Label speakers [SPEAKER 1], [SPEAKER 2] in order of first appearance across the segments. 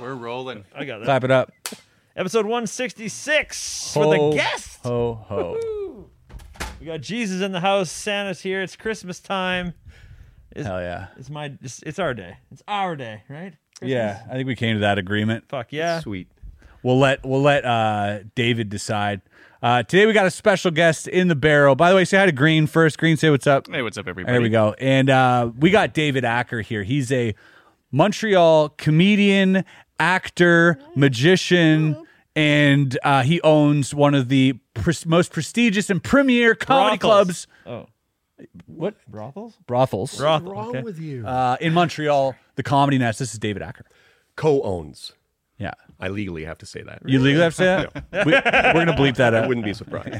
[SPEAKER 1] We're rolling.
[SPEAKER 2] I got that.
[SPEAKER 3] Clap it up.
[SPEAKER 2] Episode 166 for
[SPEAKER 3] Ho,
[SPEAKER 2] the guest.
[SPEAKER 3] Ho Oh, ho.
[SPEAKER 2] We got Jesus in the house. Santa's here. It's Christmas time.
[SPEAKER 3] Hell yeah.
[SPEAKER 2] It's my. It's, it's our day. It's our day, right? Christmas?
[SPEAKER 3] Yeah, I think we came to that agreement.
[SPEAKER 2] Fuck yeah.
[SPEAKER 1] Sweet.
[SPEAKER 3] We'll let we'll let uh, David decide. Uh, today we got a special guest in the barrel. By the way, say hi to Green first. Green, say what's up.
[SPEAKER 1] Hey, what's up, everybody?
[SPEAKER 3] There we go. And uh, we got David Acker here. He's a Montreal comedian, actor, magician, and uh, he owns one of the pres- most prestigious and premier comedy
[SPEAKER 2] Brothels.
[SPEAKER 3] clubs.
[SPEAKER 2] Oh,
[SPEAKER 3] What
[SPEAKER 2] brothels?
[SPEAKER 3] brothels?
[SPEAKER 2] Brothel.
[SPEAKER 4] wrong
[SPEAKER 2] okay.
[SPEAKER 4] with you?
[SPEAKER 3] uh, in Montreal, the Comedy Nest. This is David Acker.
[SPEAKER 4] Co-owns.
[SPEAKER 3] Yeah.
[SPEAKER 4] I legally have to say that.
[SPEAKER 3] You legally have to say that? we, we're going to bleep that
[SPEAKER 4] I
[SPEAKER 3] out.
[SPEAKER 4] wouldn't be surprised.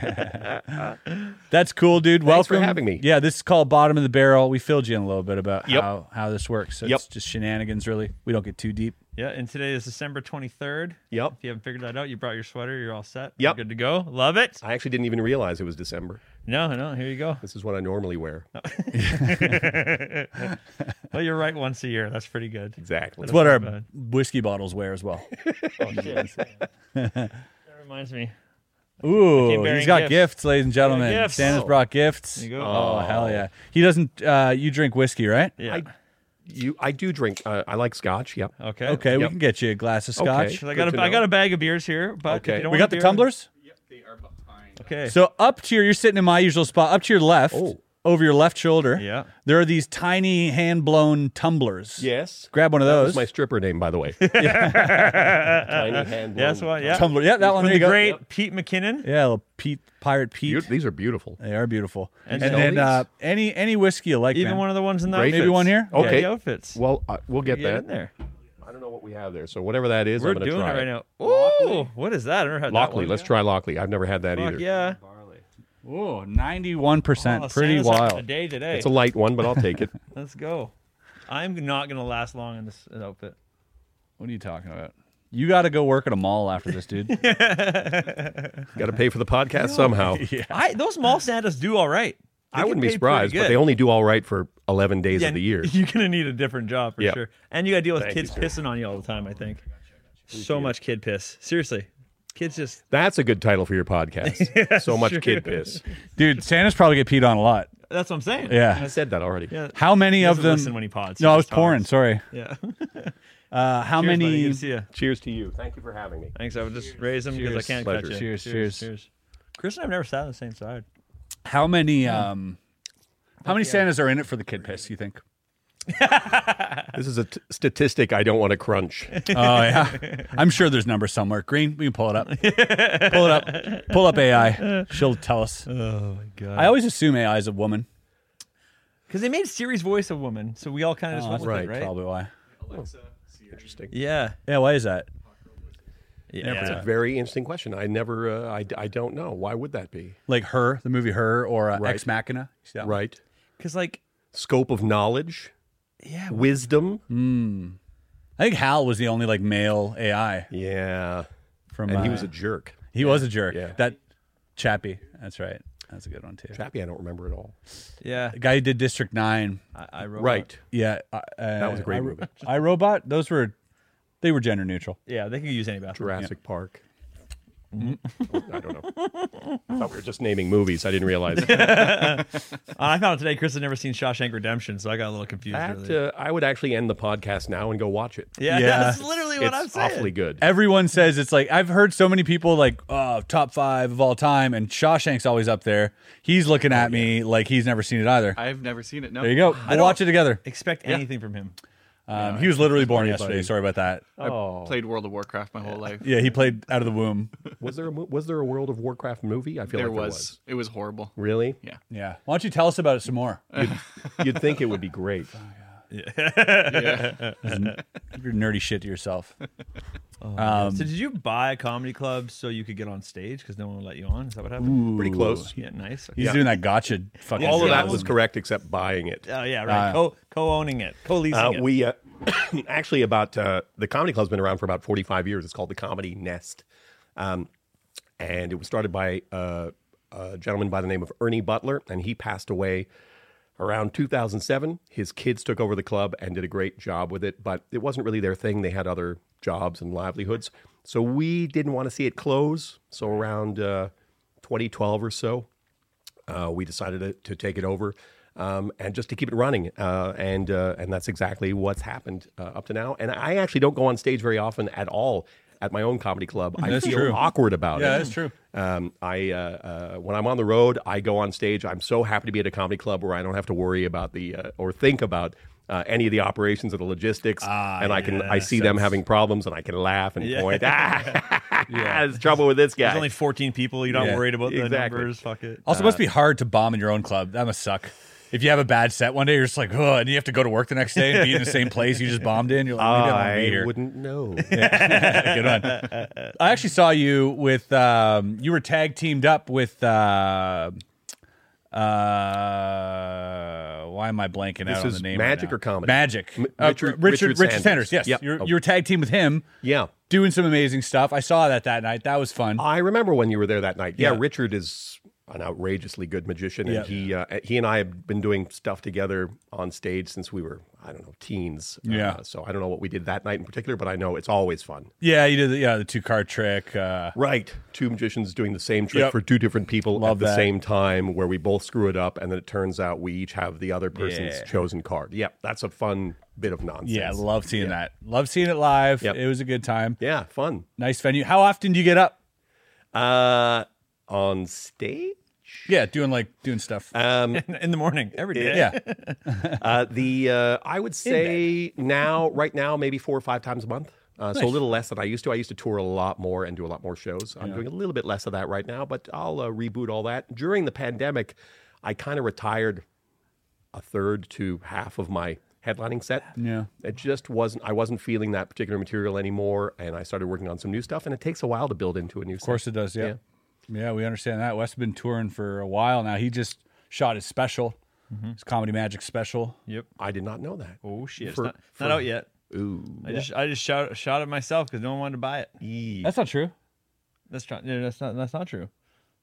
[SPEAKER 3] That's cool, dude.
[SPEAKER 4] Thanks for
[SPEAKER 3] Welcome.
[SPEAKER 4] having me.
[SPEAKER 3] Yeah, this is called Bottom of the Barrel. We filled you in a little bit about
[SPEAKER 1] Yep.
[SPEAKER 3] how, how this works. So
[SPEAKER 4] Yep.
[SPEAKER 3] it's just shenanigans, really. We don't get too deep.
[SPEAKER 2] Yeah, and today is December 23rd.
[SPEAKER 4] Yep.
[SPEAKER 2] If you haven't figured that out, you brought your sweater. You're all set. You're
[SPEAKER 4] Yep.
[SPEAKER 2] good to go. Love it.
[SPEAKER 4] I actually didn't even realize it was December.
[SPEAKER 2] No, no. Here you go.
[SPEAKER 4] This is what I normally wear.
[SPEAKER 2] Oh. Well, you're right once a year. That's pretty good.
[SPEAKER 4] Exactly.
[SPEAKER 3] It's what our
[SPEAKER 2] bad.
[SPEAKER 3] whiskey bottles wear as well.
[SPEAKER 2] Oh, shit. that reminds me.
[SPEAKER 3] Ooh,
[SPEAKER 2] bearing
[SPEAKER 3] he's got
[SPEAKER 2] gifts.
[SPEAKER 3] gifts, ladies and gentlemen.
[SPEAKER 2] Gifts.
[SPEAKER 3] Santa's brought gifts.
[SPEAKER 2] There you go.
[SPEAKER 3] Oh, hell yeah. He doesn't, uh, you drink whiskey, right?
[SPEAKER 2] Yeah.
[SPEAKER 4] I, you, I do drink. Uh, I like scotch. Yep.
[SPEAKER 2] okay.
[SPEAKER 3] Okay, we can get you a glass of
[SPEAKER 4] Okay.
[SPEAKER 3] scotch.
[SPEAKER 2] 'Cause I got
[SPEAKER 4] Good
[SPEAKER 2] a,
[SPEAKER 4] to
[SPEAKER 2] I
[SPEAKER 4] know.
[SPEAKER 2] got a bag of beers here, but if
[SPEAKER 4] Okay.
[SPEAKER 2] you don't
[SPEAKER 3] We
[SPEAKER 2] want
[SPEAKER 3] got the
[SPEAKER 2] beer-
[SPEAKER 3] tumblers?
[SPEAKER 2] Okay.
[SPEAKER 3] So up to your, you're sitting in my usual spot. Up to your left,
[SPEAKER 4] Oh.
[SPEAKER 3] over your left shoulder.
[SPEAKER 2] Yeah.
[SPEAKER 3] There are these tiny hand blown tumblers.
[SPEAKER 4] Yes.
[SPEAKER 3] Grab one of
[SPEAKER 4] That
[SPEAKER 3] those.
[SPEAKER 4] was my stripper name, by the way. Tiny hand.
[SPEAKER 2] yeah, that's why. Yeah.
[SPEAKER 3] tumbler. Yeah, that one.
[SPEAKER 2] From
[SPEAKER 3] There
[SPEAKER 2] the
[SPEAKER 3] you go.
[SPEAKER 2] great Pete McKinnon.
[SPEAKER 3] Yeah, little Pete Pirate Pete.
[SPEAKER 4] You- these are beautiful.
[SPEAKER 3] They are beautiful. And,
[SPEAKER 2] sell
[SPEAKER 3] then
[SPEAKER 4] these?
[SPEAKER 3] uh, any any whiskey you like,
[SPEAKER 2] Even
[SPEAKER 3] man.
[SPEAKER 2] one of the ones in that
[SPEAKER 4] Great
[SPEAKER 3] maybe
[SPEAKER 4] fits.
[SPEAKER 3] one here.
[SPEAKER 2] Yeah,
[SPEAKER 4] Okay.
[SPEAKER 2] the outfits.
[SPEAKER 4] Well, uh, we'll get,
[SPEAKER 2] Get
[SPEAKER 4] that.
[SPEAKER 2] in there.
[SPEAKER 4] I don't know what we have there. So whatever that is,
[SPEAKER 2] We're
[SPEAKER 4] I'm going to
[SPEAKER 2] doing
[SPEAKER 4] try
[SPEAKER 2] it right now. Ooh, what is that? I never had that
[SPEAKER 4] Lockley.
[SPEAKER 2] one.
[SPEAKER 4] Let's try Lockley. I've never had that
[SPEAKER 2] Fuck
[SPEAKER 4] either.
[SPEAKER 2] yeah.
[SPEAKER 3] Oh, 91%.
[SPEAKER 2] Oh,
[SPEAKER 3] Pretty
[SPEAKER 2] Santa's having
[SPEAKER 3] wild.
[SPEAKER 2] A day today.
[SPEAKER 4] It's a light one, but I'll take it.
[SPEAKER 2] Let's go. I'm not gonna last long in this outfit.
[SPEAKER 3] What are you talking about? You got to go work at a mall after this, dude.
[SPEAKER 4] Got to pay for the podcast somehow.
[SPEAKER 2] I those mall Santas do all right. They
[SPEAKER 4] I
[SPEAKER 2] get
[SPEAKER 4] wouldn't be
[SPEAKER 2] paid pretty
[SPEAKER 4] surprised, but
[SPEAKER 2] good.
[SPEAKER 4] they only do all right for 11 days
[SPEAKER 2] Yeah,
[SPEAKER 4] of the year.
[SPEAKER 2] You're gonna need a different job for
[SPEAKER 4] Yeah.
[SPEAKER 2] sure. And you gotta deal with
[SPEAKER 4] Thank
[SPEAKER 2] kids
[SPEAKER 4] you,
[SPEAKER 2] pissing on you all the time. I think so much kid piss. Seriously, kids just
[SPEAKER 4] That's a good title for your podcast. so much
[SPEAKER 2] sure.
[SPEAKER 4] kid piss.
[SPEAKER 3] dude, Santa's probably get peed on a lot.
[SPEAKER 2] that's what I'm saying.
[SPEAKER 4] I
[SPEAKER 3] Yeah.
[SPEAKER 4] said that already.
[SPEAKER 2] yeah.
[SPEAKER 3] How many
[SPEAKER 2] He
[SPEAKER 3] of
[SPEAKER 2] doesn't
[SPEAKER 3] them?
[SPEAKER 2] listen when he pods.
[SPEAKER 3] no,
[SPEAKER 2] He
[SPEAKER 3] I was
[SPEAKER 2] just
[SPEAKER 3] pouring.
[SPEAKER 2] talks.
[SPEAKER 3] Sorry.
[SPEAKER 2] Yeah.
[SPEAKER 3] Uh, how
[SPEAKER 2] Cheers, buddy. Good
[SPEAKER 3] many?
[SPEAKER 2] to see you.
[SPEAKER 4] Cheers to you. Thank you for having me.
[SPEAKER 2] Thanks. I would just raise them because I
[SPEAKER 3] Cheers.
[SPEAKER 2] can't
[SPEAKER 4] Pleasure.
[SPEAKER 2] catch it.
[SPEAKER 3] Cheers, cheers.
[SPEAKER 2] Chris and I've never sat on the same side.
[SPEAKER 3] How many? Um, how many Santas are in it for the kid piss? You think?
[SPEAKER 4] This is a t- statistic I don't want to crunch.
[SPEAKER 3] Oh yeah, I'm sure there's numbers somewhere. Green, we can pull it up. pull it up. Pull up AI. She'll tell us.
[SPEAKER 2] Oh my god.
[SPEAKER 3] I always assume AI is a woman.
[SPEAKER 2] Because they made Siri's voice a woman, so we all kind of just went with
[SPEAKER 4] Oh, right,
[SPEAKER 2] it, right?
[SPEAKER 3] Probably why.
[SPEAKER 4] Interesting.
[SPEAKER 2] Yeah.
[SPEAKER 3] Yeah, why is that?
[SPEAKER 4] It's
[SPEAKER 2] Yeah.
[SPEAKER 4] a very interesting question. I never, uh, I, I don't know. Why would that be?
[SPEAKER 3] Like her, the movie Her, or uh,
[SPEAKER 4] Right.
[SPEAKER 3] Ex Machina. You see that one?
[SPEAKER 4] Right?
[SPEAKER 2] Because like,
[SPEAKER 4] Scope of knowledge,
[SPEAKER 2] yeah, Mm.
[SPEAKER 4] wisdom.
[SPEAKER 3] I think Hal was the only like male AI
[SPEAKER 4] Yeah.
[SPEAKER 3] from.
[SPEAKER 4] And he
[SPEAKER 3] uh,
[SPEAKER 4] was a jerk.
[SPEAKER 3] he was a jerk.
[SPEAKER 4] Yeah.
[SPEAKER 3] That Chappie. That's right. That's a good one too.
[SPEAKER 4] Chappie, I don't remember at all.
[SPEAKER 2] yeah.
[SPEAKER 3] The guy who did District Nine.
[SPEAKER 2] I, I wrote
[SPEAKER 4] Right.
[SPEAKER 3] Yeah, uh, that
[SPEAKER 4] was a great movie.
[SPEAKER 3] I Robot. Those were, they were gender neutral.
[SPEAKER 2] Yeah, they can use any bathroom.
[SPEAKER 4] Jurassic Park.
[SPEAKER 2] Mm.
[SPEAKER 4] Oh, I don't know. I thought we were just naming movies. I didn't realize
[SPEAKER 2] Uh, I found out today Chris had never seen Shawshank Redemption, so I got a little confused.
[SPEAKER 4] that.
[SPEAKER 2] earlier.
[SPEAKER 4] Uh, I would actually end the podcast now and go watch it.
[SPEAKER 2] yeah,
[SPEAKER 3] yeah.
[SPEAKER 2] that's literally what
[SPEAKER 4] it's
[SPEAKER 2] I'm saying.
[SPEAKER 4] awfully good.
[SPEAKER 3] Everyone says it's like I've heard so many people like oh, top five of all time, and Shawshank's always up there. He's looking
[SPEAKER 4] Oh,
[SPEAKER 3] at me like he's never seen it either.
[SPEAKER 5] I've never seen it. No.
[SPEAKER 3] there you go. We'll watch it together.
[SPEAKER 2] Expect anything from him.
[SPEAKER 3] Um, he was literally born yesterday. Sorry about that.
[SPEAKER 5] I played World of Warcraft my whole life.
[SPEAKER 3] Yeah, he played out of the womb.
[SPEAKER 4] Was there a mo- was there a World of Warcraft movie? I feel
[SPEAKER 5] There
[SPEAKER 4] like
[SPEAKER 5] was.
[SPEAKER 4] there was.
[SPEAKER 5] It was horrible.
[SPEAKER 4] Really?
[SPEAKER 5] Yeah.
[SPEAKER 3] Yeah. Why don't you tell us about it some more?
[SPEAKER 4] You'd think it would be great.
[SPEAKER 3] Keep your nerdy shit to yourself.
[SPEAKER 4] Um,
[SPEAKER 2] so did you buy a comedy club so you could get on stage because no one would let you on? Is that what happened?
[SPEAKER 4] Pretty close.
[SPEAKER 2] Yeah, nice.
[SPEAKER 3] He's
[SPEAKER 2] yeah.
[SPEAKER 3] doing that gotcha fucking.
[SPEAKER 4] All of
[SPEAKER 3] shit.
[SPEAKER 4] that was correct except buying it.
[SPEAKER 2] Oh yeah, right.
[SPEAKER 3] Uh,
[SPEAKER 2] Co co owning it, co leasing
[SPEAKER 4] Uh,
[SPEAKER 2] it.
[SPEAKER 4] we uh, actually about uh, the comedy club's been around for about 45 years. It's called the Comedy Nest, um, and it was started by uh, a gentleman by the name of Ernie Butler, and he passed away Around 2007, his kids took over the club and did a great job with it, but it wasn't really their thing. They had other jobs and livelihoods. So we didn't want to see it close. So around uh, 2012 or so, uh, we decided to, to take it over um, and just to keep it running. Uh, and uh, and that's exactly what's happened uh, up to now. And I actually don't go on stage very often at all at my own comedy club. I feel
[SPEAKER 3] true.
[SPEAKER 4] awkward about it.
[SPEAKER 3] Yeah, that's true.
[SPEAKER 4] Um, I uh, uh, when I'm on the road, I go on stage. I'm so happy to be at a comedy club where I don't have to worry about the uh, or think about. Uh, any of the operations or the logistics,
[SPEAKER 3] Ah,
[SPEAKER 4] and I can I see them having problems, and I can laugh and point. Ah, there's trouble with this guy.
[SPEAKER 6] There's only 14 people. You're not
[SPEAKER 3] Yeah,
[SPEAKER 6] worried about the
[SPEAKER 4] exactly.
[SPEAKER 6] numbers. Fuck it.
[SPEAKER 3] Also, it must be hard to bomb in your own club. That must suck. If you have a bad set one day, you're just like, oh, and you have to go to work the next day and be in the same place you just bombed in. You're like, maybe I don't want to be
[SPEAKER 4] I
[SPEAKER 3] here.
[SPEAKER 4] wouldn't know.
[SPEAKER 3] Good one. I actually saw you with um, you were tag teamed up with. Uh, uh, why am I blanking out
[SPEAKER 4] This
[SPEAKER 3] on
[SPEAKER 4] is
[SPEAKER 3] the name?
[SPEAKER 4] magic
[SPEAKER 3] right now?
[SPEAKER 4] or comedy?
[SPEAKER 3] Magic.
[SPEAKER 4] M-
[SPEAKER 3] Uh, Richard,
[SPEAKER 4] Richard-
[SPEAKER 3] Richard,
[SPEAKER 4] Richard
[SPEAKER 3] Sanders.
[SPEAKER 4] Sanders.
[SPEAKER 3] Yes,
[SPEAKER 4] Yep. Oh.
[SPEAKER 3] you were you were tag team with him,
[SPEAKER 4] yeah,
[SPEAKER 3] doing some amazing stuff. I saw that that night. That was fun.
[SPEAKER 4] I remember when you were there that night. Yeah,
[SPEAKER 3] Yeah.
[SPEAKER 4] Richard is an outrageously good magician, and
[SPEAKER 3] Yeah.
[SPEAKER 4] he uh, he and I have been doing stuff together on stage since we were I don't know teens.
[SPEAKER 3] Yeah.
[SPEAKER 4] Uh, so I don't know what we did that night in particular, but I know it's always fun.
[SPEAKER 3] yeah, you did. The, yeah, the two card trick. Uh,
[SPEAKER 4] Right, two magicians doing the same trick
[SPEAKER 3] Yep.
[SPEAKER 4] for two different people
[SPEAKER 3] Love
[SPEAKER 4] at the
[SPEAKER 3] that.
[SPEAKER 4] same time, where we both screw it up, and then it turns out we each have the other person's chosen card. Yeah, that's a fun bit of nonsense.
[SPEAKER 3] yeah, love seeing that. Love seeing it live.
[SPEAKER 4] Yep.
[SPEAKER 3] It was a good time.
[SPEAKER 4] yeah, fun.
[SPEAKER 3] Nice venue. How often do you get up?
[SPEAKER 4] Uh, on stage.
[SPEAKER 3] Yeah, doing like doing stuff.
[SPEAKER 4] Um,
[SPEAKER 6] in the morning every day.
[SPEAKER 3] yeah,
[SPEAKER 4] Uh, the uh, I would say now, right now, maybe four or five times a month. Uh, So a little less than I used to. I used to tour a lot more and do a lot more shows. I'm doing a little bit less of that right now, but I'll uh, reboot all that. During the pandemic, I kind of retired a third to half of my headlining set.
[SPEAKER 3] Yeah.
[SPEAKER 4] It just wasn't. I wasn't feeling that particular material anymore, and I started working on some new stuff. And it takes a while to build into a new.
[SPEAKER 3] Of course it does. Yeah. yeah. we understand that. Wes has been touring for a while now. He just shot his special, his Comedy Magic special.
[SPEAKER 6] Yep.
[SPEAKER 4] I did not know that.
[SPEAKER 6] Oh shit. It's
[SPEAKER 4] For-
[SPEAKER 6] not, not out yet.
[SPEAKER 4] Ooh.
[SPEAKER 6] I just I just shot shot it myself because no one wanted to buy it.
[SPEAKER 3] That's not true.
[SPEAKER 6] That's not no, that's not that's not true.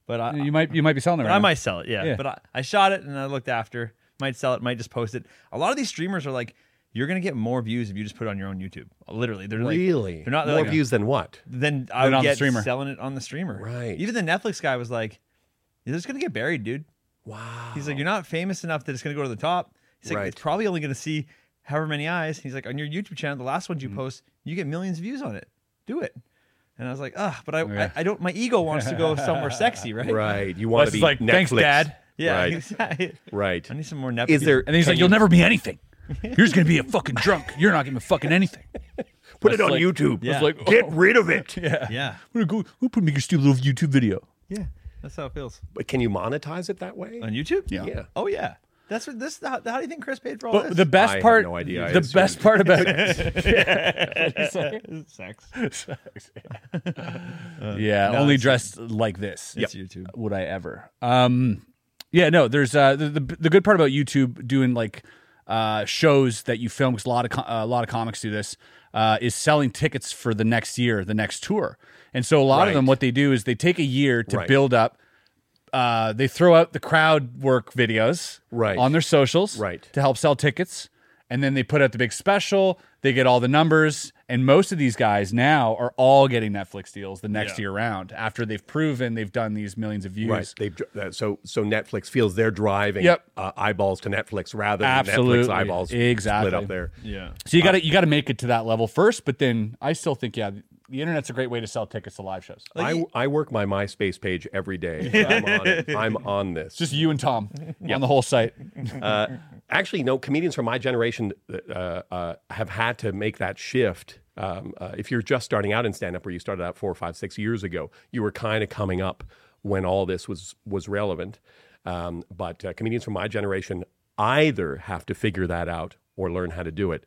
[SPEAKER 6] But I
[SPEAKER 3] You might you might be selling it
[SPEAKER 6] but
[SPEAKER 3] right
[SPEAKER 6] I
[SPEAKER 3] now.
[SPEAKER 6] might sell it. Yeah.
[SPEAKER 3] Yeah.
[SPEAKER 6] But I, I shot it and I looked after. Might sell it. Might just post it. A lot of these streamers are like, you're gonna get more views if you just put it on your own YouTube. Literally, they're like,
[SPEAKER 4] Really?
[SPEAKER 6] They're not they're
[SPEAKER 4] more
[SPEAKER 6] like,
[SPEAKER 4] views than what?
[SPEAKER 6] Then I
[SPEAKER 3] on
[SPEAKER 6] would
[SPEAKER 3] the
[SPEAKER 6] get
[SPEAKER 3] streamer.
[SPEAKER 6] selling it on the streamer.
[SPEAKER 4] Right.
[SPEAKER 6] Even the Netflix guy was like, "You're just gonna get buried, dude."
[SPEAKER 4] Wow.
[SPEAKER 6] He's like, you're not famous enough that it's going to go to the top. He's like,
[SPEAKER 4] Right.
[SPEAKER 6] it's probably only going to see however many eyes. He's like, on your YouTube channel, the last
[SPEAKER 4] Mm-hmm.
[SPEAKER 6] ones you post, you get millions of views on it. Do it. And I was like, ah, but I, I, I don't. My ego wants to go somewhere sexy, right?
[SPEAKER 4] Right. You want
[SPEAKER 3] Wes
[SPEAKER 4] to
[SPEAKER 3] is
[SPEAKER 4] be
[SPEAKER 3] like, thanks,
[SPEAKER 4] Netflix."
[SPEAKER 3] Dad.
[SPEAKER 6] Yeah.
[SPEAKER 4] Right.
[SPEAKER 6] exactly.
[SPEAKER 4] Right.
[SPEAKER 6] I need some more nephew.
[SPEAKER 4] Is there?
[SPEAKER 3] And then he's
[SPEAKER 4] can
[SPEAKER 3] like,
[SPEAKER 4] you
[SPEAKER 3] "You'll never be anything. You're just gonna be a fucking drunk. You're not gonna be fucking anything."
[SPEAKER 4] put it on
[SPEAKER 3] like-
[SPEAKER 4] YouTube?
[SPEAKER 6] Yeah.
[SPEAKER 4] It's like, get rid of it.
[SPEAKER 6] Yeah.
[SPEAKER 3] We're gonna go. We'll put make your stupid little YouTube video.
[SPEAKER 6] Yeah. That's how it feels
[SPEAKER 4] But can you monetize it that way?
[SPEAKER 6] on YouTube.
[SPEAKER 4] Yeah.
[SPEAKER 6] Oh yeah. That's what this. How, how do you think Chris paid for all
[SPEAKER 3] But the
[SPEAKER 6] this?
[SPEAKER 3] best
[SPEAKER 4] I have
[SPEAKER 3] part,
[SPEAKER 4] no idea. I
[SPEAKER 3] the
[SPEAKER 4] assumed.
[SPEAKER 3] best part about it,
[SPEAKER 6] sex.
[SPEAKER 3] yeah, only dressed like this.
[SPEAKER 6] It's YouTube.
[SPEAKER 3] Uh, would I ever? Um, yeah, no. There's uh, the, the the good part about YouTube doing like uh, shows that you film because a lot of com- a lot of comics do this uh, is selling tickets for the next year, the next tour, and so a lot of them
[SPEAKER 4] Right.
[SPEAKER 3] what they do is they take a year to
[SPEAKER 4] Right.
[SPEAKER 3] build up. Uh, they throw out the crowd work videos
[SPEAKER 4] Right.
[SPEAKER 3] on their socials
[SPEAKER 4] Right.
[SPEAKER 3] to help sell tickets, and then they put out the big special. They get all the numbers, and most of these guys now are all getting Netflix deals the next year round after they've proven they've done these millions of views.
[SPEAKER 4] Right. They've uh, so so Netflix feels they're driving
[SPEAKER 3] Yep.
[SPEAKER 4] uh, eyeballs to Netflix rather than Netflix
[SPEAKER 3] Absolutely.
[SPEAKER 4] eyeballs
[SPEAKER 3] Exactly.
[SPEAKER 4] split up there.
[SPEAKER 6] Yeah.
[SPEAKER 3] So you got to you got to make it to that level first, but then I still think yeah, the internet's a great way to sell tickets to live shows. It's
[SPEAKER 4] I, I work my MySpace page every day. I'm on it. I'm on this.
[SPEAKER 3] just you and Tom on the whole site.
[SPEAKER 4] actually, no, comedians from my generation uh, uh, have had to make that shift. Um, uh, if you're just starting out in stand up, where you started out four, five, six years ago, you were kind of coming up when all this was was relevant. Um, but uh, comedians from my generation either have to figure that out or learn how to do it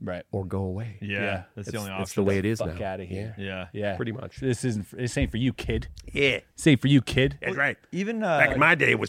[SPEAKER 3] Right.
[SPEAKER 4] or go away.
[SPEAKER 6] Yeah. That's the
[SPEAKER 4] It's,
[SPEAKER 6] only
[SPEAKER 4] it's the
[SPEAKER 6] option.
[SPEAKER 4] way it is
[SPEAKER 3] Fuck
[SPEAKER 4] now.
[SPEAKER 3] out of here. Yeah.
[SPEAKER 6] yeah.
[SPEAKER 4] Pretty much.
[SPEAKER 3] This isn't this ain't for you, kid.
[SPEAKER 4] Yeah,
[SPEAKER 3] This ain't for you, kid.
[SPEAKER 4] that's right.
[SPEAKER 6] Even uh,
[SPEAKER 4] Back in my day, it was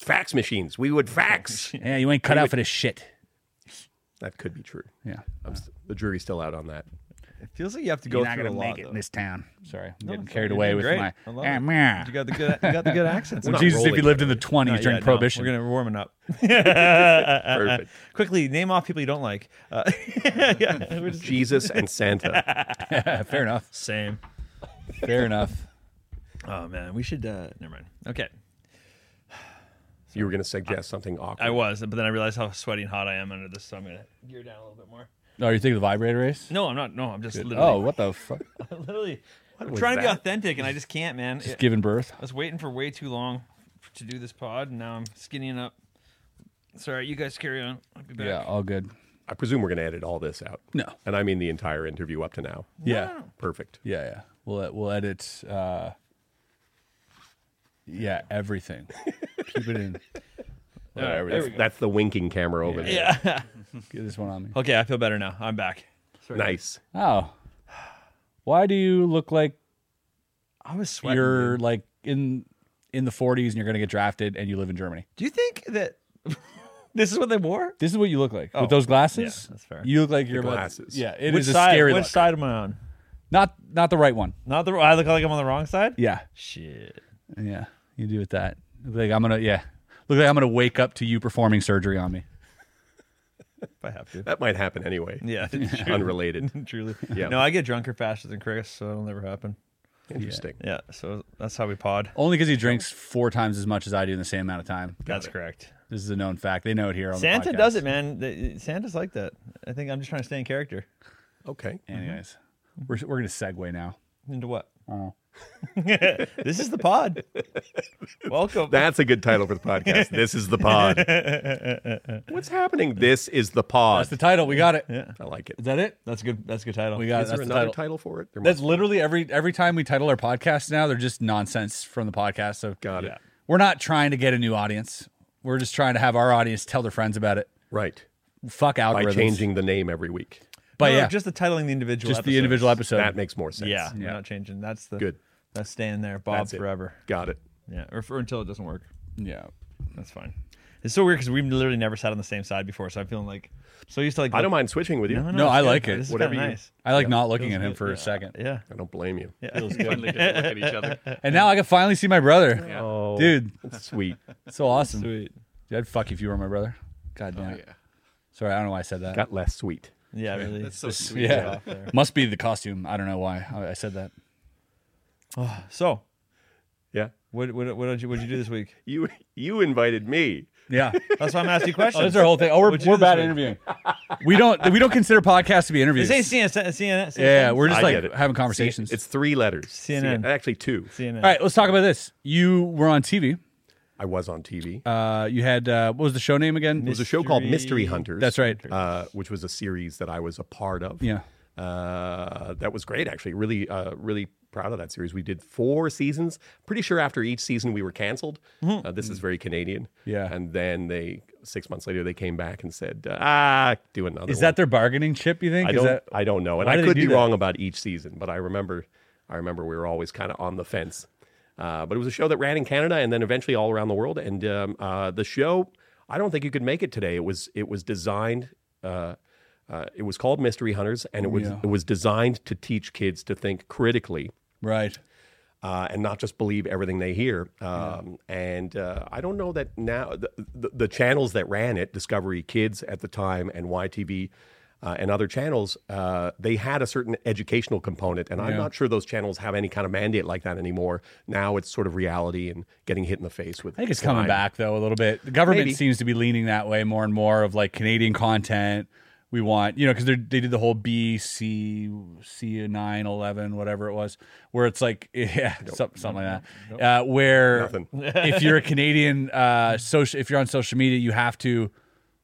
[SPEAKER 4] Fax machines. We would fax.
[SPEAKER 3] Yeah, you ain't cut out for this shit.
[SPEAKER 4] that could be true.
[SPEAKER 3] Yeah.
[SPEAKER 4] I'm st- the jury's still out on that.
[SPEAKER 2] It feels like you have to go
[SPEAKER 3] You're not
[SPEAKER 2] through
[SPEAKER 3] gonna
[SPEAKER 2] a lot.
[SPEAKER 3] make it
[SPEAKER 2] though.
[SPEAKER 3] in this town. Sorry, I'm getting
[SPEAKER 2] it's
[SPEAKER 3] carried
[SPEAKER 2] fine.
[SPEAKER 3] away
[SPEAKER 2] You're
[SPEAKER 3] with
[SPEAKER 2] great.
[SPEAKER 3] my.
[SPEAKER 2] I love
[SPEAKER 3] Ah,
[SPEAKER 2] it.
[SPEAKER 3] meh.
[SPEAKER 2] You got the good. You got the good accents.
[SPEAKER 4] We're not
[SPEAKER 3] Jesus, if you
[SPEAKER 4] rolling
[SPEAKER 3] lived in the 20s
[SPEAKER 2] Not
[SPEAKER 3] during
[SPEAKER 2] yet, no.
[SPEAKER 3] Prohibition,
[SPEAKER 2] we're gonna we're warming up.
[SPEAKER 3] Uh,
[SPEAKER 4] Perfect.
[SPEAKER 2] Quickly name off people you don't like. Uh, yeah, we're just-
[SPEAKER 4] Jesus and Santa.
[SPEAKER 3] fair enough.
[SPEAKER 2] same.
[SPEAKER 3] Fair enough.
[SPEAKER 2] Oh man, we should. Uh, never mind. Okay,
[SPEAKER 4] You were going to suggest something awkward.
[SPEAKER 2] I was, but then I realized how sweaty and hot I am under this, so I'm gonna gear down a little bit more.
[SPEAKER 3] Oh, you think the vibrator race?
[SPEAKER 2] No, I'm not. No, I'm just literally.
[SPEAKER 3] Oh, what the fuck?
[SPEAKER 2] I'm literally. I'm
[SPEAKER 4] was
[SPEAKER 2] trying to be
[SPEAKER 4] that?
[SPEAKER 2] authentic, and I just can't, man.
[SPEAKER 3] Just
[SPEAKER 2] It-
[SPEAKER 3] giving birth.
[SPEAKER 2] I was waiting for way too long to do this pod, and now I'm skinnying up. Sorry, you guys carry on. I'll be back.
[SPEAKER 3] Yeah, all good.
[SPEAKER 4] I presume we're going to edit all this out.
[SPEAKER 3] No.
[SPEAKER 4] And I mean the entire interview up to now.
[SPEAKER 3] Yeah,
[SPEAKER 4] Perfect.
[SPEAKER 3] yeah, yeah. We'll we'll edit. Uh, yeah, everything. Keep it in.
[SPEAKER 2] All right, there we go.
[SPEAKER 4] That's the winking camera over there.
[SPEAKER 2] Yeah.
[SPEAKER 3] Get this one on me.
[SPEAKER 2] okay, I feel better now. I'm back.
[SPEAKER 4] Nice.
[SPEAKER 3] Oh, why do you look like
[SPEAKER 2] I was sweating.
[SPEAKER 3] you're
[SPEAKER 2] dude.
[SPEAKER 3] like in in the 40s and you're gonna get drafted and you live in Germany?
[SPEAKER 2] Do you think that this is what they wore?
[SPEAKER 3] This is what you look like
[SPEAKER 2] Oh,
[SPEAKER 3] with those glasses.
[SPEAKER 2] yeah, that's fair.
[SPEAKER 3] You look like you're about-
[SPEAKER 4] glasses.
[SPEAKER 3] yeah, it is
[SPEAKER 2] which
[SPEAKER 3] a
[SPEAKER 2] side?
[SPEAKER 3] scary
[SPEAKER 2] which
[SPEAKER 3] look.
[SPEAKER 2] side am I on?
[SPEAKER 3] Not not the right one.
[SPEAKER 2] Not the. I look like I'm on the wrong side.
[SPEAKER 3] Yeah,
[SPEAKER 2] Shit.
[SPEAKER 3] yeah. You do with that. Look Like I'm gonna yeah. Look like I'm gonna wake up to you performing surgery on me.
[SPEAKER 2] If I have to.
[SPEAKER 4] That might happen anyway.
[SPEAKER 2] Yeah.
[SPEAKER 4] Unrelated.
[SPEAKER 2] Truly.
[SPEAKER 4] Yeah.
[SPEAKER 2] No, I get drunker faster than Chris, so it'll never happen.
[SPEAKER 4] Interesting.
[SPEAKER 2] Yeah. So that's how we pod.
[SPEAKER 3] Only because he drinks four times as much as I do in the same amount of time.
[SPEAKER 2] That's correct.
[SPEAKER 3] This is a known fact. They know it here on
[SPEAKER 2] Santa
[SPEAKER 3] the podcast.
[SPEAKER 2] does it, man. The- Santa's like that. I think I'm just trying to stay in character.
[SPEAKER 4] Okay.
[SPEAKER 3] Anyways, we're, we're going to segue now.
[SPEAKER 2] Into what? this is the pod. Welcome.
[SPEAKER 4] That's a good title for the podcast. this is the pod. What's happening? This is the pod.
[SPEAKER 3] That's the title. We got it. Is
[SPEAKER 4] I like it. Is
[SPEAKER 3] that it?
[SPEAKER 2] that's a good. That's a good title.
[SPEAKER 3] We got it.
[SPEAKER 4] there
[SPEAKER 3] That's the
[SPEAKER 4] another
[SPEAKER 3] title.
[SPEAKER 4] title. for it? There
[SPEAKER 3] That's
[SPEAKER 4] must
[SPEAKER 3] literally every every time we title our podcast now, they're just nonsense from the podcast. So
[SPEAKER 4] Got it.
[SPEAKER 3] We're not trying to get a new audience. We're just trying to have our audience tell their friends about it.
[SPEAKER 4] right.
[SPEAKER 3] Fuck
[SPEAKER 4] By
[SPEAKER 3] algorithms.
[SPEAKER 4] changing the name every week.
[SPEAKER 3] but
[SPEAKER 2] No,
[SPEAKER 3] yeah,
[SPEAKER 2] just
[SPEAKER 3] just,
[SPEAKER 2] the titling the individual.
[SPEAKER 3] the
[SPEAKER 2] episodes.
[SPEAKER 3] individual episode.
[SPEAKER 4] That makes more sense.
[SPEAKER 2] Yeah,
[SPEAKER 3] Yeah.
[SPEAKER 2] we're not changing. That's the
[SPEAKER 4] Good.
[SPEAKER 2] That's staying there, Bob,
[SPEAKER 4] That's it.
[SPEAKER 2] forever.
[SPEAKER 4] Got it.
[SPEAKER 2] Yeah, or, for, until it doesn't work.
[SPEAKER 3] yeah.
[SPEAKER 2] That's fine. It's so weird because we've literally never sat on the same side before, so I'm feeling like so used to like.
[SPEAKER 4] I don't mind switching with you.
[SPEAKER 3] No,
[SPEAKER 2] it's
[SPEAKER 3] I
[SPEAKER 2] good.
[SPEAKER 3] like it.
[SPEAKER 2] This is
[SPEAKER 4] Whatever
[SPEAKER 2] kinda
[SPEAKER 4] you-
[SPEAKER 2] nice.
[SPEAKER 3] I like not looking at him for a second.
[SPEAKER 2] Yeah.
[SPEAKER 4] I don't blame you.
[SPEAKER 5] Finally get to look at each other.
[SPEAKER 3] And now I can finally see my brother. Dude,
[SPEAKER 4] That's sweet.
[SPEAKER 3] it's so awesome.
[SPEAKER 2] Sweet.
[SPEAKER 3] Dude, I'd fuck if you were my brother. God damn. it.
[SPEAKER 5] yeah.
[SPEAKER 3] Sorry, I don't know why I said that.
[SPEAKER 4] Got less sweet.
[SPEAKER 2] Yeah, really.
[SPEAKER 5] That's so sweet.
[SPEAKER 3] yeah. Must be the costume. I don't know why I I said that.
[SPEAKER 2] So,
[SPEAKER 4] Yeah.
[SPEAKER 2] what what what did you what did you do this week?
[SPEAKER 4] You you invited me.
[SPEAKER 3] Yeah.
[SPEAKER 2] That's why I'm asking you
[SPEAKER 3] Oh, this
[SPEAKER 2] questions.
[SPEAKER 3] is our whole thing. Oh, we're,
[SPEAKER 2] What'd you
[SPEAKER 3] we're
[SPEAKER 2] do this
[SPEAKER 3] bad at
[SPEAKER 2] week?
[SPEAKER 3] interviewing. We don't we don't consider podcasts to be interviews.
[SPEAKER 2] This ain't CNN. CNN.
[SPEAKER 3] Yeah, we're just
[SPEAKER 4] I
[SPEAKER 3] like
[SPEAKER 4] get it.
[SPEAKER 3] having conversations.
[SPEAKER 4] It's three letters.
[SPEAKER 2] CNN.
[SPEAKER 4] C- Actually, two.
[SPEAKER 2] CNN.
[SPEAKER 3] All right, let's talk about this. You were on TV.
[SPEAKER 4] I was on TV.
[SPEAKER 3] Uh, you had uh, what was the show name again?
[SPEAKER 4] It was a show called Mystery Hunters.
[SPEAKER 3] That's right.
[SPEAKER 4] Uh, which was a series that I was a part of.
[SPEAKER 3] Yeah.
[SPEAKER 4] Uh, that was great, actually. Really, uh, really proud of that series. We did four seasons. Pretty sure after each season we were canceled.
[SPEAKER 3] Mhm.
[SPEAKER 4] Uh, this is very Canadian.
[SPEAKER 3] Yeah.
[SPEAKER 4] And then they six months later they came back and said, uh, "Ah, do another."
[SPEAKER 3] Is
[SPEAKER 4] one."
[SPEAKER 3] that their bargaining chip? You think?
[SPEAKER 4] I
[SPEAKER 3] Is
[SPEAKER 4] don't.
[SPEAKER 3] that-
[SPEAKER 4] I don't know, and
[SPEAKER 3] Why
[SPEAKER 4] I
[SPEAKER 3] do they
[SPEAKER 4] could
[SPEAKER 3] do
[SPEAKER 4] be
[SPEAKER 3] that?
[SPEAKER 4] wrong about each season, but I remember, I remember we were always kind of on the fence. Uh, but it was a show that ran in Canada and then eventually all around the world. And um, uh, the show, I don't think you could make it today. It was it was designed. Uh, uh, it was called Mystery Hunters, and it was
[SPEAKER 3] Oh, Yeah.
[SPEAKER 4] it was designed to teach kids to think critically
[SPEAKER 3] Right.
[SPEAKER 4] uh, and not just believe everything they hear. Um, And uh, I don't know that now the, the, the channels that ran it, Discovery Kids at the time and YTV uh, and other channels, uh, they had a certain educational component. And I'm
[SPEAKER 3] Yeah.
[SPEAKER 4] not sure those channels have any kind of mandate like that anymore. Now it's sort of reality and getting hit in the face with.
[SPEAKER 3] I think it's coming back though a little bit. The government
[SPEAKER 4] Maybe.
[SPEAKER 3] seems to be leaning that way more and more of like Canadian content. We want, you know, because they did the whole B C C nine eleven whatever it was, where it's like yeah some- something like that, uh, where
[SPEAKER 4] Nothing.
[SPEAKER 3] if you're a Canadian uh, social, if you're on social media, you have to.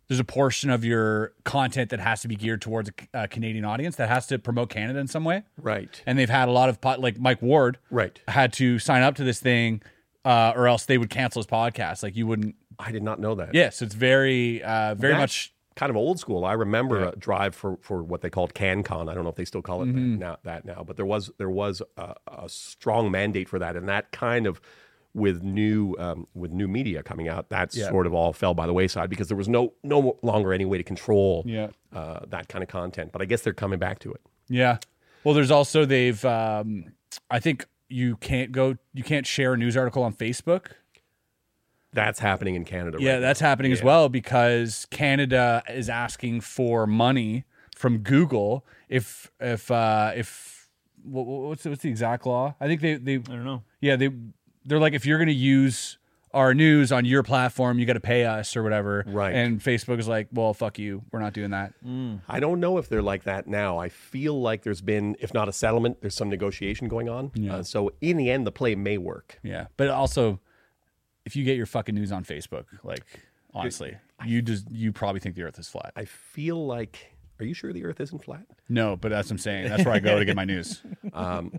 [SPEAKER 3] There's a portion of your content that has to be geared towards a, C- a Canadian audience that has to promote Canada in some way,
[SPEAKER 4] Right.
[SPEAKER 3] and they've had a lot of pot, like Mike Ward,
[SPEAKER 4] Right.
[SPEAKER 3] had to sign up to this thing, uh, or else they would cancel his podcast. Like you wouldn't.
[SPEAKER 4] I did not know that.
[SPEAKER 3] Yes, it's very, uh, very
[SPEAKER 4] That's
[SPEAKER 3] much.
[SPEAKER 4] kind of old school. I remember a drive for for what they called CanCon. I don't know if they still call it
[SPEAKER 3] Mm-hmm.
[SPEAKER 4] that, now, that now, but there was there was a, a strong mandate for that, and that kind of with new um, with new media coming out, that
[SPEAKER 3] Yeah.
[SPEAKER 4] sort of all fell by the wayside because there was no no longer any way to control
[SPEAKER 3] Yeah.
[SPEAKER 4] uh, that kind of content. But I guess they're coming back to it.
[SPEAKER 3] Yeah. Well, there's also they've. Um, I think you can't go. You can't share a news article on Facebook.
[SPEAKER 4] That's happening in Canada.
[SPEAKER 3] Yeah,
[SPEAKER 4] right
[SPEAKER 3] that's happening as well because Canada is asking for money from Google if if uh, if what, what's what's the exact law? I think they they I don't
[SPEAKER 6] know.
[SPEAKER 3] Yeah, they they're like if you're going to use our news on your platform, you got to pay us or whatever.
[SPEAKER 4] Right. Mm.
[SPEAKER 3] And Facebook is like, well, fuck you, we're not doing that.
[SPEAKER 4] I don't know if they're like that now. I feel like there's been, if not a settlement, there's some negotiation going on. Uh, so in the end, the play may work.
[SPEAKER 3] Yeah, but also, if you get your fucking news on Facebook, like honestly, you just you probably think the Earth is flat.
[SPEAKER 4] I feel like. Are you sure the Earth isn't flat?
[SPEAKER 3] No, but that's what I'm saying. That's where I go to get my news.
[SPEAKER 4] Um,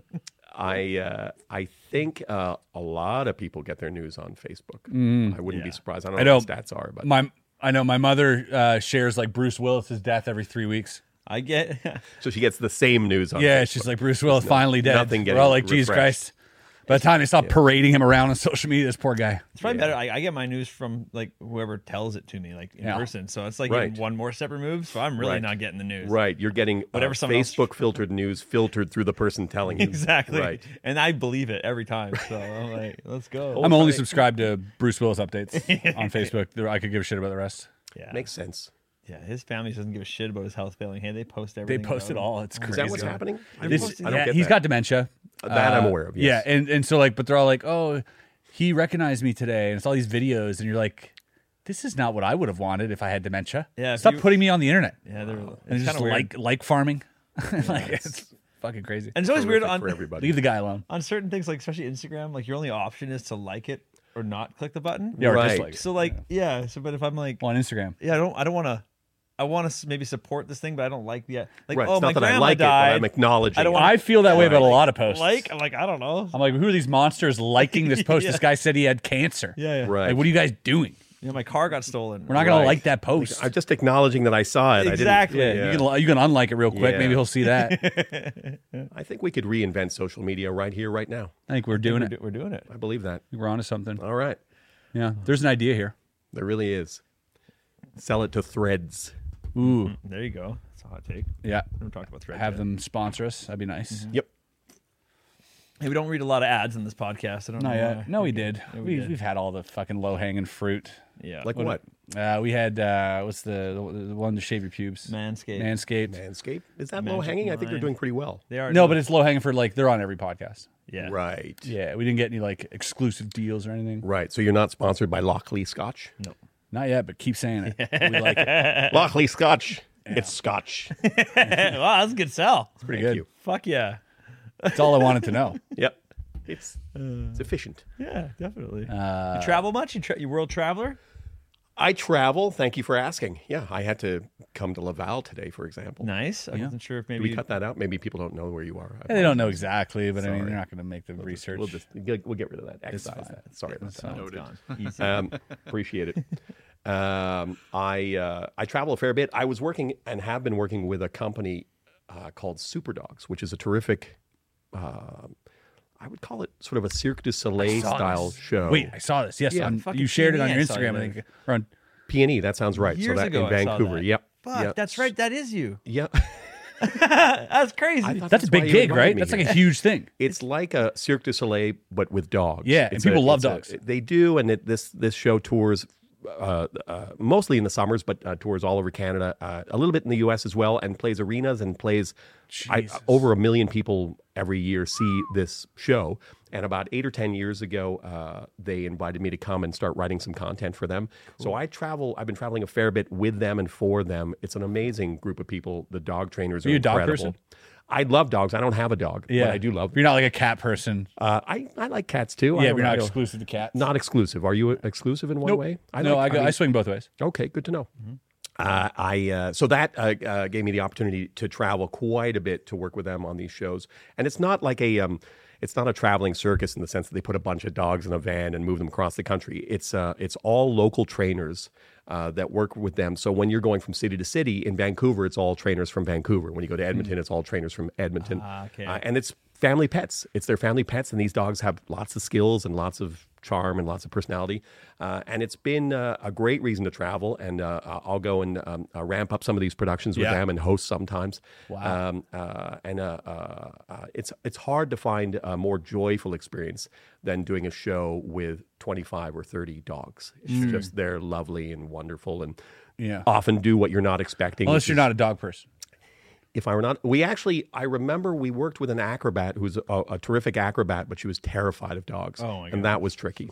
[SPEAKER 4] I uh, I think uh, a lot of people get their news on Facebook.
[SPEAKER 6] Mm.
[SPEAKER 4] I wouldn't be surprised. I don't know what the stats are, but
[SPEAKER 3] my I know my mother uh, shares like Bruce Willis's death every three weeks.
[SPEAKER 6] I get.
[SPEAKER 4] so she gets the same news on.
[SPEAKER 3] yeah,
[SPEAKER 4] Facebook.
[SPEAKER 3] she's like Bruce Willis finally dead.
[SPEAKER 4] nothing
[SPEAKER 3] We're
[SPEAKER 4] getting
[SPEAKER 3] all like Jesus
[SPEAKER 4] refreshed.
[SPEAKER 3] Christ. By the time they stop parading him around on social media, this poor guy.
[SPEAKER 6] It's probably better. I, I get my news from like whoever tells it to me, like in
[SPEAKER 3] Yeah.
[SPEAKER 6] person. So it's like
[SPEAKER 4] Right.
[SPEAKER 6] one more step removed. So I'm really
[SPEAKER 4] Right.
[SPEAKER 6] not getting the news.
[SPEAKER 4] right. You're getting
[SPEAKER 6] Whatever
[SPEAKER 4] whatever
[SPEAKER 6] someone else-
[SPEAKER 4] Facebook filtered news filtered through the person telling you
[SPEAKER 6] Exactly.
[SPEAKER 4] Right.
[SPEAKER 6] And I believe it every time. So I'm like, let's go.
[SPEAKER 3] I'm only subscribed to Bruce Willis updates on Facebook. There- I could give a shit about the rest.
[SPEAKER 6] yeah.
[SPEAKER 4] Makes sense.
[SPEAKER 6] yeah. His family doesn't give a shit about his health failing. Hey, they post
[SPEAKER 3] They
[SPEAKER 6] everything.
[SPEAKER 3] post it
[SPEAKER 6] about him.
[SPEAKER 3] all. It's crazy.
[SPEAKER 4] Is that what's happening? I
[SPEAKER 3] This,
[SPEAKER 4] don't, I
[SPEAKER 3] yeah,
[SPEAKER 4] don't get
[SPEAKER 3] he's
[SPEAKER 4] that. Uh,
[SPEAKER 3] got dementia. Uh,
[SPEAKER 4] That I'm aware of, yes.
[SPEAKER 3] Yeah, and and so like, but they're all like, oh, he recognized me today, and it's all these videos, and you're like, this is not what I would have wanted if I had dementia.
[SPEAKER 6] Yeah, if
[SPEAKER 3] stop
[SPEAKER 6] you-
[SPEAKER 3] putting me on the internet.
[SPEAKER 6] Yeah. They're,
[SPEAKER 3] and
[SPEAKER 6] it's kind
[SPEAKER 3] just
[SPEAKER 6] of weird.
[SPEAKER 3] like like farming. like it's, fucking crazy.
[SPEAKER 6] and it's always weird
[SPEAKER 4] Terrific
[SPEAKER 6] on
[SPEAKER 4] for everybody.
[SPEAKER 3] Leave the guy alone.
[SPEAKER 6] on certain things, like especially Instagram. Like your only option is to like it or not click the button.
[SPEAKER 3] Yeah, or
[SPEAKER 4] Right.
[SPEAKER 3] dislike. it.
[SPEAKER 6] So like, yeah. So but if I'm like,
[SPEAKER 3] on Instagram.
[SPEAKER 6] yeah, I don't, I don't want to. I want to maybe support this thing, but I don't like the like.
[SPEAKER 4] Right.
[SPEAKER 6] Oh,
[SPEAKER 4] it's
[SPEAKER 6] my
[SPEAKER 4] not that I
[SPEAKER 6] grandma
[SPEAKER 4] like
[SPEAKER 6] died.
[SPEAKER 4] it, but I'm acknowledging.
[SPEAKER 6] I don't
[SPEAKER 4] it.
[SPEAKER 6] wanna-
[SPEAKER 3] I feel that way about a lot of posts.
[SPEAKER 6] like, I'm like, I don't know.
[SPEAKER 3] I'm like, who are these monsters liking this post?
[SPEAKER 6] Yeah.
[SPEAKER 3] This guy said he had cancer.
[SPEAKER 6] Yeah, yeah.
[SPEAKER 4] Right.
[SPEAKER 3] Like, what are you guys doing?
[SPEAKER 6] You know, my car got stolen.
[SPEAKER 3] We're not gonna
[SPEAKER 4] Right.
[SPEAKER 3] like that post.
[SPEAKER 4] I'm just acknowledging that I saw it.
[SPEAKER 6] Exactly.
[SPEAKER 4] I
[SPEAKER 3] yeah,
[SPEAKER 4] didn't,
[SPEAKER 3] You can you can unlike it real quick.
[SPEAKER 4] Yeah.
[SPEAKER 3] Maybe he'll see that. I
[SPEAKER 4] I think we could reinvent social media right here, right now.
[SPEAKER 3] think we're doing
[SPEAKER 6] we're,
[SPEAKER 3] it.
[SPEAKER 6] do- we're doing it.
[SPEAKER 4] I believe that.
[SPEAKER 3] We're onto something.
[SPEAKER 4] All right.
[SPEAKER 3] Yeah, there's an idea here.
[SPEAKER 4] There really is. Sell it to threads.
[SPEAKER 3] Ooh,
[SPEAKER 6] There you go. That's a hot take.
[SPEAKER 3] yeah.
[SPEAKER 6] We haven't talked about threads.
[SPEAKER 3] Have
[SPEAKER 6] yet.
[SPEAKER 3] them sponsor us. That'd be nice.
[SPEAKER 4] Yep.
[SPEAKER 6] Hey, we don't read a lot of ads in this podcast. I don't
[SPEAKER 3] No,
[SPEAKER 6] know.
[SPEAKER 3] yeah.
[SPEAKER 6] why.
[SPEAKER 3] No, we did.
[SPEAKER 6] Yeah,
[SPEAKER 3] we
[SPEAKER 6] we
[SPEAKER 3] We've
[SPEAKER 6] did.
[SPEAKER 3] had all the fucking low hanging fruit.
[SPEAKER 6] Yeah.
[SPEAKER 4] Like what?
[SPEAKER 3] Uh, we had uh, what's the, the the one to shave your pubes?
[SPEAKER 6] Manscaped.
[SPEAKER 3] Manscaped.
[SPEAKER 4] Manscaped. Is that
[SPEAKER 6] Magic
[SPEAKER 4] low hanging? I think they're
[SPEAKER 6] line.
[SPEAKER 4] doing pretty well.
[SPEAKER 6] They are
[SPEAKER 3] No, but it's low hanging fruit. Like they're on every podcast.
[SPEAKER 6] yeah.
[SPEAKER 4] Right.
[SPEAKER 3] Yeah, we didn't get any like exclusive deals or anything.
[SPEAKER 4] Right. So you're not sponsored by Lockley Scotch? No.
[SPEAKER 3] Not yet, but keep saying it. We like it.
[SPEAKER 4] Lockley Scotch. It's Scotch. Thank
[SPEAKER 6] wow, that's a good sell.
[SPEAKER 3] Pretty good.
[SPEAKER 4] you.
[SPEAKER 6] Fuck yeah.
[SPEAKER 3] That's all I wanted to know.
[SPEAKER 4] Yep. It's, it's efficient.
[SPEAKER 3] Uh,
[SPEAKER 6] Yeah, definitely. you travel much? You, tra- you world traveler?
[SPEAKER 4] I travel. Thank you for asking. Yeah, I had to come to Laval today, for example.
[SPEAKER 6] Nice. I
[SPEAKER 4] Yeah.
[SPEAKER 6] wasn't sure if
[SPEAKER 4] Did
[SPEAKER 6] maybe
[SPEAKER 4] we cut that out. Maybe people don't know where you are. I
[SPEAKER 3] Yeah, they don't know
[SPEAKER 4] apologize.
[SPEAKER 3] exactly, but I mean,
[SPEAKER 4] Sorry.
[SPEAKER 3] they're not going to make the research.
[SPEAKER 4] We'll just we'll we'll get rid of that.
[SPEAKER 3] It's
[SPEAKER 4] Excise
[SPEAKER 3] fine.
[SPEAKER 4] that. Sorry about
[SPEAKER 3] It's
[SPEAKER 4] that.
[SPEAKER 3] fine. Noted.
[SPEAKER 6] It's
[SPEAKER 4] Um, appreciate it. Um, I uh, I travel a fair bit. I was working and have been working with a company uh, called Superdogs, which is a terrific. Uh, I would call it sort of a Cirque du Soleil
[SPEAKER 3] saw
[SPEAKER 4] style
[SPEAKER 3] this.
[SPEAKER 4] show.
[SPEAKER 3] Wait, I saw this. Yes,
[SPEAKER 4] Yeah,
[SPEAKER 3] on,
[SPEAKER 6] fucking
[SPEAKER 3] you shared it on
[SPEAKER 6] PNE,
[SPEAKER 3] your
[SPEAKER 6] I saw you
[SPEAKER 3] Instagram. I
[SPEAKER 6] there.
[SPEAKER 3] think. Or on,
[SPEAKER 4] P and E. That sounds right.
[SPEAKER 6] Years
[SPEAKER 4] so that
[SPEAKER 6] ago
[SPEAKER 4] in
[SPEAKER 6] I saw
[SPEAKER 4] Vancouver.
[SPEAKER 6] that.
[SPEAKER 4] Yep.
[SPEAKER 6] Fuck,
[SPEAKER 4] yep.
[SPEAKER 6] that's right. That is you.
[SPEAKER 4] Yeah.
[SPEAKER 6] that's crazy.
[SPEAKER 4] I thought
[SPEAKER 3] that's a
[SPEAKER 4] why
[SPEAKER 3] big
[SPEAKER 4] you
[SPEAKER 3] gig,
[SPEAKER 4] invited
[SPEAKER 3] right?
[SPEAKER 4] me
[SPEAKER 3] That's
[SPEAKER 4] here.
[SPEAKER 3] like a huge thing.
[SPEAKER 4] It's like a Cirque du Soleil, but with dogs.
[SPEAKER 3] Yeah, and
[SPEAKER 4] It's
[SPEAKER 3] people love
[SPEAKER 4] it's
[SPEAKER 3] dogs.
[SPEAKER 4] they do, and it, this this show tours uh, uh, mostly in the summers, but uh, tours all over Canada, uh, a little bit in the U.S. as well, and plays arenas and plays I,
[SPEAKER 3] Jesus.
[SPEAKER 4] over a million people every year see this show. And about eight or ten years ago, uh, they invited me to come and start writing some content for them. So I travel. I've been traveling a fair bit with them and for them. It's an amazing group of people. The dog trainers are,
[SPEAKER 3] Are you a dog
[SPEAKER 4] incredible.
[SPEAKER 3] person?
[SPEAKER 4] I love dogs. I don't have a dog, but I do love
[SPEAKER 3] You're not like a cat person.
[SPEAKER 4] uh, I, I like cats too. I
[SPEAKER 3] yeah,
[SPEAKER 4] don't-
[SPEAKER 3] you're
[SPEAKER 4] I
[SPEAKER 3] not
[SPEAKER 4] don't-
[SPEAKER 3] exclusive to cats.
[SPEAKER 4] Not exclusive. Are you exclusive in one
[SPEAKER 3] Nope.
[SPEAKER 4] way?
[SPEAKER 3] no,
[SPEAKER 4] like-
[SPEAKER 3] I, go, I,
[SPEAKER 4] mean-
[SPEAKER 3] swing both ways.
[SPEAKER 4] Okay, good to know. Uh, I uh, so that uh, uh, gave me the opportunity to travel quite a bit to work with them on these shows, and it's not like a um, it's not a traveling circus in the sense that they put a bunch of dogs in a van and move them across the country. It's uh, it's all local trainers. Uh, that work with them. So when you're going from city to city in Vancouver, it's all trainers from Vancouver. When you go to Edmonton, it's all trainers from Edmonton. Uh, and it's family pets. It's their family pets, and these dogs have lots of skills and lots of charm and lots of personality. Uh, and it's been uh, a great reason to travel. And uh, I- I'll go and um, uh, ramp up some of these productions with
[SPEAKER 3] Yeah.
[SPEAKER 4] them and host sometimes. Wow. Um, uh, and uh, uh, uh, it's it's hard to find a more joyful experience than doing a show with 25 or 30 dogs. It's just they're lovely and wonderful and
[SPEAKER 3] Hmm. Yeah.
[SPEAKER 4] often do what you're not expecting.
[SPEAKER 3] Unless
[SPEAKER 4] which
[SPEAKER 3] you're
[SPEAKER 4] is-
[SPEAKER 3] not a dog person.
[SPEAKER 4] if I were not, we actually, I remember we worked with an acrobat who's a, a terrific acrobat, but she was terrified of dogs. Oh my And that was tricky.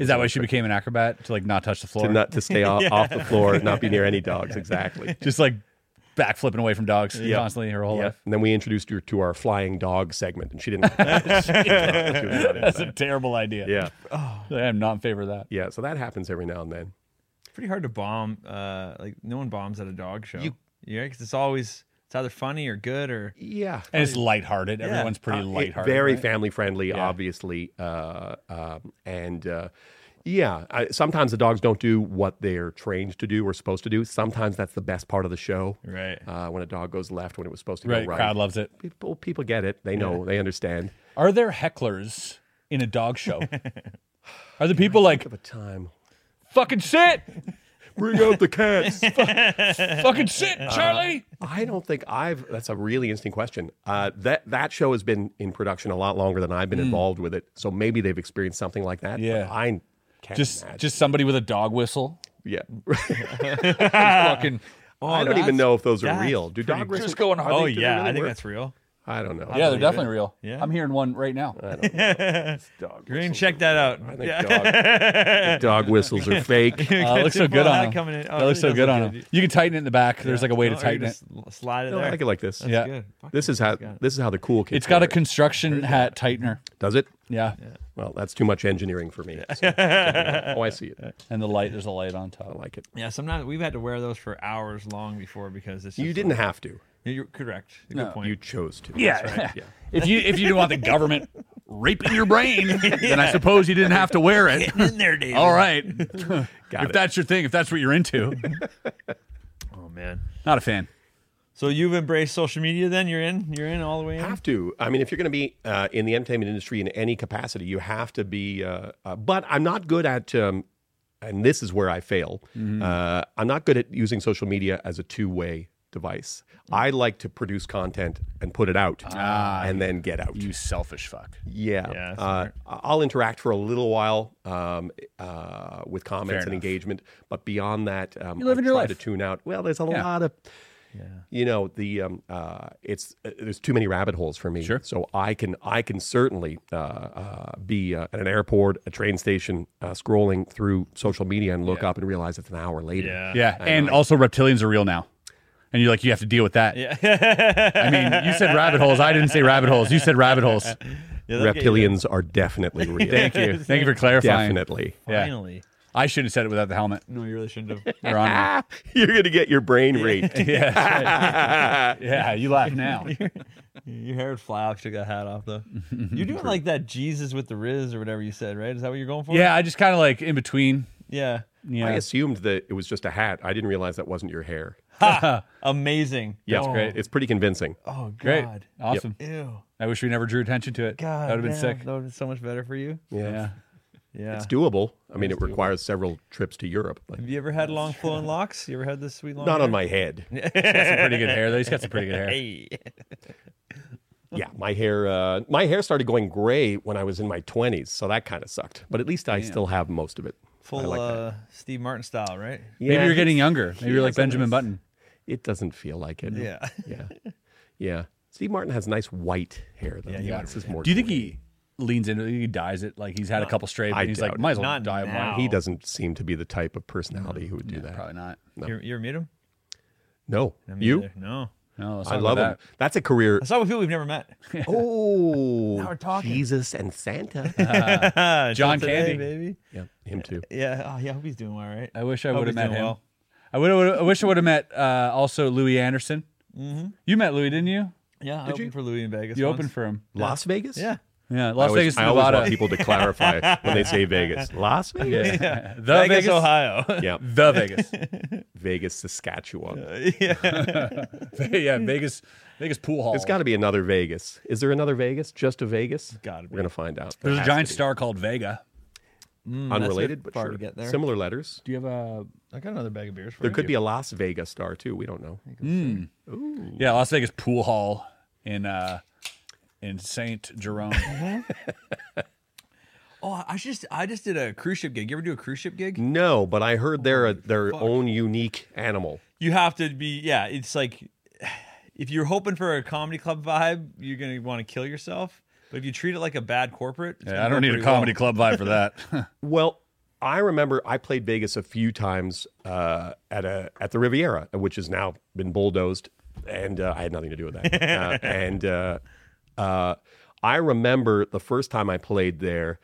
[SPEAKER 3] Is that why she became an acrobat to like not touch the floor?
[SPEAKER 4] To, not, to stay off, off the floor and not be near any dogs. Exactly.
[SPEAKER 3] Just like backflipping away from dogs constantly her whole
[SPEAKER 4] Yeah.
[SPEAKER 3] life.
[SPEAKER 4] And then we introduced her to our flying dog segment, and she didn't. like that. She was not into
[SPEAKER 3] That's a Oh.
[SPEAKER 4] that.
[SPEAKER 3] terrible idea.
[SPEAKER 4] yeah.
[SPEAKER 3] I am not in favor of that.
[SPEAKER 4] Yeah. So that happens every now and then.
[SPEAKER 6] pretty hard to bomb. Uh, like no one bombs at a dog show.
[SPEAKER 4] You-
[SPEAKER 6] yeah, because it's always it's either funny or good or
[SPEAKER 4] Yeah.
[SPEAKER 3] And it's lighthearted. Everyone's pretty
[SPEAKER 4] Uh, it-
[SPEAKER 3] lighthearted.
[SPEAKER 4] very
[SPEAKER 3] right?
[SPEAKER 4] family friendly, obviously. Uh, um, and uh, yeah, I, sometimes the dogs don't do what they're trained to do or supposed to do. Sometimes that's the best part of the show.
[SPEAKER 6] Right.
[SPEAKER 4] Uh, when a dog goes left when it was supposed to
[SPEAKER 3] right.
[SPEAKER 4] go right.
[SPEAKER 3] Crowd loves it.
[SPEAKER 4] people, people get it. They know. They understand.
[SPEAKER 3] Are there hecklers in a dog show? Are the people like
[SPEAKER 4] Of a time.
[SPEAKER 3] fucking sit,
[SPEAKER 4] Bring out the cats.
[SPEAKER 3] fucking sit, Charlie?
[SPEAKER 4] I don't think I've. That's a really interesting question. Uh, that that show has been in production a lot longer than I've been involved with it. So maybe they've experienced something like that. but
[SPEAKER 3] Hmm. Yeah.
[SPEAKER 4] I can't
[SPEAKER 3] just
[SPEAKER 4] imagine.
[SPEAKER 3] just somebody with a dog whistle.
[SPEAKER 4] yeah.
[SPEAKER 3] fucking.
[SPEAKER 4] I don't even know if those are
[SPEAKER 6] that's
[SPEAKER 4] real. Do dog
[SPEAKER 3] Just
[SPEAKER 4] whistles?
[SPEAKER 3] going
[SPEAKER 4] are
[SPEAKER 3] home.
[SPEAKER 4] they-
[SPEAKER 6] oh
[SPEAKER 4] do they
[SPEAKER 6] yeah,
[SPEAKER 4] really
[SPEAKER 6] I think
[SPEAKER 4] work?
[SPEAKER 6] that's real.
[SPEAKER 4] I don't know.
[SPEAKER 3] Yeah, they're definitely real.
[SPEAKER 6] Yeah.
[SPEAKER 3] I'm hearing one right now.
[SPEAKER 4] dog.
[SPEAKER 6] Green, check that out.
[SPEAKER 4] I think dog, I think dog whistles are fake.
[SPEAKER 3] Uh, it looks so
[SPEAKER 6] Well,
[SPEAKER 3] good on
[SPEAKER 6] that
[SPEAKER 3] him.
[SPEAKER 6] coming in- oh,
[SPEAKER 3] that looks
[SPEAKER 6] it
[SPEAKER 3] so
[SPEAKER 6] does
[SPEAKER 3] good
[SPEAKER 6] look
[SPEAKER 3] on him.
[SPEAKER 6] good.
[SPEAKER 3] You can tighten it in the back. There's like a way to
[SPEAKER 2] Oh,
[SPEAKER 6] Or you
[SPEAKER 3] tighten it.
[SPEAKER 6] Oh, just l- Slide it
[SPEAKER 4] No, I
[SPEAKER 6] there.
[SPEAKER 4] like it like this.
[SPEAKER 3] yeah,
[SPEAKER 6] Good. Fuck,
[SPEAKER 4] Uh, This is how this is how the cool kids.
[SPEAKER 3] it's got
[SPEAKER 4] do
[SPEAKER 3] a construction hat tightener.
[SPEAKER 4] Does it?
[SPEAKER 3] Yeah.
[SPEAKER 4] Well, that's too much engineering for me. so- oh, I see it.
[SPEAKER 3] and the light. There's a light on
[SPEAKER 4] I
[SPEAKER 3] top.
[SPEAKER 4] like it.
[SPEAKER 6] Yeah, sometimes we've had to wear those for hours long before because it's
[SPEAKER 4] You
[SPEAKER 6] just
[SPEAKER 4] didn't
[SPEAKER 6] like-
[SPEAKER 4] have to.
[SPEAKER 6] You're correct. Good point.
[SPEAKER 4] You chose to. That's
[SPEAKER 3] Yeah.
[SPEAKER 4] right. yeah.
[SPEAKER 3] if you if you don't want the government raping your brain, then I suppose you didn't have to wear it.
[SPEAKER 6] in there, David.
[SPEAKER 4] Oh.
[SPEAKER 3] All right. if
[SPEAKER 4] it.
[SPEAKER 3] that's your thing, if that's what you're into,
[SPEAKER 6] Oh man.
[SPEAKER 3] not a fan.
[SPEAKER 6] So you've embraced social media then? You're in? You're in all the way in?
[SPEAKER 4] Have to. I mean, if you're going to be uh, in the entertainment industry in any capacity, you have to be. Uh, uh, but I'm not good at, um, and this is where I fail. Uh, I'm not good at using social media as a two way device. I like to produce content and put it out, and then get out.
[SPEAKER 3] You selfish fuck.
[SPEAKER 4] Yeah.
[SPEAKER 6] Yeah, that's
[SPEAKER 4] uh, I'll interact for a little while um, uh, with comments and engagement, but beyond that, um,
[SPEAKER 3] You're living
[SPEAKER 4] I
[SPEAKER 3] your
[SPEAKER 4] try
[SPEAKER 3] life.
[SPEAKER 4] to tune out. Well, there's a
[SPEAKER 3] Yeah.
[SPEAKER 4] lot of, you know, the um, uh, it's uh, there's too many rabbit holes for me.
[SPEAKER 3] Sure.
[SPEAKER 4] So I can I can certainly uh, uh, be uh, at an airport, a train station, uh, scrolling through social media and look up and realize it's an hour later.
[SPEAKER 6] Yeah.
[SPEAKER 3] Yeah, and also reptilians are real now, and you are like you have to deal with that. Yeah. I mean, you said rabbit holes. I didn't say rabbit holes. You said rabbit holes.
[SPEAKER 4] Reptilians are definitely real.
[SPEAKER 3] Thank you. Thank you for clarifying.
[SPEAKER 4] Definitely.
[SPEAKER 3] Yeah.
[SPEAKER 6] Finally.
[SPEAKER 3] I shouldn't have said it without the helmet.
[SPEAKER 2] No, you really shouldn't have.
[SPEAKER 3] You're on me.
[SPEAKER 4] You're gonna get your brain raped.
[SPEAKER 3] Yeah, that's right. yeah, you laugh now.
[SPEAKER 2] Your hair would fly off. Took that hat off though. You're doing like that Jesus with the Riz or whatever you said, right? Is that what you're going for?
[SPEAKER 3] Yeah, I just kind of like in between.
[SPEAKER 2] Yeah.
[SPEAKER 4] I
[SPEAKER 3] Yeah,
[SPEAKER 4] assumed that it was just a hat. I didn't realize that wasn't your hair.
[SPEAKER 2] Amazing.
[SPEAKER 4] Yeah,
[SPEAKER 2] oh,
[SPEAKER 3] great.
[SPEAKER 4] It's pretty convincing.
[SPEAKER 2] Oh
[SPEAKER 3] great,
[SPEAKER 2] God.
[SPEAKER 3] awesome.
[SPEAKER 2] Ew.
[SPEAKER 3] I wish we never drew attention to it.
[SPEAKER 2] God.
[SPEAKER 3] that would have been
[SPEAKER 2] damn,
[SPEAKER 3] sick.
[SPEAKER 2] That would have been so much better for you.
[SPEAKER 3] Yeah.
[SPEAKER 2] Yeah.
[SPEAKER 4] It's doable. I mean, it requires several trips to Europe, but
[SPEAKER 2] Have you ever had long flowing locks? You ever had this sweet long?
[SPEAKER 4] not
[SPEAKER 2] hair?
[SPEAKER 4] on my head.
[SPEAKER 3] Some pretty good hair though. He's got some pretty good hair.
[SPEAKER 2] Hey.
[SPEAKER 4] yeah, my hair uh, my hair started going gray when I was in my 20s, so that kind of sucked. But at least I still have most of it. I
[SPEAKER 2] Full
[SPEAKER 4] like that.
[SPEAKER 2] uh, Steve Martin style, right?
[SPEAKER 4] Yeah,
[SPEAKER 3] Maybe you're
[SPEAKER 4] it's-
[SPEAKER 3] getting younger. Maybe you're like
[SPEAKER 4] Yes, it
[SPEAKER 3] Benjamin
[SPEAKER 4] is.
[SPEAKER 3] Button.
[SPEAKER 4] It doesn't feel like
[SPEAKER 3] Mm-hmm.
[SPEAKER 4] it.
[SPEAKER 2] Yeah.
[SPEAKER 4] Yeah. Yeah. Steve Martin has nice white hair though.
[SPEAKER 2] Yeah, he
[SPEAKER 4] This is more
[SPEAKER 3] Do you think he leans into it? He dies it. Like he's had a couple straight,
[SPEAKER 4] I
[SPEAKER 3] and he's like,
[SPEAKER 4] doubt it.
[SPEAKER 3] might as well
[SPEAKER 2] Not
[SPEAKER 3] die of
[SPEAKER 2] now.
[SPEAKER 3] one.
[SPEAKER 4] he doesn't seem to be the type of personality who would do that.
[SPEAKER 3] Probably not.
[SPEAKER 2] You, you ever meet him?
[SPEAKER 4] No.
[SPEAKER 2] No, me
[SPEAKER 4] You?
[SPEAKER 2] neither. No.
[SPEAKER 3] No, let's
[SPEAKER 4] I
[SPEAKER 3] not
[SPEAKER 4] love
[SPEAKER 3] do
[SPEAKER 4] him.
[SPEAKER 3] that.
[SPEAKER 4] That's a career.
[SPEAKER 2] I saw with people we've never met.
[SPEAKER 4] Oh,
[SPEAKER 2] we're talking.
[SPEAKER 4] Jesus and Santa.
[SPEAKER 3] John
[SPEAKER 2] Till today,
[SPEAKER 3] Candy.
[SPEAKER 2] baby.
[SPEAKER 4] yep, him too.
[SPEAKER 2] Yeah. Oh, yeah. I hope he's doing all right.
[SPEAKER 3] I wish I
[SPEAKER 2] Hope
[SPEAKER 3] would
[SPEAKER 2] he's
[SPEAKER 3] have met
[SPEAKER 2] doing
[SPEAKER 3] him.
[SPEAKER 2] well.
[SPEAKER 3] I would. I wish I would have met uh, also Louis Anderson.
[SPEAKER 2] Mm-hmm.
[SPEAKER 3] You met Louis, didn't you?
[SPEAKER 2] Yeah. I opened for Louis in Vegas.
[SPEAKER 3] You
[SPEAKER 2] once.
[SPEAKER 3] opened for him.
[SPEAKER 4] Las Vegas?
[SPEAKER 2] Yeah.
[SPEAKER 3] Yeah,
[SPEAKER 4] I
[SPEAKER 3] Las
[SPEAKER 4] always,
[SPEAKER 3] Vegas,
[SPEAKER 4] I always
[SPEAKER 3] Nevada.
[SPEAKER 4] want people to clarify when they say Vegas. Las Vegas?
[SPEAKER 3] yeah.
[SPEAKER 2] Vegas,
[SPEAKER 3] The Oh, Vegas,
[SPEAKER 2] Ohio.
[SPEAKER 4] Yeah.
[SPEAKER 3] The Vegas.
[SPEAKER 4] Vegas, Saskatchewan.
[SPEAKER 3] yeah, Vegas. Vegas pool hall.
[SPEAKER 4] There's got to be another Vegas. Is there another Vegas? Just a Vegas?
[SPEAKER 2] Gotta
[SPEAKER 4] We're going to find out. There
[SPEAKER 3] There's a
[SPEAKER 4] has
[SPEAKER 3] giant
[SPEAKER 4] to be.
[SPEAKER 3] star called Vega.
[SPEAKER 4] Unrelated, but
[SPEAKER 2] far
[SPEAKER 4] sure.
[SPEAKER 2] to get there.
[SPEAKER 4] Similar letters.
[SPEAKER 3] Do you have a?
[SPEAKER 2] I got another bag of beers for
[SPEAKER 4] There
[SPEAKER 2] you.
[SPEAKER 4] could be a Las Vegas star too. We don't know.
[SPEAKER 3] Yeah, Las Vegas pool hall in uh in Saint Jerome.
[SPEAKER 2] Oh, I just I just did a cruise ship gig. You ever do a cruise ship
[SPEAKER 3] Mm.
[SPEAKER 2] gig?
[SPEAKER 4] No, but I heard they're a, their own unique animal.
[SPEAKER 2] You have to be. Yeah. It's like if you're hoping for a comedy club vibe, you're gonna want to kill yourself. But if you treat it like a bad corporate, it's
[SPEAKER 3] Yeah,
[SPEAKER 2] gonna
[SPEAKER 3] I don't
[SPEAKER 2] go
[SPEAKER 3] need a
[SPEAKER 2] pretty well.
[SPEAKER 3] comedy club vibe for that.
[SPEAKER 4] Well, I remember I played Vegas a few times uh, at a at the Riviera, which has now been bulldozed, and uh, I had nothing to do with that. uh, and uh, uh, I remember the first time I played there,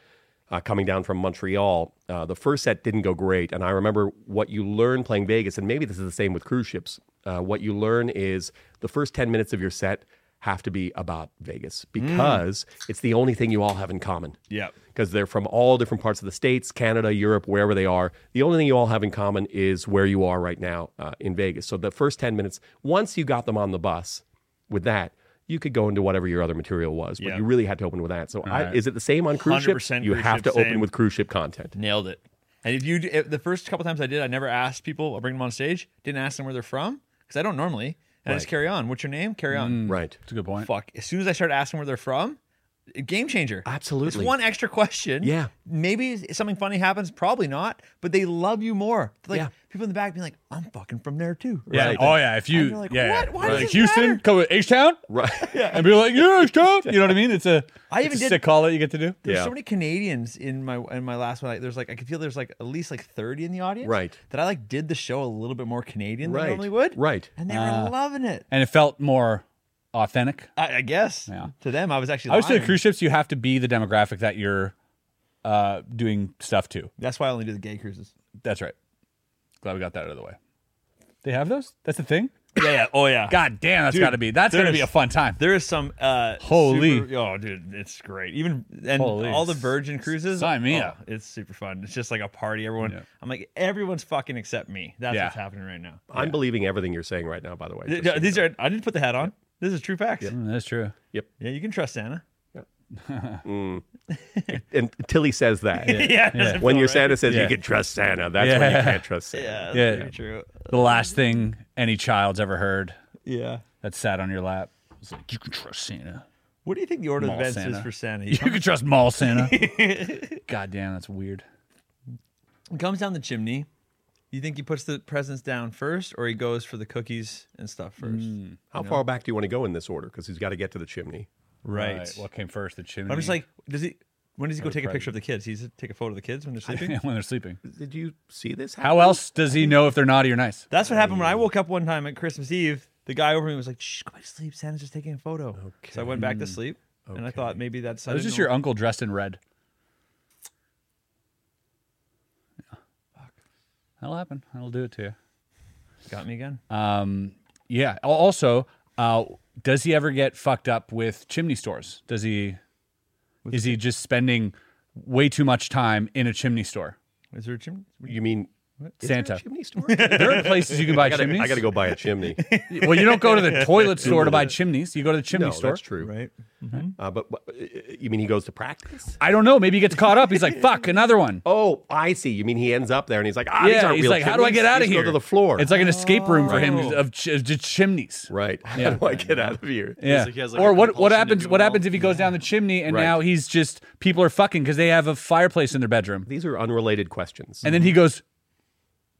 [SPEAKER 4] uh, coming down from Montreal. Uh, the first set didn't go great, and I remember what you learn playing Vegas, and maybe this is the same with cruise ships. Uh, what you learn is the first ten minutes of your set have to be about Vegas because it's the only thing you all have in common
[SPEAKER 2] Mm. Yeah.
[SPEAKER 4] because they're from all different parts of the states, Canada, Europe, wherever they are. The only thing you all have in common is where you are right now uh, in Vegas. So the first 10 minutes, once you got them on the bus with that, you could go into whatever your other material was, but
[SPEAKER 2] Yeah.
[SPEAKER 4] you really had to open with that. So I,
[SPEAKER 3] right.
[SPEAKER 4] is it the same on cruise ships?
[SPEAKER 2] 100%
[SPEAKER 4] You
[SPEAKER 2] cruise
[SPEAKER 4] have
[SPEAKER 2] ship,
[SPEAKER 4] to open
[SPEAKER 2] same.
[SPEAKER 4] with cruise ship content.
[SPEAKER 2] Nailed it. And if you d- if the first couple times I did, I never asked people. I bring them on stage, didn't ask them where they're from because I don't normally. And I just carry on. What's your name? Carry on.
[SPEAKER 4] Right.
[SPEAKER 3] That's a good point.
[SPEAKER 2] Fuck. As soon as I start asking where they're from, game changer. It's
[SPEAKER 4] Absolutely.
[SPEAKER 2] one extra question.
[SPEAKER 4] Yeah.
[SPEAKER 2] Maybe something funny happens. Probably not. But they love you more. Like
[SPEAKER 4] Yeah.
[SPEAKER 2] people in the back being like, "I'm fucking from there too."
[SPEAKER 3] Yeah.
[SPEAKER 4] Right.
[SPEAKER 3] Oh yeah. If you
[SPEAKER 2] And you're like,
[SPEAKER 3] yeah, yeah.
[SPEAKER 2] what? Why does
[SPEAKER 3] like
[SPEAKER 2] this
[SPEAKER 3] Houston,
[SPEAKER 2] matter?
[SPEAKER 3] come to H Town,
[SPEAKER 4] Right.
[SPEAKER 3] and be like, yeah, H Town. You know what I mean? It's a
[SPEAKER 2] I
[SPEAKER 3] it's
[SPEAKER 2] even
[SPEAKER 3] a
[SPEAKER 2] did-
[SPEAKER 3] sick call that you get to do.
[SPEAKER 2] There's
[SPEAKER 4] Yeah.
[SPEAKER 2] so many Canadians in my in my last one. I, there's like I could feel there's like at least like 30 in the audience.
[SPEAKER 4] Right.
[SPEAKER 2] That I like did the show a little bit more Canadian than I
[SPEAKER 4] Right.
[SPEAKER 2] normally would.
[SPEAKER 4] Right. Uh.
[SPEAKER 2] And they were loving it.
[SPEAKER 3] And it felt more authentic.
[SPEAKER 2] I, I guess.
[SPEAKER 3] Yeah.
[SPEAKER 2] To them, I was actually.
[SPEAKER 3] I would say
[SPEAKER 2] lying.
[SPEAKER 3] cruise ships, you have to be the demographic that you're uh, doing stuff to.
[SPEAKER 2] That's why I only do the gay cruises.
[SPEAKER 3] That's right. Glad we got that out of the way. They have those? That's a thing?
[SPEAKER 2] Yeah. yeah. Oh yeah.
[SPEAKER 3] God damn, that's
[SPEAKER 2] Dude,
[SPEAKER 3] got to be. That's going to
[SPEAKER 2] there's-
[SPEAKER 3] be a fun time.
[SPEAKER 2] There is some uh
[SPEAKER 3] Holy.
[SPEAKER 2] super- oh dude, it's great. Even and
[SPEAKER 3] Holy.
[SPEAKER 2] all the Virgin cruises.
[SPEAKER 3] Sign me
[SPEAKER 2] oh,
[SPEAKER 3] up.
[SPEAKER 2] It's super fun. It's just like a party. Everyone. I'm like everyone's fucking except me. That's
[SPEAKER 3] Yeah.
[SPEAKER 2] what's happening right now.
[SPEAKER 4] I'm believing everything you're saying right now, by the way.
[SPEAKER 2] Th-
[SPEAKER 4] just so you
[SPEAKER 2] These
[SPEAKER 4] know.
[SPEAKER 2] are. I didn't put the hat on. This is true facts.
[SPEAKER 3] Mm, that's true.
[SPEAKER 2] Yeah, you can trust Santa.
[SPEAKER 4] And Tilly says that.
[SPEAKER 2] Yeah. yeah.
[SPEAKER 4] When your Santa says
[SPEAKER 3] Yeah.
[SPEAKER 4] you can trust Santa, that's when
[SPEAKER 3] Yeah.
[SPEAKER 4] you can't trust Santa.
[SPEAKER 2] that's
[SPEAKER 3] Yeah.
[SPEAKER 2] pretty true.
[SPEAKER 3] The last thing any child's ever heard
[SPEAKER 2] Yeah.
[SPEAKER 3] that sat on your lap was like, you can trust Santa.
[SPEAKER 2] What do you think the order
[SPEAKER 3] Mall
[SPEAKER 2] of events
[SPEAKER 3] Santa.
[SPEAKER 2] is for Santa? He
[SPEAKER 3] You can trust mall Santa. God damn, that's weird.
[SPEAKER 2] He comes down the chimney. You think he puts the presents down first, or he goes for the cookies and stuff first?
[SPEAKER 4] How far back do you want to go in this order? Because he's got to get to the chimney.
[SPEAKER 2] Right.
[SPEAKER 3] What came first, the chimney?
[SPEAKER 2] I'm just like, does he? When does he go
[SPEAKER 3] Or the
[SPEAKER 2] take a picture of the kids? He's take a photo of the kids when they're sleeping.
[SPEAKER 3] when they're sleeping.
[SPEAKER 4] Did you see this?
[SPEAKER 3] How else does he know if they're naughty or nice?
[SPEAKER 2] That's what happened when I woke up one time at Christmas Eve. The guy over me was like, "Shh, go back to sleep. Santa's just taking a photo." So I went back to sleep, and I thought maybe that's. I
[SPEAKER 3] That was
[SPEAKER 2] didn't
[SPEAKER 3] just
[SPEAKER 2] know-
[SPEAKER 3] your uncle dressed in red. That'll happen. That'll do it to you.
[SPEAKER 2] Got me again.
[SPEAKER 4] Uh,
[SPEAKER 3] Um, yeah. Al- Also, uh, does he ever get fucked up with chimney stores? Does he? Is he just spending way too much time in a chimney store?
[SPEAKER 2] Is there a chimney?
[SPEAKER 4] You
[SPEAKER 3] Is
[SPEAKER 4] mean
[SPEAKER 3] there a Santa.
[SPEAKER 4] chimney store?
[SPEAKER 3] There are places you can buy
[SPEAKER 4] I gotta,
[SPEAKER 3] chimneys.
[SPEAKER 4] I got to go buy a chimney.
[SPEAKER 3] Well, you don't go to the toilet store to buy chimneys. You go to the chimney
[SPEAKER 4] no,
[SPEAKER 3] store.
[SPEAKER 4] that's true. Right. Uh, but, but uh, you mean he goes to practice?
[SPEAKER 3] I don't know. Maybe he gets caught up. He's like, "Fuck, another one."
[SPEAKER 4] Oh, I see. You mean he ends up there and he's like, ah, these
[SPEAKER 3] yeah,
[SPEAKER 4] aren't
[SPEAKER 3] he's
[SPEAKER 4] real
[SPEAKER 3] like, "How do I
[SPEAKER 4] chimneys.
[SPEAKER 3] get out of
[SPEAKER 4] These go
[SPEAKER 3] here?"
[SPEAKER 4] to the floor. Oh.
[SPEAKER 3] It's like an escape room for him
[SPEAKER 4] Right.
[SPEAKER 3] of ch- of just chimneys.
[SPEAKER 4] right.
[SPEAKER 3] Yeah.
[SPEAKER 4] How do I get out of here?
[SPEAKER 3] Yeah.
[SPEAKER 4] Like,
[SPEAKER 3] or what? What happens? What happens if he goes down the chimney and
[SPEAKER 4] Right.
[SPEAKER 3] now he's just people are fucking because they have a fireplace in their bedroom.
[SPEAKER 4] These are unrelated questions.
[SPEAKER 3] And then he goes,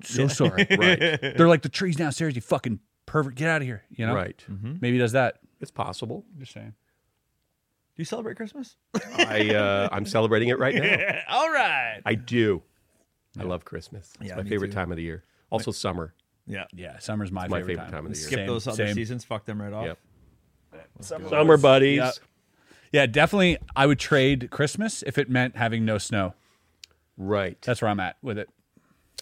[SPEAKER 3] "So sorry."
[SPEAKER 4] Right.
[SPEAKER 3] They're like the trees downstairs. You fucking pervert. Get out of here. You know. Mm-hmm.
[SPEAKER 4] Right. Mm-hmm.
[SPEAKER 3] Maybe he does that.
[SPEAKER 4] It's possible.
[SPEAKER 3] Just saying.
[SPEAKER 2] Do you celebrate Christmas?
[SPEAKER 4] I uh, I'm celebrating it right now.
[SPEAKER 2] All right.
[SPEAKER 4] I do. I love Christmas. It's
[SPEAKER 2] Yeah,
[SPEAKER 4] my
[SPEAKER 2] me
[SPEAKER 4] favorite
[SPEAKER 2] too.
[SPEAKER 4] time of the year. Also summer.
[SPEAKER 2] Yeah.
[SPEAKER 3] Yeah, summer's my,
[SPEAKER 4] It's my favorite time of the year.
[SPEAKER 2] Skip
[SPEAKER 3] Same,
[SPEAKER 2] those other
[SPEAKER 3] same.
[SPEAKER 2] seasons. Fuck them right off.
[SPEAKER 4] Yep.
[SPEAKER 2] Summer,
[SPEAKER 4] Summer buddies.
[SPEAKER 3] Yeah. Yeah, definitely. I would trade Christmas if it meant having no snow.
[SPEAKER 4] Right.
[SPEAKER 3] That's where I'm at with it.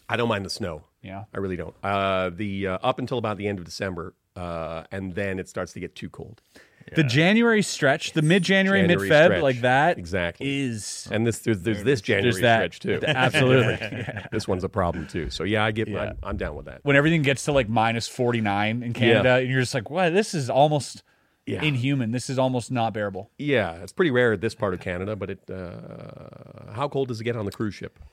[SPEAKER 4] I don't mind the snow.
[SPEAKER 3] Yeah.
[SPEAKER 4] I really don't. Uh, the uh, up until about the end of December, uh, and then it starts to get too cold.
[SPEAKER 3] The January stretch, the mid January, mid
[SPEAKER 4] January
[SPEAKER 3] Feb,
[SPEAKER 4] stretch.
[SPEAKER 3] like that,
[SPEAKER 4] Exactly.
[SPEAKER 3] is
[SPEAKER 4] And this there's, there's this January
[SPEAKER 3] there's that.
[SPEAKER 4] stretch too.
[SPEAKER 3] Absolutely.
[SPEAKER 4] This one's a problem too. So yeah, I get. I'm, I'm down with that.
[SPEAKER 3] When everything gets to like minus 49 in Canada,
[SPEAKER 4] Yeah.
[SPEAKER 3] and you're just like, wow, this is almost
[SPEAKER 4] Yeah.
[SPEAKER 3] inhuman. This is almost not bearable.
[SPEAKER 4] Yeah, it's pretty rare at this part of Canada, but it. Uh, how cold does it get on the cruise ship?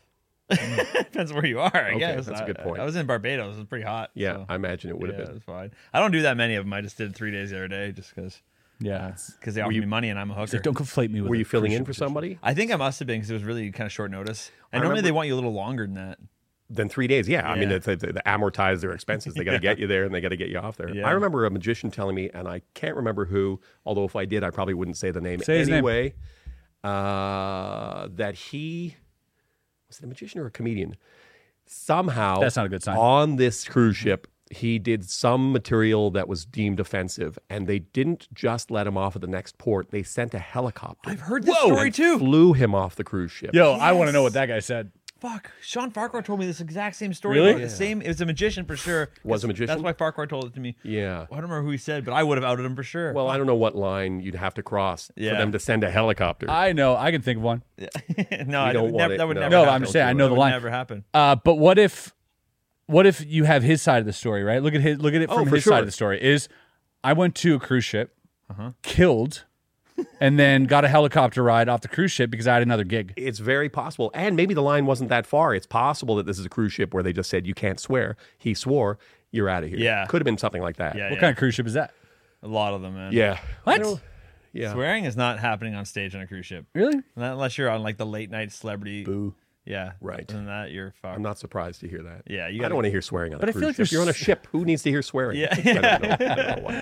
[SPEAKER 2] Depends where you are, I
[SPEAKER 4] Okay,
[SPEAKER 2] guess.
[SPEAKER 4] that's a
[SPEAKER 2] I-
[SPEAKER 4] good point.
[SPEAKER 2] I, was in Barbados. It was pretty hot.
[SPEAKER 4] Yeah,
[SPEAKER 2] so,
[SPEAKER 4] I imagine it would
[SPEAKER 2] yeah,
[SPEAKER 4] have
[SPEAKER 2] it
[SPEAKER 4] been.
[SPEAKER 2] was fine. I don't do that many of them. I just did three days the other day just because
[SPEAKER 3] Yeah.
[SPEAKER 2] they offered me money and I'm a hooker.
[SPEAKER 3] Don't conflate me with
[SPEAKER 4] Were
[SPEAKER 3] a
[SPEAKER 4] you filling
[SPEAKER 3] cruise
[SPEAKER 4] in
[SPEAKER 3] ship
[SPEAKER 4] for
[SPEAKER 3] situation.
[SPEAKER 4] somebody?
[SPEAKER 2] I think I must have been because it was really kind of short notice. And normally they
[SPEAKER 4] remember-
[SPEAKER 2] want you a little longer than that.
[SPEAKER 4] Then three days. Yeah, I mean,
[SPEAKER 2] Yeah.
[SPEAKER 4] it's, it's, they amortize their expenses. They got to get you there and they got to get you off there.
[SPEAKER 2] Yeah.
[SPEAKER 4] I remember a magician telling me, and I can't remember who, although if I did, I probably wouldn't say the name
[SPEAKER 3] Say his name.
[SPEAKER 4] anyway. Uh, that he was it a magician or a comedian? Somehow,
[SPEAKER 3] That's not a good sign.
[SPEAKER 4] On this cruise ship, he did some material that was deemed offensive, and they didn't just let him off at the next port. They sent a helicopter. I've
[SPEAKER 2] Heard this story too.
[SPEAKER 4] Flew him off the cruise ship.
[SPEAKER 3] Yo, I want to know what that guy said.
[SPEAKER 2] Fuck. Sean Farquhar told me this exact same story.
[SPEAKER 3] Really?
[SPEAKER 2] about The same. It was a magician for sure.
[SPEAKER 4] Was a magician?
[SPEAKER 2] That's why Farquhar told it to me.
[SPEAKER 4] Yeah.
[SPEAKER 2] I don't remember who he said, but I would have outed him for sure.
[SPEAKER 4] Well, I don't know what line you'd have to cross for
[SPEAKER 2] Yeah.
[SPEAKER 4] them to send a helicopter.
[SPEAKER 3] I know. I can think of one.
[SPEAKER 2] no, I
[SPEAKER 4] don't
[SPEAKER 2] would
[SPEAKER 4] want
[SPEAKER 2] never,
[SPEAKER 4] it,
[SPEAKER 2] that would
[SPEAKER 4] no.
[SPEAKER 2] never.
[SPEAKER 3] No,
[SPEAKER 2] happen.
[SPEAKER 3] I'm just saying, I know
[SPEAKER 2] That
[SPEAKER 3] the
[SPEAKER 2] would
[SPEAKER 3] line.
[SPEAKER 2] Never happen.
[SPEAKER 3] Uh, but what if, what if you have his side of the story, right? Look at his, look at it
[SPEAKER 4] Oh,
[SPEAKER 3] from
[SPEAKER 4] for
[SPEAKER 3] his side
[SPEAKER 4] sure. Uh-huh.
[SPEAKER 3] of the story. Is I went to a cruise ship, killed, and then got a helicopter ride off the cruise ship because I had another gig.
[SPEAKER 4] it's very possible. And maybe the line wasn't that far. It's possible that this is a cruise ship where they just said, you can't swear. He swore, you're out of here.
[SPEAKER 2] Yeah.
[SPEAKER 4] Could have been something like that.
[SPEAKER 2] Yeah,
[SPEAKER 3] What
[SPEAKER 2] yeah.
[SPEAKER 3] kind of cruise ship is that?
[SPEAKER 2] A lot of them, man.
[SPEAKER 4] Yeah.
[SPEAKER 3] What?
[SPEAKER 4] Yeah.
[SPEAKER 2] Swearing is not happening on stage on a cruise ship.
[SPEAKER 3] Really?
[SPEAKER 2] Not unless you're on like the late night celebrity. Boo. Yeah.
[SPEAKER 4] Right.
[SPEAKER 2] Other than that, you're fucked.
[SPEAKER 4] I'm not surprised to hear that.
[SPEAKER 2] Yeah, you
[SPEAKER 4] I
[SPEAKER 2] gotta-
[SPEAKER 4] don't want to hear swearing on
[SPEAKER 3] But I
[SPEAKER 4] a
[SPEAKER 3] feel
[SPEAKER 4] cruise
[SPEAKER 3] like
[SPEAKER 4] ship. You're on a
[SPEAKER 3] there's-
[SPEAKER 4] ship. Who needs to hear swearing?
[SPEAKER 2] Yeah.
[SPEAKER 4] I don't know. I don't know why.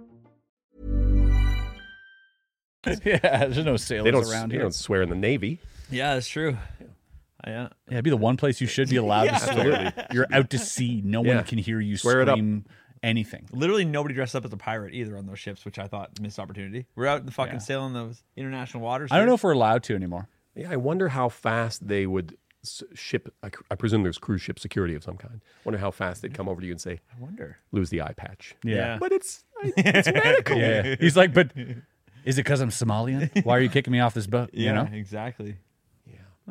[SPEAKER 3] yeah, there's no sailors
[SPEAKER 4] They don't,
[SPEAKER 3] around
[SPEAKER 4] they
[SPEAKER 3] here.
[SPEAKER 4] don't swear in the Navy.
[SPEAKER 2] Yeah, that's true. Yeah.
[SPEAKER 3] Yeah, it'd be the one place you should be allowed to swear.
[SPEAKER 4] absolutely.
[SPEAKER 3] You're out to sea. No
[SPEAKER 4] Yeah.
[SPEAKER 3] one can hear you
[SPEAKER 4] Swear it up.
[SPEAKER 3] scream anything.
[SPEAKER 2] Literally nobody dressed up as a pirate either on those ships, which I thought missed opportunity. We're out in the fucking sailing those international waters.
[SPEAKER 3] I don't
[SPEAKER 2] here.
[SPEAKER 3] know if we're allowed to anymore.
[SPEAKER 4] Yeah, I wonder how fast they would s- ship. I, cr- I presume there's cruise ship security of some kind. wonder how fast they'd come over to you and say,
[SPEAKER 2] I wonder.
[SPEAKER 4] lose the eye patch.
[SPEAKER 3] Yeah.
[SPEAKER 4] But it's, it's medical.
[SPEAKER 3] Yeah. He's like, but is it because I'm Somalian? Why are you kicking me off this boat?
[SPEAKER 2] Yeah,
[SPEAKER 3] You know,
[SPEAKER 2] exactly.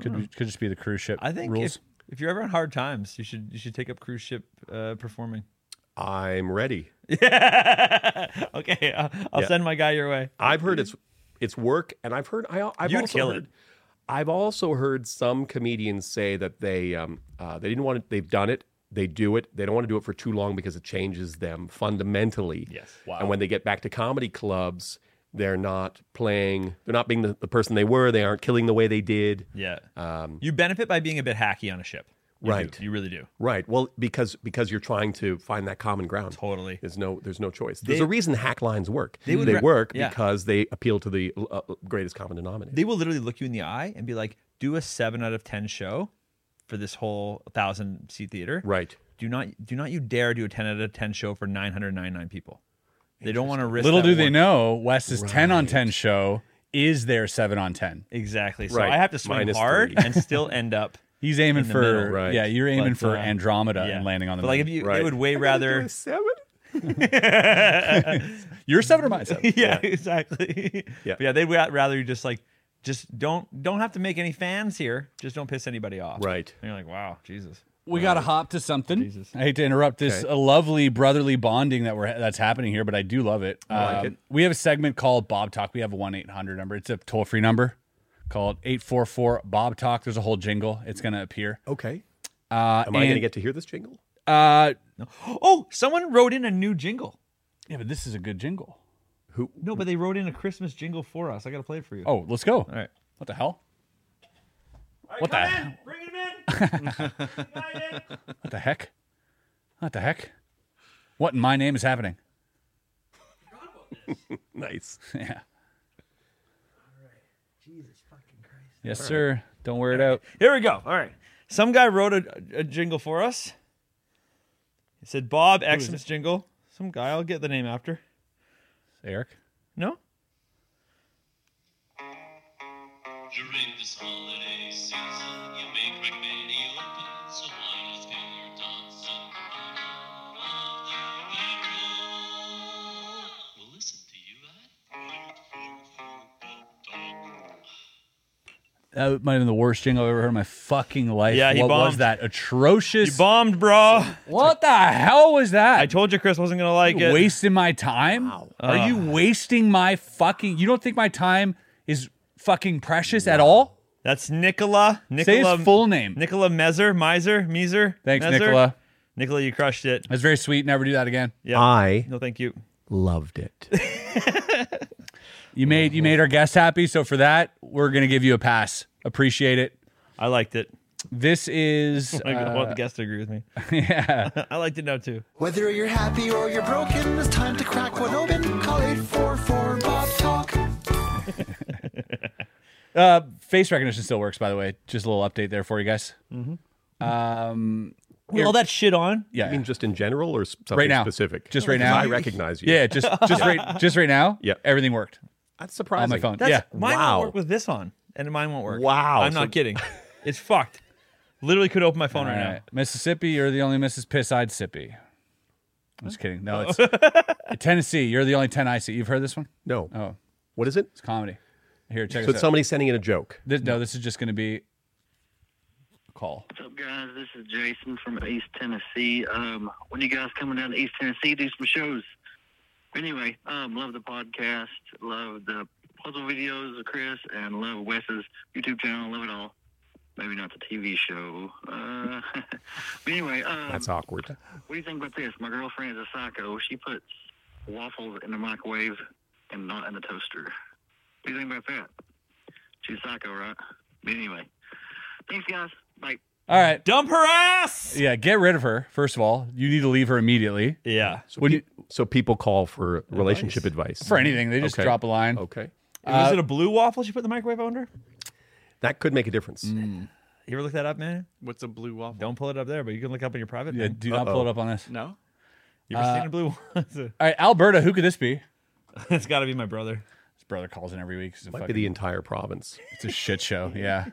[SPEAKER 3] could could just be the cruise ship
[SPEAKER 2] I think
[SPEAKER 3] rules.
[SPEAKER 2] if If you're ever on hard times, you should you should take up cruise ship uh, performing.
[SPEAKER 4] I'm ready.
[SPEAKER 2] Yeah. okay, I'll, I'll
[SPEAKER 4] Yeah.
[SPEAKER 2] send my guy your way.
[SPEAKER 4] I've heard it's it's work, and I've heard I, I've
[SPEAKER 2] You'd
[SPEAKER 4] also
[SPEAKER 2] kill it.
[SPEAKER 4] heard, I've also heard some comedians say that they um, uh, they didn't want to, they've done it, they do it, they don't want to do it for too long because it changes them fundamentally. Yes,
[SPEAKER 5] Wow.
[SPEAKER 4] And when they get back to comedy clubs, they're not playing, they're not being the, the person they were, they aren't killing the way they did.
[SPEAKER 2] Yeah.
[SPEAKER 4] Um,
[SPEAKER 2] you benefit by being a bit hacky on a ship. You do.
[SPEAKER 4] Right.
[SPEAKER 2] You really do.
[SPEAKER 4] Right. Well, because because you're trying to find that common ground.
[SPEAKER 2] Totally.
[SPEAKER 4] There's no there's no choice. There's
[SPEAKER 2] They-
[SPEAKER 4] a reason hack lines work.
[SPEAKER 2] They
[SPEAKER 4] They,
[SPEAKER 2] would ra-
[SPEAKER 4] work
[SPEAKER 2] yeah.
[SPEAKER 4] because they appeal to the uh, greatest common denominator.
[SPEAKER 2] They will literally look you in the eye and be like, "Do a seven out of ten show for this whole thousand seat theater."
[SPEAKER 4] Right.
[SPEAKER 2] Do not do not you dare do a ten out of ten show for nine hundred ninety nine people. They don't want to risk.
[SPEAKER 3] Little
[SPEAKER 2] that
[SPEAKER 3] do they
[SPEAKER 2] one.
[SPEAKER 3] know, Wes's 10 on 10 show is their 7 on 10.
[SPEAKER 2] Exactly. So I have to swing hard and still end up.
[SPEAKER 3] He's aiming
[SPEAKER 2] in the
[SPEAKER 3] for
[SPEAKER 2] middle.
[SPEAKER 3] yeah. You're aiming
[SPEAKER 2] But,
[SPEAKER 3] for
[SPEAKER 2] uh,
[SPEAKER 3] Andromeda
[SPEAKER 2] yeah.
[SPEAKER 3] and landing on the
[SPEAKER 2] But like if
[SPEAKER 3] moon.
[SPEAKER 2] you, I would way rather
[SPEAKER 3] You're seven or mine seven.
[SPEAKER 2] yeah, exactly.
[SPEAKER 4] Yeah.
[SPEAKER 2] But yeah, they'd ra- rather you just like just don't don't have to make any fans here. Just don't piss anybody off.
[SPEAKER 4] Right.
[SPEAKER 2] And you're like, wow, Jesus.
[SPEAKER 3] We got to hop to something. I hate to interrupt this uh, lovely brotherly bonding that we're that's happening here, but I do love it. Um,
[SPEAKER 4] I like it.
[SPEAKER 3] We have a segment called Bob Talk. We have a one eight hundred number. It's a toll free number called eight four four Bob Talk. There's a whole jingle. It's gonna appear.
[SPEAKER 4] Okay.
[SPEAKER 3] Uh,
[SPEAKER 4] Am I going to
[SPEAKER 3] and-
[SPEAKER 4] get to hear this jingle?
[SPEAKER 3] Uh,
[SPEAKER 2] Oh, someone wrote in a new jingle.
[SPEAKER 3] yeah, but this is a good jingle.
[SPEAKER 4] Who?
[SPEAKER 2] No, but they wrote in a Christmas jingle for us. I gotta play it for you.
[SPEAKER 3] Oh, let's go. All
[SPEAKER 2] right.
[SPEAKER 3] What the hell? what the?
[SPEAKER 2] Bring
[SPEAKER 3] What the heck? What the heck? What in my name is happening?
[SPEAKER 4] nice.
[SPEAKER 3] yeah. Yes, sir. Don't wear it out.
[SPEAKER 2] Here we go. All right. Some guy wrote a, a jingle for us. He said Bob Xmas jingle. Some guy. I'll get the name after.
[SPEAKER 3] Eric.
[SPEAKER 2] No.
[SPEAKER 7] During this holiday season, you may crack many open, so why not fill your Johnson? Well, listen to you,
[SPEAKER 3] That might have been the worst jingle I've ever heard in my fucking life.
[SPEAKER 2] Yeah, he
[SPEAKER 3] what was
[SPEAKER 2] bombed.
[SPEAKER 3] that atrocious?
[SPEAKER 2] You bombed, bro.
[SPEAKER 3] What the hell was that? I
[SPEAKER 2] told you Chris wasn't gonna like it.
[SPEAKER 3] wasting my time. Are you wasting my fucking? You don't think my time is fucking precious at all?
[SPEAKER 2] That's Nicola. Nicola
[SPEAKER 3] Say his full name.
[SPEAKER 2] Nicola Mezer. Miser. Meser.
[SPEAKER 3] Thanks,
[SPEAKER 2] Mezer?
[SPEAKER 3] Nicola.
[SPEAKER 2] Nicola, you crushed it.
[SPEAKER 3] That's very sweet. Never do that again.
[SPEAKER 2] Yeah.
[SPEAKER 4] I
[SPEAKER 2] No, thank you.
[SPEAKER 4] loved it.
[SPEAKER 3] You made you made our guest happy, so for that we're gonna give you a pass. Appreciate it.
[SPEAKER 2] I liked it.
[SPEAKER 3] This is.
[SPEAKER 2] I
[SPEAKER 3] uh,
[SPEAKER 2] want the guest to agree with me.
[SPEAKER 3] yeah.
[SPEAKER 2] I liked it now too.
[SPEAKER 8] Whether you're happy or you're broken, it's time to crack one open. Call 844 Bob Talk.
[SPEAKER 3] Uh, face recognition still works, by the way. Just a little update there for you guys. Um,
[SPEAKER 2] With all that shit on.
[SPEAKER 3] Yeah.
[SPEAKER 4] I mean, just in general or s- something
[SPEAKER 3] right now,
[SPEAKER 4] specific?
[SPEAKER 3] Just right
[SPEAKER 4] 'Cause
[SPEAKER 3] now,
[SPEAKER 4] I recognize you.
[SPEAKER 3] Yeah, just just right just right now. Yeah, everything worked
[SPEAKER 4] That's
[SPEAKER 3] on
[SPEAKER 4] surprising.
[SPEAKER 3] my phone.
[SPEAKER 2] That's,
[SPEAKER 3] yeah,
[SPEAKER 2] Mine won't work with this on, and mine won't work.
[SPEAKER 4] Wow.
[SPEAKER 2] I'm
[SPEAKER 4] So-
[SPEAKER 2] not kidding. it's fucked. Literally could open my phone
[SPEAKER 3] All
[SPEAKER 2] right,
[SPEAKER 3] right. Mississippi, you're the only Mrs. Piss I'd sippy. I'm just kidding. No, it's Tennessee. You're the only ten I see. You've heard this one?
[SPEAKER 4] No.
[SPEAKER 3] Oh,
[SPEAKER 4] what is it?
[SPEAKER 3] It's comedy. Here, check
[SPEAKER 4] So
[SPEAKER 3] this
[SPEAKER 4] it's
[SPEAKER 3] out.
[SPEAKER 4] somebody sending in a joke.
[SPEAKER 3] This, no, this is just going to be a call.
[SPEAKER 9] What's up, guys? This is Jason from East Tennessee. Um, when you guys coming down to East Tennessee, do some shows. Anyway, um, love the podcast, love the puzzle videos of Chris, and love Wes's YouTube channel. Love it all. Maybe not the TV show. Uh, but anyway, um,
[SPEAKER 4] That's awkward.
[SPEAKER 9] what do you think about this? My girlfriend is a psycho. She puts waffles in the microwave and not in the toaster. What do you think about that? She's psycho, right? But anyway, thanks, guys. Bye.
[SPEAKER 3] All right.
[SPEAKER 2] Dump her ass.
[SPEAKER 3] Yeah, get rid of her. First of all, you need to leave her immediately.
[SPEAKER 2] Yeah.
[SPEAKER 4] So, pe- so people call for relationship advice.
[SPEAKER 3] For anything, they just
[SPEAKER 4] Okay.
[SPEAKER 3] drop a line.
[SPEAKER 4] Okay.
[SPEAKER 2] now. Was it a blue waffle you put in the microwave under?
[SPEAKER 4] That could make a difference.
[SPEAKER 3] Mm,
[SPEAKER 2] You ever look that up, man? What's a blue waffle? Don't pull it up there, but you can look up in your private.
[SPEAKER 3] Yeah,
[SPEAKER 2] thing.
[SPEAKER 3] do not pull it up on us.
[SPEAKER 2] No. You ever
[SPEAKER 3] Uh,
[SPEAKER 2] seen a blue waffle?
[SPEAKER 3] All right, Alberta, who could this be?
[SPEAKER 2] it's got to be my brother.
[SPEAKER 3] His brother calls in every week. It's a
[SPEAKER 4] Might be
[SPEAKER 3] fucking-
[SPEAKER 4] the entire province.
[SPEAKER 3] It's a shit show. Yeah.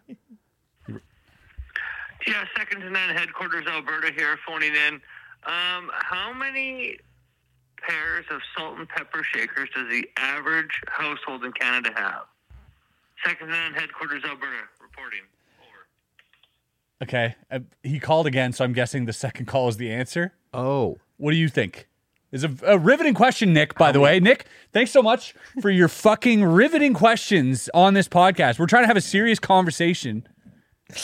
[SPEAKER 9] Yeah, second to none headquarters, Alberta here, phoning in. Um, how many pairs of salt and pepper shakers does the average household in Canada have? Second to none headquarters, Alberta, reporting.
[SPEAKER 3] Okay. Uh, he called again, so I'm guessing the second call is the answer.
[SPEAKER 4] Oh.
[SPEAKER 3] What do you think? Is a, a riveting question, Nick, by the way. Nick, thanks so much for your fucking riveting questions on this podcast. We're trying to have a serious conversation,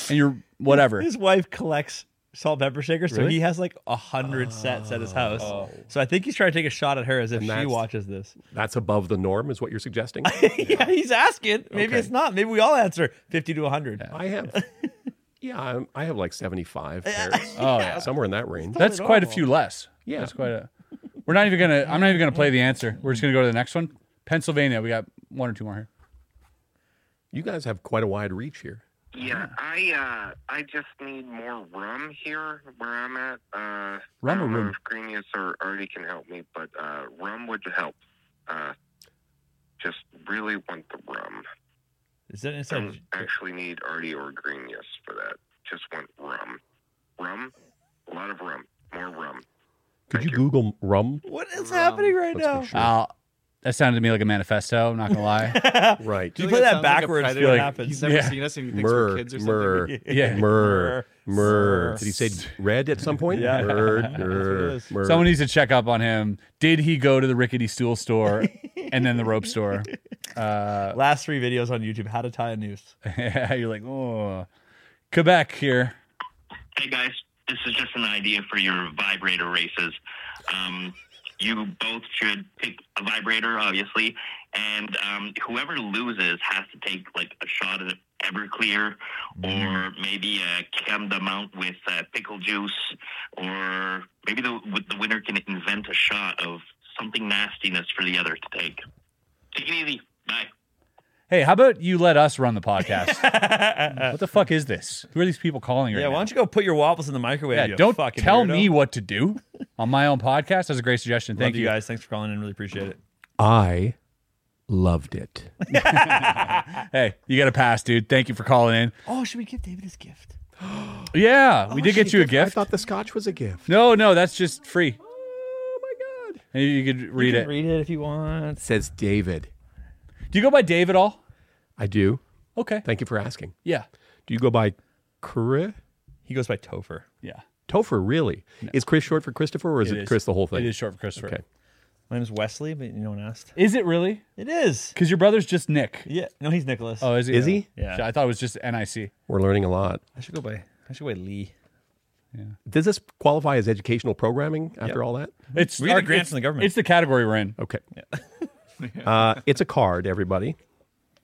[SPEAKER 3] and you're whatever.
[SPEAKER 2] His wife collects salt and pepper shakers, so
[SPEAKER 3] Really?
[SPEAKER 2] he has like a hundred sets at his house.
[SPEAKER 4] Oh.
[SPEAKER 2] So I think he's trying to take a shot at her as if
[SPEAKER 4] And
[SPEAKER 2] she
[SPEAKER 4] that's-
[SPEAKER 2] watches this.
[SPEAKER 4] That's above the norm, is what you're suggesting.
[SPEAKER 2] yeah, he's asking. Maybe
[SPEAKER 4] Okay.
[SPEAKER 2] it's not. Maybe we all answer fifty to hundred.
[SPEAKER 4] I have. yeah, I'm, I have like 75 pairs.
[SPEAKER 3] Oh, yeah.
[SPEAKER 4] somewhere in that range.
[SPEAKER 3] That's quite a few less.
[SPEAKER 4] Yeah.
[SPEAKER 3] That's quite a. We're not even gonna. I'm not even gonna play the answer. We're just gonna go to the next one. Pennsylvania. We got one or two more here.
[SPEAKER 4] You guys have quite a wide reach here.
[SPEAKER 9] Yeah, I uh, I just need more rum here where I'm at. Uh,
[SPEAKER 4] Rum
[SPEAKER 9] I
[SPEAKER 4] or
[SPEAKER 9] don't know
[SPEAKER 4] room?
[SPEAKER 9] If Greenius or Artie can help me, but uh, rum would help. Uh, just really want the rum.
[SPEAKER 2] Is that
[SPEAKER 9] Don't
[SPEAKER 2] inside?
[SPEAKER 9] actually need Artie or Greenius for that. Just want rum. Rum, a lot of rum, more rum.
[SPEAKER 4] Could you Google rum?
[SPEAKER 2] What is happening right now?
[SPEAKER 3] Uh, that sounded to me like a manifesto. I'm not gonna lie.
[SPEAKER 4] right.
[SPEAKER 2] You play that backwards, see what happens.
[SPEAKER 5] He's never seen us and he thinks we're kids or something.
[SPEAKER 4] Myrrh,
[SPEAKER 3] Yeah.
[SPEAKER 4] yeah. myrrh, myrrh.
[SPEAKER 3] Myrrh.
[SPEAKER 4] Did he say red at some point?
[SPEAKER 3] Yeah.
[SPEAKER 4] Myrrh,
[SPEAKER 3] That's what it
[SPEAKER 4] myrrh, myrrh.
[SPEAKER 3] Someone needs to check up on him. Did he go to the rickety stool store and then the rope store? Uh,
[SPEAKER 2] Last three videos on YouTube: How to tie a noose.
[SPEAKER 3] yeah, you're like, oh, Quebec here.
[SPEAKER 9] Hey guys, this is just an idea for your vibrator races. Um, you both should pick a vibrator, obviously, and um, whoever loses has to take like a shot at Everclear or maybe a chem amount with uh, pickle juice, or maybe the with the winner can invent a shot of something nastiness for the other to take. Take it easy. Bye.
[SPEAKER 3] Hey, how about you let us run the podcast? what the fuck is this? Who are these people calling right
[SPEAKER 2] Yeah,
[SPEAKER 3] now?
[SPEAKER 2] why don't you go put your waffles in the microwave?
[SPEAKER 3] Yeah,
[SPEAKER 2] you
[SPEAKER 3] don't
[SPEAKER 2] fucking
[SPEAKER 3] tell
[SPEAKER 2] weirdo.
[SPEAKER 3] me what to do on my own podcast. That's a great suggestion. Thank
[SPEAKER 2] Love you guys. Thanks for calling in. Really appreciate it.
[SPEAKER 4] I loved it.
[SPEAKER 3] Hey, you got a pass, dude. Thank you for calling in.
[SPEAKER 2] Oh, should we give David his gift?
[SPEAKER 3] Yeah, we did get you a
[SPEAKER 4] Oh, I
[SPEAKER 3] gift.
[SPEAKER 4] thought the scotch was a gift.
[SPEAKER 3] No, no, that's just free. Oh my god! You could read it.
[SPEAKER 2] Read it if you want.
[SPEAKER 4] It says David.
[SPEAKER 3] Do you go by Dave at all?
[SPEAKER 4] I do.
[SPEAKER 3] Okay.
[SPEAKER 4] Thank you for asking.
[SPEAKER 3] Yeah.
[SPEAKER 4] Do you go by Chris?
[SPEAKER 2] He goes by Topher.
[SPEAKER 3] Yeah.
[SPEAKER 4] Topher, really? Is Chris short for Christopher or is it,
[SPEAKER 2] is.
[SPEAKER 4] Chris the whole thing?
[SPEAKER 3] It is short for Christopher.
[SPEAKER 4] Okay.
[SPEAKER 2] My name's Wesley, but no one asked.
[SPEAKER 3] Is it really?
[SPEAKER 2] It is.
[SPEAKER 3] Because your brother's just Nick.
[SPEAKER 2] Yeah. No, he's Nicholas.
[SPEAKER 3] Oh, is he?
[SPEAKER 4] Is he?
[SPEAKER 2] Yeah.
[SPEAKER 3] I thought it was just NIC.
[SPEAKER 4] We're learning a lot.
[SPEAKER 2] I should go by. I should go by Lee.
[SPEAKER 4] Does this qualify as educational programming after all that?
[SPEAKER 3] It's
[SPEAKER 2] We get
[SPEAKER 3] our-
[SPEAKER 2] a grant
[SPEAKER 3] it's-
[SPEAKER 2] from the government.
[SPEAKER 3] It's the category we're in.
[SPEAKER 4] Okay. uh, it's a card, everybody,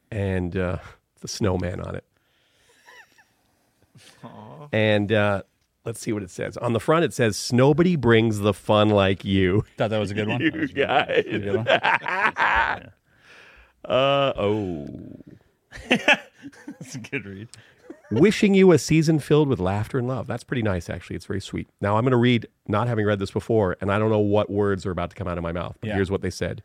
[SPEAKER 4] and uh, the snowman on it. And uh, let's see what it says. On the front, it says, Nobody brings the fun like you.
[SPEAKER 3] Thought that was a good one.
[SPEAKER 4] You guys. uh, oh.
[SPEAKER 2] That's a good read.
[SPEAKER 4] Wishing you a season filled with laughter and love. That's pretty nice, actually. It's very sweet. Now, I'm going to read, not having read this before, and I don't know what words are about to come out of my mouth, but
[SPEAKER 3] Yeah.
[SPEAKER 4] here's what they said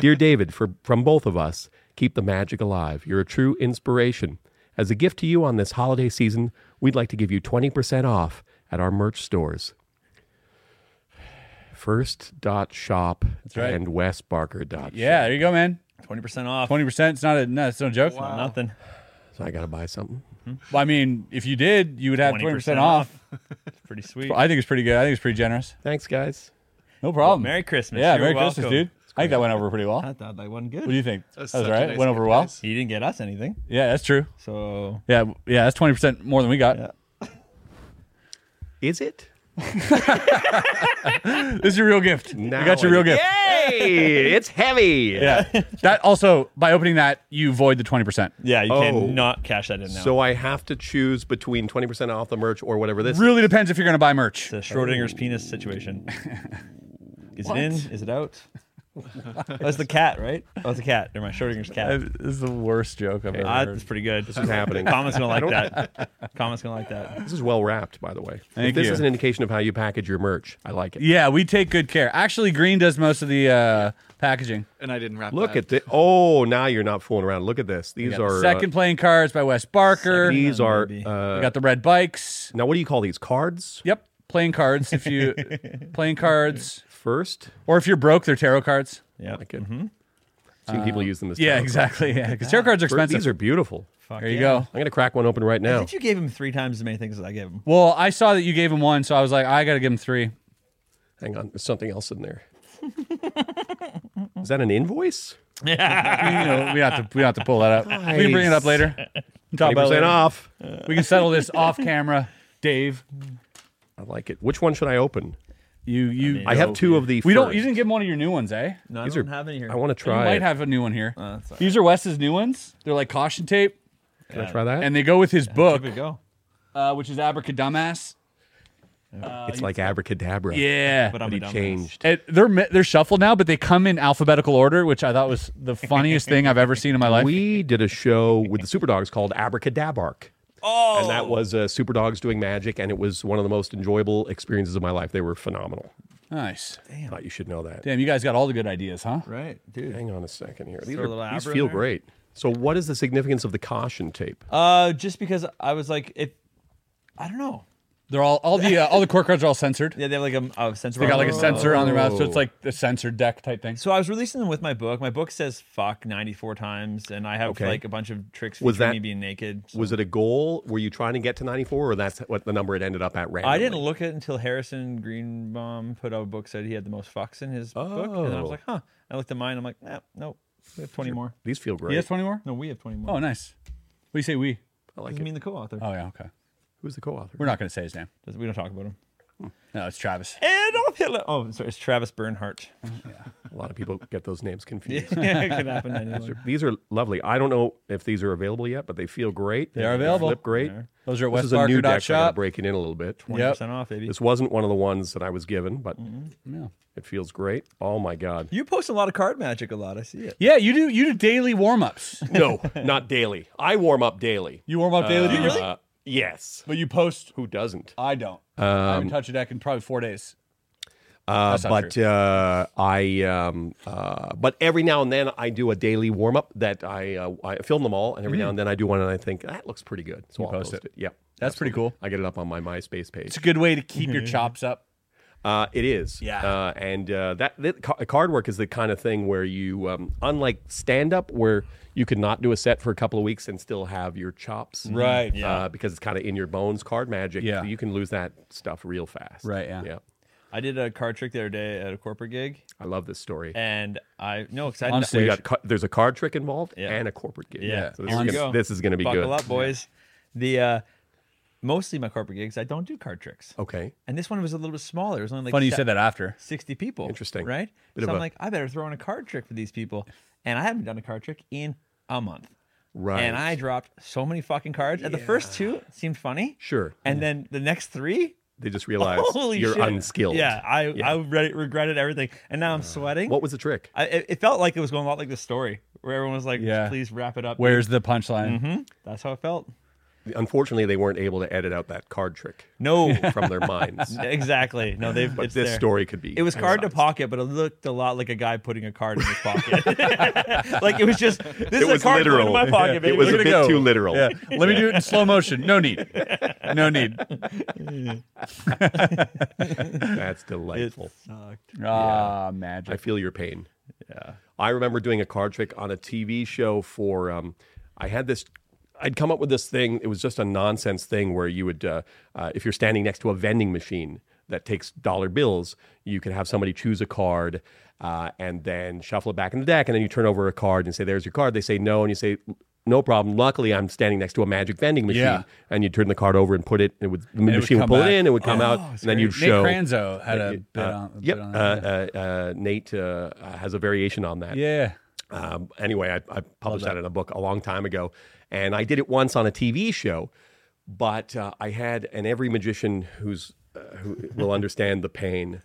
[SPEAKER 4] Dear David, for, from both of us, keep the magic alive. You're a true inspiration. As a gift to you on this holiday season, we'd like to give you 20% off at our merch stores. First dot shop
[SPEAKER 3] right.
[SPEAKER 4] and Westbarker dot.
[SPEAKER 3] Yeah, there you go, man.
[SPEAKER 2] Twenty percent off.
[SPEAKER 3] Twenty percent. It's not a no. It's no joke.
[SPEAKER 2] Nothing.
[SPEAKER 4] So I got to buy something.
[SPEAKER 3] Well, I mean, if you did, you would have twenty
[SPEAKER 2] 20%
[SPEAKER 3] percent off.
[SPEAKER 2] It's pretty sweet.
[SPEAKER 3] I think it's pretty good. I think it's pretty generous.
[SPEAKER 4] Thanks, guys.
[SPEAKER 3] No problem.
[SPEAKER 2] Merry Christmas.
[SPEAKER 3] Yeah,
[SPEAKER 2] You're
[SPEAKER 3] Merry Christmas,
[SPEAKER 2] welcome.
[SPEAKER 3] dude. I think that went over pretty well.
[SPEAKER 2] I
[SPEAKER 3] What
[SPEAKER 2] thought that wasn't good.
[SPEAKER 3] do you think? That
[SPEAKER 5] That's
[SPEAKER 3] was all
[SPEAKER 5] such a
[SPEAKER 3] right.
[SPEAKER 5] nice
[SPEAKER 3] Went over well.
[SPEAKER 5] surprise.
[SPEAKER 2] He didn't get us anything.
[SPEAKER 3] Yeah, that's true.
[SPEAKER 2] So
[SPEAKER 3] Yeah, w- yeah, that's twenty percent more than we got.
[SPEAKER 4] Is it?
[SPEAKER 3] This is your real gift.
[SPEAKER 4] Now
[SPEAKER 3] we got your
[SPEAKER 4] I-
[SPEAKER 3] real gift.
[SPEAKER 4] Hey, it's heavy.
[SPEAKER 3] Yeah. that also by opening that you void the twenty percent.
[SPEAKER 2] yeah, you
[SPEAKER 4] Oh.
[SPEAKER 2] cannot cash that in now.
[SPEAKER 4] So I have to choose between 20% off the merch or whatever this
[SPEAKER 3] Really depends if you're going to buy merch.
[SPEAKER 2] it's a Schrodinger's penis situation.
[SPEAKER 4] Oh.
[SPEAKER 2] Is it in? Is it out? That's the cat, right? Oh, it's a cat. They're my Schrodinger's cat.
[SPEAKER 3] This is the worst joke I've ever
[SPEAKER 2] Ah, that's pretty good. This
[SPEAKER 4] is happening.
[SPEAKER 2] Comment's gonna
[SPEAKER 4] I
[SPEAKER 2] like
[SPEAKER 4] don't-
[SPEAKER 2] that. Comment's gonna like that.
[SPEAKER 4] This is well wrapped, by the way.
[SPEAKER 3] Thank
[SPEAKER 4] if this
[SPEAKER 3] you.
[SPEAKER 4] is an indication of how you package your merch. I like it.
[SPEAKER 3] Yeah, we take good care. Actually, Green does most of the uh, packaging.
[SPEAKER 5] And I didn't wrap
[SPEAKER 4] Look
[SPEAKER 5] that.
[SPEAKER 4] at this. Oh, now you're not fooling around. Look at this. These
[SPEAKER 3] We got the
[SPEAKER 4] are
[SPEAKER 3] second playing cards by Wes Barker.
[SPEAKER 4] Uh,
[SPEAKER 3] We
[SPEAKER 4] these are
[SPEAKER 2] baby.
[SPEAKER 4] uh,
[SPEAKER 3] got the red bikes.
[SPEAKER 4] now. What do you call these cards?
[SPEAKER 3] Yep, playing cards. If you playing cards,
[SPEAKER 4] First,
[SPEAKER 3] or if you're broke, they're tarot cards.
[SPEAKER 2] Yeah.
[SPEAKER 4] I could. Seen people use them as
[SPEAKER 3] Mm-hmm. Uh, Yeah,
[SPEAKER 4] tarot cards.
[SPEAKER 3] exactly. Yeah, because tarot cards are
[SPEAKER 4] Fir-
[SPEAKER 3] expensive.
[SPEAKER 4] These Oh. Ah, are beautiful.
[SPEAKER 2] Fuck
[SPEAKER 3] there you
[SPEAKER 2] yeah.
[SPEAKER 3] go.
[SPEAKER 4] I'm gonna crack one open right
[SPEAKER 2] I
[SPEAKER 4] now.
[SPEAKER 2] think you gave him three times as many things as I gave him.
[SPEAKER 3] Well, I saw that you gave him one, so I was like, I got to give him three.
[SPEAKER 4] Hang on, there's something else in there. Is that an invoice?
[SPEAKER 3] Yeah. we have to we have to pull that up. We can bring it up later. We can Talk about it
[SPEAKER 4] 20%
[SPEAKER 3] later.
[SPEAKER 4] off.
[SPEAKER 3] We can settle this off camera, Dave.
[SPEAKER 4] I like it. Which one should I open?
[SPEAKER 3] You you.
[SPEAKER 4] I have two of the.
[SPEAKER 3] We don't.
[SPEAKER 4] first.
[SPEAKER 3] You didn't give him one of your new ones, eh?
[SPEAKER 2] No, I
[SPEAKER 4] These
[SPEAKER 2] don't
[SPEAKER 4] are-
[SPEAKER 2] have any here.
[SPEAKER 4] I wanna
[SPEAKER 3] You
[SPEAKER 4] try
[SPEAKER 3] might
[SPEAKER 4] it.
[SPEAKER 3] have a new one here.
[SPEAKER 2] Oh, that's all
[SPEAKER 3] These are Wes's new ones. They're like caution tape,
[SPEAKER 4] Can I try that?
[SPEAKER 3] and they go with his book,
[SPEAKER 2] Here we go.
[SPEAKER 3] uh, which is Abracadumbass.
[SPEAKER 4] it's like abracadabra.
[SPEAKER 3] Yeah.
[SPEAKER 4] but, he changed.
[SPEAKER 3] It, they're mi- they're shuffled now, but they come in alphabetical order, which I thought was the funniest thing I've ever seen in my life.
[SPEAKER 4] We did a show with the Superdogs called Abracadabark. Oh, and that was uh, Superdogs doing magic, and it was one of the most enjoyable experiences of my life. They were phenomenal.
[SPEAKER 3] nice.
[SPEAKER 4] Thought you should know that.
[SPEAKER 3] Damn, you guys got all the good ideas, huh?
[SPEAKER 2] Right, dude.
[SPEAKER 4] Hang on a second here. These,
[SPEAKER 2] Throw a little
[SPEAKER 4] are, these
[SPEAKER 2] abra in
[SPEAKER 4] feel
[SPEAKER 2] there.
[SPEAKER 4] great. So, what is the significance of the caution tape?
[SPEAKER 2] Uh, just because I was like, if I don't know,
[SPEAKER 3] They're all all the uh, all the court cards are all censored.
[SPEAKER 2] yeah, they have like a, a sensor.
[SPEAKER 3] They got like a
[SPEAKER 2] Oh.
[SPEAKER 3] sensor on their mouth, so it's like the censored deck type thing.
[SPEAKER 2] So I was releasing them with my book. My book says "fuck" ninety-four times, and I have
[SPEAKER 4] Okay.
[SPEAKER 2] like a bunch of tricks
[SPEAKER 4] Was
[SPEAKER 2] was
[SPEAKER 4] that-
[SPEAKER 2] me being naked. so-
[SPEAKER 4] Was it a goal? Were you trying to get to 94, or that's what the number it ended up at randomly?
[SPEAKER 2] I didn't look at it until Harrison Greenbaum put out a book said he had the most fucks in his book, and I
[SPEAKER 4] Oh.
[SPEAKER 2] was like, huh. I looked at mine. I'm like, nah, nope. We have twenty more.
[SPEAKER 4] These feel great.
[SPEAKER 3] You have twenty more?
[SPEAKER 2] No, we have twenty more.
[SPEAKER 3] Oh, nice. What do you say? We?
[SPEAKER 4] I like
[SPEAKER 2] Doesn't
[SPEAKER 4] it.
[SPEAKER 2] mean the co-author.
[SPEAKER 3] Oh yeah, okay.
[SPEAKER 4] Who's the co-author?
[SPEAKER 3] We're not going to say his name.
[SPEAKER 2] Doesn't- We don't talk about him.
[SPEAKER 3] No, it's Travis.
[SPEAKER 2] Adolf Hitler. Oh, sorry, it's Travis Bernhardt.
[SPEAKER 4] A lot of people get those names confused.
[SPEAKER 2] yeah, it could happen to
[SPEAKER 4] These
[SPEAKER 2] anyone.
[SPEAKER 4] are- These are lovely. I don't know if these are available yet, but they feel great.
[SPEAKER 3] They are available.
[SPEAKER 4] Flip great.
[SPEAKER 3] Those are at
[SPEAKER 4] This is a new deck. so I gotta
[SPEAKER 3] westbarker.shop.
[SPEAKER 4] break it in a little bit.
[SPEAKER 2] Twenty percent off, baby.
[SPEAKER 4] This wasn't one of the ones that I was given, but
[SPEAKER 3] No.
[SPEAKER 4] it feels great. Oh my god!
[SPEAKER 2] You post a lot of card magic a lot. I see it.
[SPEAKER 3] Yeah, you do you do daily warm ups.
[SPEAKER 4] No, not daily. I warm up daily.
[SPEAKER 3] You warm up daily, but, you,
[SPEAKER 4] Uh, yes.
[SPEAKER 3] but you post.
[SPEAKER 4] Who doesn't?
[SPEAKER 3] I don't. I
[SPEAKER 4] um,
[SPEAKER 3] haven't touched a deck in probably four days.
[SPEAKER 4] Uh,
[SPEAKER 3] That's not
[SPEAKER 4] but uh, I, um, uh, but every now and then I do a daily warm up that I uh, I film them all, and every now and then I do one and I think that looks pretty good, so I'll
[SPEAKER 3] Mm-hmm. post
[SPEAKER 4] post,
[SPEAKER 3] it.
[SPEAKER 4] it. Yeah,
[SPEAKER 3] That's pretty cool.
[SPEAKER 4] I get it up on my MySpace page.
[SPEAKER 3] It's a good way to keep your chops up.
[SPEAKER 4] Uh, it is.
[SPEAKER 3] Yeah.
[SPEAKER 4] Uh, and uh, that, that ca- card work is the kind of thing where you, um, unlike stand up, where you could not do a set for a couple of weeks and still have your chops.
[SPEAKER 3] Right,
[SPEAKER 4] Uh,
[SPEAKER 3] yeah.
[SPEAKER 4] Because it's kind of in your bones, card magic.
[SPEAKER 3] Yeah.
[SPEAKER 4] You can lose that stuff real fast.
[SPEAKER 3] Right, yeah.
[SPEAKER 4] Yeah.
[SPEAKER 2] I did a card trick the other day at a corporate gig,
[SPEAKER 4] I love this story.
[SPEAKER 2] and I no, because I
[SPEAKER 3] On
[SPEAKER 2] didn't-
[SPEAKER 4] We
[SPEAKER 3] stage.
[SPEAKER 4] got ca- there's a card trick involved
[SPEAKER 2] Yeah.
[SPEAKER 4] and a corporate gig.
[SPEAKER 2] Yeah.
[SPEAKER 4] So this,
[SPEAKER 2] Here
[SPEAKER 4] is
[SPEAKER 2] we
[SPEAKER 4] gonna,
[SPEAKER 2] go.
[SPEAKER 4] this is going to be
[SPEAKER 2] Buckle
[SPEAKER 4] good.
[SPEAKER 2] up, boys. The uh, mostly my corporate gigs, I don't do card tricks.
[SPEAKER 4] Okay.
[SPEAKER 2] And this one was a little bit smaller. It was only like
[SPEAKER 3] Funny you
[SPEAKER 2] se-
[SPEAKER 3] said that after.
[SPEAKER 2] Sixty people.
[SPEAKER 4] Interesting.
[SPEAKER 2] right?
[SPEAKER 4] Bit
[SPEAKER 2] so
[SPEAKER 4] of
[SPEAKER 2] I'm
[SPEAKER 4] a-
[SPEAKER 2] like, I better throw in a card trick for these people, and I haven't done a card trick in a month.
[SPEAKER 4] Right.
[SPEAKER 2] And I dropped so many fucking cards. And the first two seemed funny,
[SPEAKER 4] Sure.
[SPEAKER 2] and then the next three.
[SPEAKER 4] They just realize
[SPEAKER 2] Holy
[SPEAKER 4] you're
[SPEAKER 2] shit.
[SPEAKER 4] unskilled.
[SPEAKER 2] Yeah, I
[SPEAKER 4] Yeah. Uh,
[SPEAKER 2] I re- regretted everything, and now I'm sweating.
[SPEAKER 4] What was the trick?
[SPEAKER 2] I, it it felt like it was going a lot like the story where everyone was like,
[SPEAKER 3] Yeah.
[SPEAKER 2] please wrap it up.
[SPEAKER 3] Where's the punchline?
[SPEAKER 2] hmm That's how it felt.
[SPEAKER 4] Unfortunately, they weren't able to edit out that card trick
[SPEAKER 2] No,
[SPEAKER 4] from their minds.
[SPEAKER 2] exactly. No, they've.
[SPEAKER 4] But
[SPEAKER 2] it's
[SPEAKER 4] this
[SPEAKER 2] there.
[SPEAKER 4] story could be.
[SPEAKER 2] It was card to
[SPEAKER 4] incised.
[SPEAKER 2] pocket, but it looked a lot like a guy putting a card in his pocket. like it was just this is
[SPEAKER 4] was
[SPEAKER 2] a card going
[SPEAKER 4] literal.
[SPEAKER 2] in my pocket.
[SPEAKER 4] It
[SPEAKER 2] baby.
[SPEAKER 4] was
[SPEAKER 2] Look
[SPEAKER 4] a
[SPEAKER 2] at
[SPEAKER 4] bit too literal.
[SPEAKER 3] Yeah. Let me do it in slow motion. No need. No need.
[SPEAKER 4] That's
[SPEAKER 2] It
[SPEAKER 4] delightful.
[SPEAKER 2] sucked.
[SPEAKER 3] Ah,
[SPEAKER 4] I
[SPEAKER 3] magic.
[SPEAKER 4] feel your pain. Yeah. I remember doing a card trick on a TV show for um I had this I'd come up with this thing. It was just a nonsense thing where you would uh, uh, if you're standing next to a vending machine that takes dollar bills, you could have somebody choose a card uh, and then shuffle it back in the deck and then you turn over a card and say there's your card. They say no and you say no problem. Luckily, I'm standing next to a magic vending machine,
[SPEAKER 3] Yeah.
[SPEAKER 4] and you turn the card over and put it. It would the machine
[SPEAKER 3] come
[SPEAKER 4] would pull
[SPEAKER 3] back. Oh,
[SPEAKER 4] it in. It would come out, and then you'd
[SPEAKER 3] Nate
[SPEAKER 4] show.
[SPEAKER 3] Cranzo had a
[SPEAKER 4] Uh,
[SPEAKER 3] bit on, a
[SPEAKER 4] yep,
[SPEAKER 3] bit on
[SPEAKER 4] uh,
[SPEAKER 3] that.
[SPEAKER 4] uh, uh, Nate uh, uh, has a variation on that.
[SPEAKER 3] yeah.
[SPEAKER 4] Um, anyway, I, I published that. in a book a long time ago, and I did it once on a TV show, but uh, I had, and every magician who's uh, who will understand the pain.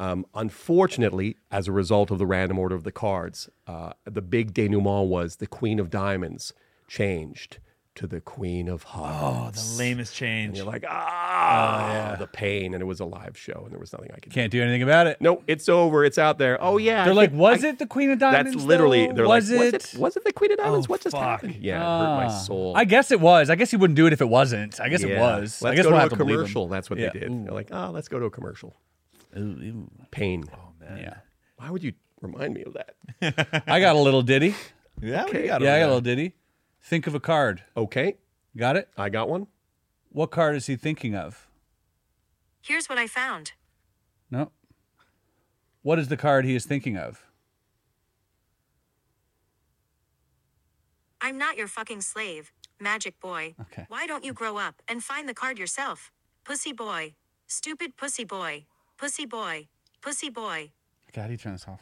[SPEAKER 4] Um, unfortunately, as a result of the random order of the cards, uh, the big denouement was the Queen of Diamonds changed to the Queen of
[SPEAKER 2] Oh,
[SPEAKER 4] Hearts.
[SPEAKER 2] the lamest change.
[SPEAKER 4] and you're like, ah, the pain, and it was a live show, and there was nothing I could. do.
[SPEAKER 3] Can't do anything about it.
[SPEAKER 4] No, it's over. It's out there. Oh yeah,
[SPEAKER 3] They're
[SPEAKER 4] I
[SPEAKER 3] like,
[SPEAKER 4] could-
[SPEAKER 3] was
[SPEAKER 4] I-
[SPEAKER 3] it the Queen of Diamonds?
[SPEAKER 4] That's literally.
[SPEAKER 3] though?
[SPEAKER 4] They're
[SPEAKER 3] was it? Uh,
[SPEAKER 4] like, was it? Was it the Queen of Diamonds?
[SPEAKER 2] Oh,
[SPEAKER 4] what just
[SPEAKER 2] fuck.
[SPEAKER 4] happened? Yeah, it hurt my soul.
[SPEAKER 3] I guess it was. I guess he wouldn't do it if it wasn't. I guess it
[SPEAKER 4] Yeah.
[SPEAKER 3] was.
[SPEAKER 4] Let's
[SPEAKER 3] I guess
[SPEAKER 4] go
[SPEAKER 3] we'll
[SPEAKER 4] to
[SPEAKER 3] have to
[SPEAKER 4] a
[SPEAKER 3] believe him.
[SPEAKER 4] commercial. That's what
[SPEAKER 3] Yeah.
[SPEAKER 4] they did. They're like, oh, let's go to a commercial. Pain. Oh man.
[SPEAKER 3] Yeah.
[SPEAKER 4] Why would you remind me of that?
[SPEAKER 3] I got a little ditty.
[SPEAKER 2] yeah, what do you got
[SPEAKER 3] yeah, I
[SPEAKER 2] over
[SPEAKER 3] got a
[SPEAKER 2] there?
[SPEAKER 3] little ditty. Think of a card.
[SPEAKER 4] Okay.
[SPEAKER 3] Got it?
[SPEAKER 4] I got one.
[SPEAKER 3] What card is he thinking of?
[SPEAKER 10] Here's what I found.
[SPEAKER 3] No. What is the card he is thinking of?
[SPEAKER 10] I'm not your fucking slave, magic boy.
[SPEAKER 3] Okay.
[SPEAKER 10] Why don't you grow up and find the card yourself? Pussy boy. Stupid pussy boy. Pussy boy. Pussy boy.
[SPEAKER 3] Okay, how do you turn this off?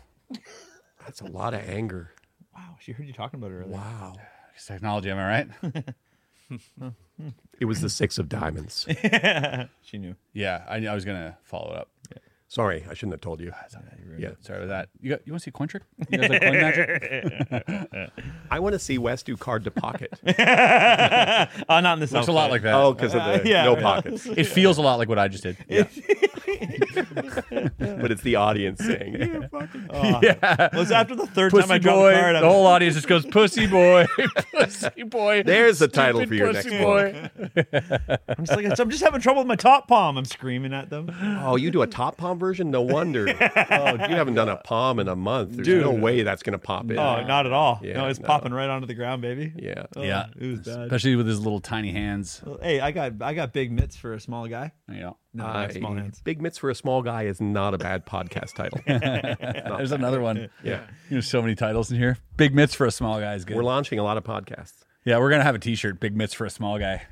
[SPEAKER 4] That's a lot of anger.
[SPEAKER 2] Wow, she heard you talking about it earlier.
[SPEAKER 4] Wow.
[SPEAKER 3] It's technology, am I right?
[SPEAKER 4] It was the six of diamonds.
[SPEAKER 2] she knew.
[SPEAKER 3] Yeah, I, I was going to follow it up.
[SPEAKER 4] Sorry, I shouldn't have told you. yeah.
[SPEAKER 3] Sorry about that. You, got, you want to see coin trick? You guys like coin magic?
[SPEAKER 4] I want to see Wes do card to pocket.
[SPEAKER 2] Oh, not in this
[SPEAKER 3] Looks a
[SPEAKER 2] outfit.
[SPEAKER 3] lot like that.
[SPEAKER 4] Oh, 'cause of the no pockets.
[SPEAKER 3] It feels a lot like what I just did. Yeah.
[SPEAKER 4] but it's the audience saying, yeah, fucking.
[SPEAKER 2] Oh.
[SPEAKER 3] Yeah.
[SPEAKER 2] Well, it's after the third
[SPEAKER 3] pussy
[SPEAKER 2] time I dropped
[SPEAKER 3] boy.
[SPEAKER 2] the card. I'm-
[SPEAKER 3] the whole audience just goes, "Pussy boy, pussy boy."
[SPEAKER 4] There's the title
[SPEAKER 3] stupid
[SPEAKER 4] for your
[SPEAKER 3] pussy
[SPEAKER 4] next
[SPEAKER 3] boy.
[SPEAKER 2] I'm just like, I'm just having trouble with my top palm. I'm screaming at them.
[SPEAKER 4] Oh, you do a top palm version? No wonder. oh, you haven't done a palm in a month. There's
[SPEAKER 2] Dude.
[SPEAKER 4] no way that's going to pop in.
[SPEAKER 2] Oh, not at all.
[SPEAKER 4] Yeah,
[SPEAKER 2] no, it's
[SPEAKER 4] no.
[SPEAKER 2] popping right onto the ground, baby.
[SPEAKER 4] Yeah.
[SPEAKER 2] Oh,
[SPEAKER 3] yeah,
[SPEAKER 2] It was bad.
[SPEAKER 3] especially with his little tiny hands.
[SPEAKER 2] Well, Hey, I got I got big mitts for a small guy.
[SPEAKER 3] Yeah.
[SPEAKER 2] No, I
[SPEAKER 4] Oh, I-
[SPEAKER 2] got small hands.
[SPEAKER 4] Big mitts for a small guy is not a bad podcast title. Not
[SPEAKER 3] There's
[SPEAKER 4] bad.
[SPEAKER 3] another one.
[SPEAKER 4] Yeah.
[SPEAKER 3] There's so many titles in here. Big mitts for a small guy is good.
[SPEAKER 4] We're launching a lot of podcasts.
[SPEAKER 3] yeah, we're gonna have a T-shirt. Big mitts for a small guy.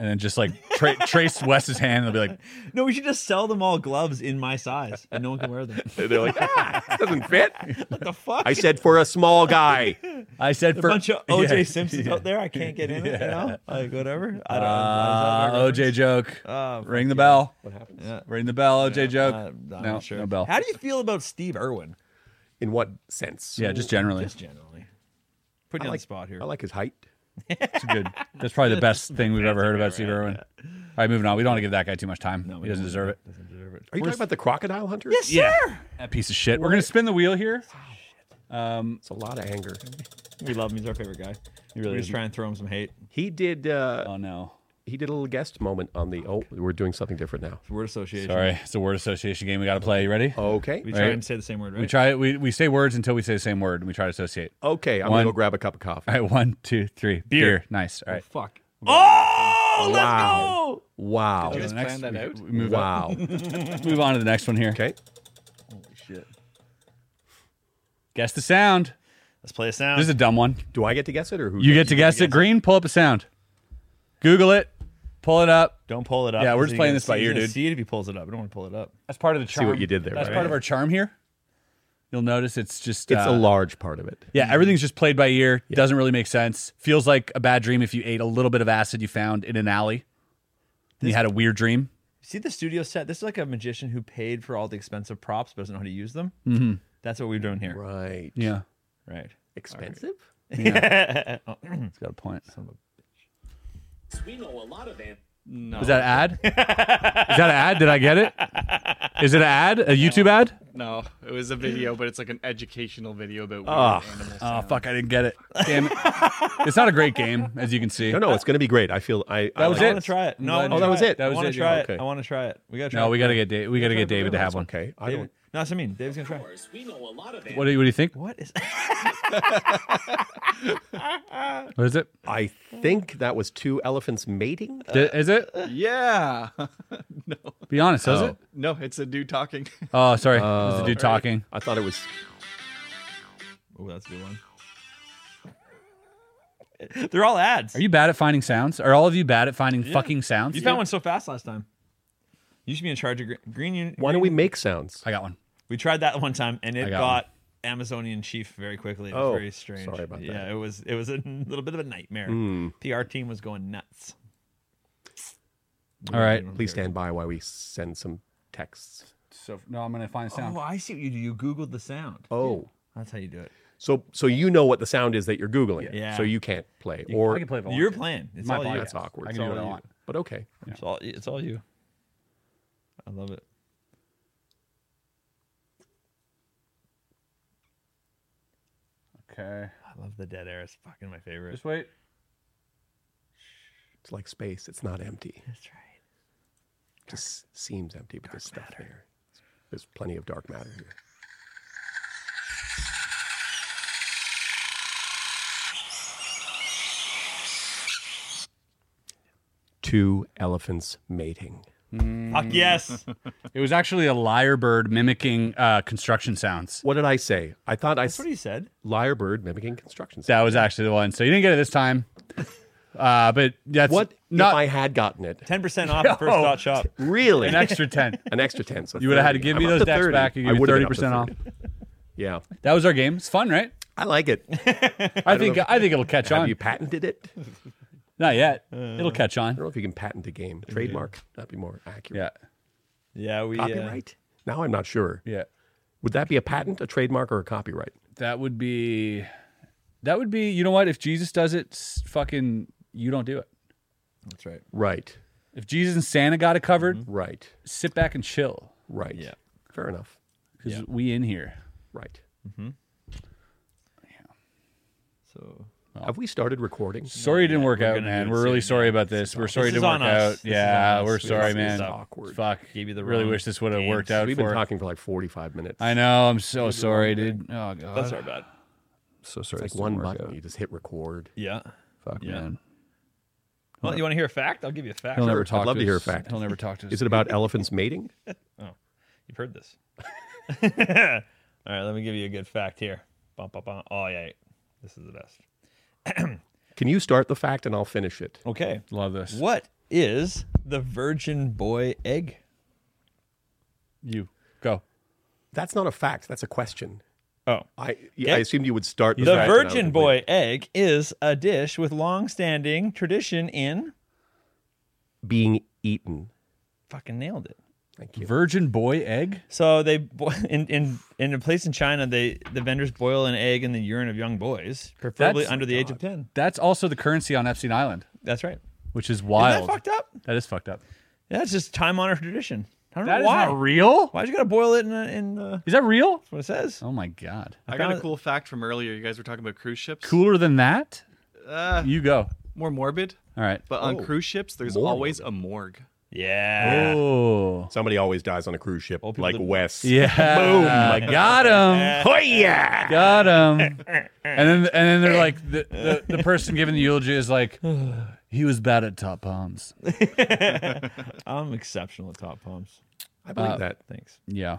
[SPEAKER 3] And then just like tra- trace Wes's hand, and they'll be like,
[SPEAKER 2] No, we should just sell them all gloves in my size, and no one can wear them.
[SPEAKER 4] They're like, ah, this doesn't fit.
[SPEAKER 2] what the fuck?
[SPEAKER 4] I said for a small guy.
[SPEAKER 3] "I said
[SPEAKER 2] a
[SPEAKER 3] for
[SPEAKER 2] bunch of OJ
[SPEAKER 3] Yeah.
[SPEAKER 2] Simpsons out there. I can't get in it. You know, like whatever. I don't.
[SPEAKER 3] Uh,
[SPEAKER 2] know. Is that a
[SPEAKER 3] OJ joke.
[SPEAKER 2] reference? Oh,
[SPEAKER 3] Ring the bell.
[SPEAKER 4] What happens?
[SPEAKER 3] Ring the bell. OJ joke.
[SPEAKER 2] uh, I'm
[SPEAKER 3] no,
[SPEAKER 2] not sure.
[SPEAKER 3] no bell.
[SPEAKER 2] How do you feel about Steve Irwin?
[SPEAKER 4] In what sense?
[SPEAKER 3] yeah, just generally.
[SPEAKER 2] Just generally. Putting
[SPEAKER 4] I
[SPEAKER 2] you on
[SPEAKER 4] like,
[SPEAKER 2] the spot here.
[SPEAKER 4] I like his height.
[SPEAKER 3] It's good. That's probably the best thing we've ever heard about Steve Irwin. All right, moving on. We don't want to give that guy too much time. he doesn't deserve it.
[SPEAKER 4] Are you talking about the crocodile hunter?
[SPEAKER 2] yes, sir.
[SPEAKER 3] That piece of shit. We're gonna spin the wheel here. Um,
[SPEAKER 4] It's a lot of anger.
[SPEAKER 2] We love him. He's our favorite guy. You really just trying to throw him some hate.
[SPEAKER 4] He did. Uh,
[SPEAKER 3] oh no.
[SPEAKER 4] he did a little guest moment on the. Oh, we're doing something different now.
[SPEAKER 2] Word association.
[SPEAKER 3] Sorry, it's a word association game. We got to play. You ready?
[SPEAKER 4] Okay.
[SPEAKER 2] We try
[SPEAKER 3] Right.
[SPEAKER 2] and say the same word, right?
[SPEAKER 3] We try it. We, we say words until we say the same word, and we try to associate.
[SPEAKER 4] Okay. I'm
[SPEAKER 3] One.
[SPEAKER 4] gonna go grab a cup of coffee.
[SPEAKER 3] All right, one, two, three. Beer. Nice. All right.
[SPEAKER 2] Fuck. Oh, let's
[SPEAKER 4] Wow.
[SPEAKER 2] go.
[SPEAKER 4] Wow.
[SPEAKER 5] Did you guys
[SPEAKER 3] the next-
[SPEAKER 5] plan that out?
[SPEAKER 3] We move on.
[SPEAKER 4] Wow.
[SPEAKER 3] Move on to the next one here.
[SPEAKER 4] okay.
[SPEAKER 3] Guess the sound.
[SPEAKER 2] Let's play a sound.
[SPEAKER 3] This is a dumb one.
[SPEAKER 4] Do I get to guess it or who?
[SPEAKER 3] You get to guess it. Green, pull up a sound. Google it. Pull it up.
[SPEAKER 2] Don't pull it up.
[SPEAKER 3] Yeah, we're
[SPEAKER 2] Is
[SPEAKER 3] just
[SPEAKER 2] he
[SPEAKER 3] playing
[SPEAKER 2] gonna
[SPEAKER 3] this by
[SPEAKER 2] see-
[SPEAKER 3] ear,
[SPEAKER 2] he's gonna
[SPEAKER 3] dude.
[SPEAKER 2] See it if he pulls it up. I don't want to pull it up.
[SPEAKER 3] That's part of the charm.
[SPEAKER 4] what you did there,
[SPEAKER 3] That's
[SPEAKER 4] right?
[SPEAKER 3] part of our charm here. You'll notice it's just
[SPEAKER 4] It's
[SPEAKER 3] uh,
[SPEAKER 4] a large part of it.
[SPEAKER 3] Yeah, everything's just played by ear. Doesn't really make sense. Feels like a bad dream if you ate a little bit of acid you found in an alley and you had a weird dream.
[SPEAKER 2] See the studio set. This is like a magician who paid for all the expensive props, but doesn't know how to use them.
[SPEAKER 3] Mm-hmm.
[SPEAKER 2] That's what we're doing here, right?
[SPEAKER 4] Right.
[SPEAKER 3] Yeah,
[SPEAKER 4] Expensive.
[SPEAKER 3] it's got a point.
[SPEAKER 7] We know a lot of them.
[SPEAKER 5] No.
[SPEAKER 3] Is that an ad? is that an ad? Did I get it? Is it an ad? A YouTube ad?
[SPEAKER 5] No, it was a video, but it's like an educational video about weird
[SPEAKER 4] Ah.
[SPEAKER 5] animals.
[SPEAKER 3] Oh fuck! I didn't get it. Damn it! it's not a great game, as you can see.
[SPEAKER 4] No, no, it's gonna be great. I feel. I. I
[SPEAKER 3] That was
[SPEAKER 2] I
[SPEAKER 4] like
[SPEAKER 3] it.
[SPEAKER 2] want to try it. No,
[SPEAKER 3] Glad
[SPEAKER 2] I wanna
[SPEAKER 4] you- Oh, that
[SPEAKER 2] try
[SPEAKER 4] was it. That
[SPEAKER 2] I
[SPEAKER 4] was
[SPEAKER 2] want
[SPEAKER 3] it,
[SPEAKER 2] to try
[SPEAKER 3] yeah,
[SPEAKER 2] it.
[SPEAKER 4] okay.
[SPEAKER 2] I want to try it. We gotta try.
[SPEAKER 3] No,
[SPEAKER 2] it.
[SPEAKER 3] we gotta get Dave. We gotta get David to have one.
[SPEAKER 4] Okay. I
[SPEAKER 2] David.
[SPEAKER 4] don't.
[SPEAKER 2] No, that's what I mean. David's gonna try. it.
[SPEAKER 7] We know a lot of them.
[SPEAKER 3] What do you What do you think?
[SPEAKER 2] What is?
[SPEAKER 3] What is it?
[SPEAKER 4] I think that was two elephants mating.
[SPEAKER 3] Di- Is it?
[SPEAKER 5] Yeah. no.
[SPEAKER 3] Be honest. Is it?
[SPEAKER 5] No, it's a dude talking.
[SPEAKER 3] Oh, sorry. There's
[SPEAKER 4] Uh,
[SPEAKER 3] a dude talking.
[SPEAKER 4] I thought it was.
[SPEAKER 2] Oh, that's a good one. They're all ads.
[SPEAKER 3] Are you bad at finding sounds? Are all of you bad at finding fucking sounds?
[SPEAKER 2] You found one so fast last time. You should be in charge of Green, green Union.
[SPEAKER 4] Why don't we make sounds?
[SPEAKER 3] I got one.
[SPEAKER 2] We tried that one time, and
[SPEAKER 3] I
[SPEAKER 2] it
[SPEAKER 3] got
[SPEAKER 2] got, Amazonian Chief very quickly. It was
[SPEAKER 4] Oh,
[SPEAKER 2] very strange.
[SPEAKER 4] sorry about that.
[SPEAKER 2] Yeah, it was it was a little bit of a nightmare. PR team was going nuts.
[SPEAKER 3] All right.
[SPEAKER 4] Please stand by while we send some texts.
[SPEAKER 3] So no, I'm gonna find a sound.
[SPEAKER 2] Oh, I see what you do. You googled the sound.
[SPEAKER 4] Oh.
[SPEAKER 2] That's how you do it.
[SPEAKER 4] So so you know what the sound is that you're googling.
[SPEAKER 2] Yeah.
[SPEAKER 4] So you can't play or
[SPEAKER 3] I can play if I want
[SPEAKER 2] You're
[SPEAKER 3] to.
[SPEAKER 2] playing. It's
[SPEAKER 3] My
[SPEAKER 2] all you.
[SPEAKER 3] podcast.
[SPEAKER 4] that's awkward.
[SPEAKER 3] I
[SPEAKER 4] It's
[SPEAKER 3] can do
[SPEAKER 4] all
[SPEAKER 3] what I
[SPEAKER 4] you.
[SPEAKER 3] want.
[SPEAKER 4] But okay.
[SPEAKER 2] It's all it's all you. I love it.
[SPEAKER 3] Okay.
[SPEAKER 2] I love the dead air. It's fucking my favorite.
[SPEAKER 3] Just wait.
[SPEAKER 4] It's like space. It's not empty.
[SPEAKER 2] That's right.
[SPEAKER 4] It just seems empty, but there's stuff there. There's plenty of dark matter here. two elephants mating.
[SPEAKER 3] Fuck
[SPEAKER 2] Mm.
[SPEAKER 3] yes. it was actually a lyrebird mimicking uh, construction sounds.
[SPEAKER 4] What did I say? I thought I.
[SPEAKER 3] That's what he said.
[SPEAKER 4] Lyrebird mimicking construction.
[SPEAKER 3] That was actually the one. So you didn't get it this time. Uh, but that's
[SPEAKER 4] What
[SPEAKER 3] not
[SPEAKER 4] if I had gotten it?
[SPEAKER 2] Ten percent
[SPEAKER 3] off at
[SPEAKER 2] Oh.
[SPEAKER 3] first dot shop.
[SPEAKER 4] Really?
[SPEAKER 3] An extra 10.
[SPEAKER 4] An extra ten. So
[SPEAKER 3] You would've had to
[SPEAKER 4] 30.
[SPEAKER 3] give me
[SPEAKER 4] I'm up
[SPEAKER 3] those
[SPEAKER 4] to
[SPEAKER 3] decks
[SPEAKER 4] 30.
[SPEAKER 3] back. You
[SPEAKER 4] I
[SPEAKER 3] gave me
[SPEAKER 4] would've been up to
[SPEAKER 3] 30% off.
[SPEAKER 4] 30. Yeah.
[SPEAKER 3] That was our game. It's fun, right?
[SPEAKER 4] I like it.
[SPEAKER 3] I, think I think it'll catch on.
[SPEAKER 4] Have you Uh, patented it?
[SPEAKER 3] Not yet. it'll catch on. I
[SPEAKER 4] don't know if you can patent a game. Trademark. That'd be more accurate.
[SPEAKER 2] Yeah, we uh,
[SPEAKER 4] Copyright? Now I'm not sure.
[SPEAKER 3] Yeah.
[SPEAKER 4] Would that be a patent, a trademark, or a copyright?
[SPEAKER 3] That would be that would be, you know what? If Jesus does it, s- fucking you don't do it.
[SPEAKER 2] That's right.
[SPEAKER 4] Right.
[SPEAKER 3] If Jesus and Santa got it covered,
[SPEAKER 4] right.
[SPEAKER 3] Sit back and chill.
[SPEAKER 4] Right. Yeah. Fair enough.
[SPEAKER 3] Because we in here.
[SPEAKER 4] Right.
[SPEAKER 2] Mm-hmm.
[SPEAKER 4] So have we started recording?
[SPEAKER 3] Sorry it didn't work out, man. We're really sorry about this. We're sorry it
[SPEAKER 4] This is
[SPEAKER 3] didn't work
[SPEAKER 4] on us.
[SPEAKER 3] out.
[SPEAKER 4] This is
[SPEAKER 3] Yeah,
[SPEAKER 4] on us.
[SPEAKER 3] we're
[SPEAKER 4] This
[SPEAKER 3] sorry,
[SPEAKER 4] is
[SPEAKER 3] man.
[SPEAKER 4] awkward.
[SPEAKER 3] Fuck.
[SPEAKER 4] Gave you the
[SPEAKER 3] really
[SPEAKER 4] wrong
[SPEAKER 3] wish this would have
[SPEAKER 4] games.
[SPEAKER 3] worked out.
[SPEAKER 4] We've been
[SPEAKER 3] for-
[SPEAKER 4] talking for like 45 minutes.
[SPEAKER 3] I know. I'm so sorry, dude. Oh god.
[SPEAKER 2] That's our bad.
[SPEAKER 3] So
[SPEAKER 4] It's like one button. You just hit record.
[SPEAKER 2] Yeah.
[SPEAKER 3] Fuck
[SPEAKER 2] Yeah.
[SPEAKER 3] man.
[SPEAKER 2] Well, you want to hear a fact? I'll give you a fact.
[SPEAKER 3] He'll never
[SPEAKER 4] Sure.
[SPEAKER 3] talk
[SPEAKER 4] I'd love
[SPEAKER 3] to
[SPEAKER 4] to, hear a
[SPEAKER 3] us.
[SPEAKER 4] fact.
[SPEAKER 3] He'll never talk to us.
[SPEAKER 4] Is it about elephants mating?
[SPEAKER 2] Oh, you've heard this. All right, let me give you a good fact here. Bum, bum, bum. Oh, yeah. This is the best.
[SPEAKER 4] Can you start the fact and I'll finish it?
[SPEAKER 2] Okay.
[SPEAKER 3] Love this.
[SPEAKER 2] What is the virgin boy egg?
[SPEAKER 3] You go.
[SPEAKER 4] That's not a fact. That's a question.
[SPEAKER 2] Oh.
[SPEAKER 4] I yeah, I assumed you would start
[SPEAKER 2] The
[SPEAKER 4] the fact and I would
[SPEAKER 2] virgin
[SPEAKER 4] complete-
[SPEAKER 2] boy egg is a dish with long-standing tradition in
[SPEAKER 4] being eaten.
[SPEAKER 2] fucking nailed it.
[SPEAKER 4] Thank you.
[SPEAKER 3] Virgin boy egg?
[SPEAKER 2] So they bo- in in in a place in China, they the vendors boil an egg in the urine of young boys, preferably
[SPEAKER 3] That's-
[SPEAKER 2] under the age of ten.
[SPEAKER 3] That's also the currency on Epstein Island.
[SPEAKER 2] That's right.
[SPEAKER 3] Which is wild.
[SPEAKER 2] fucked up?
[SPEAKER 3] That is fucked up.
[SPEAKER 2] That's just time honored tradition. I don't
[SPEAKER 3] That
[SPEAKER 2] know
[SPEAKER 3] is
[SPEAKER 2] why.
[SPEAKER 3] not real?
[SPEAKER 2] Why'd you gotta boil it in? A, in a,
[SPEAKER 3] Is that real? That's
[SPEAKER 2] what it says.
[SPEAKER 3] Oh my god.
[SPEAKER 5] I got a cool fact from earlier. You guys were talking about cruise ships.
[SPEAKER 3] Cooler than that?
[SPEAKER 5] Uh,
[SPEAKER 3] You go.
[SPEAKER 5] More morbid.
[SPEAKER 3] All right.
[SPEAKER 5] But on
[SPEAKER 3] Oh.
[SPEAKER 5] cruise ships, there's
[SPEAKER 3] More
[SPEAKER 5] always a morgue.
[SPEAKER 2] Yeah.
[SPEAKER 3] Oh.
[SPEAKER 4] Somebody always dies on a cruise ship, like Wes.
[SPEAKER 3] Yeah.
[SPEAKER 4] Boom.
[SPEAKER 3] Got him.
[SPEAKER 4] Hoya.
[SPEAKER 3] Got him. And then and then they're like the, the, the person giving the eulogy is like he was bad at top palms.
[SPEAKER 2] I'm exceptional at top pumps.
[SPEAKER 4] I believe that.
[SPEAKER 2] Thanks.
[SPEAKER 3] Yeah.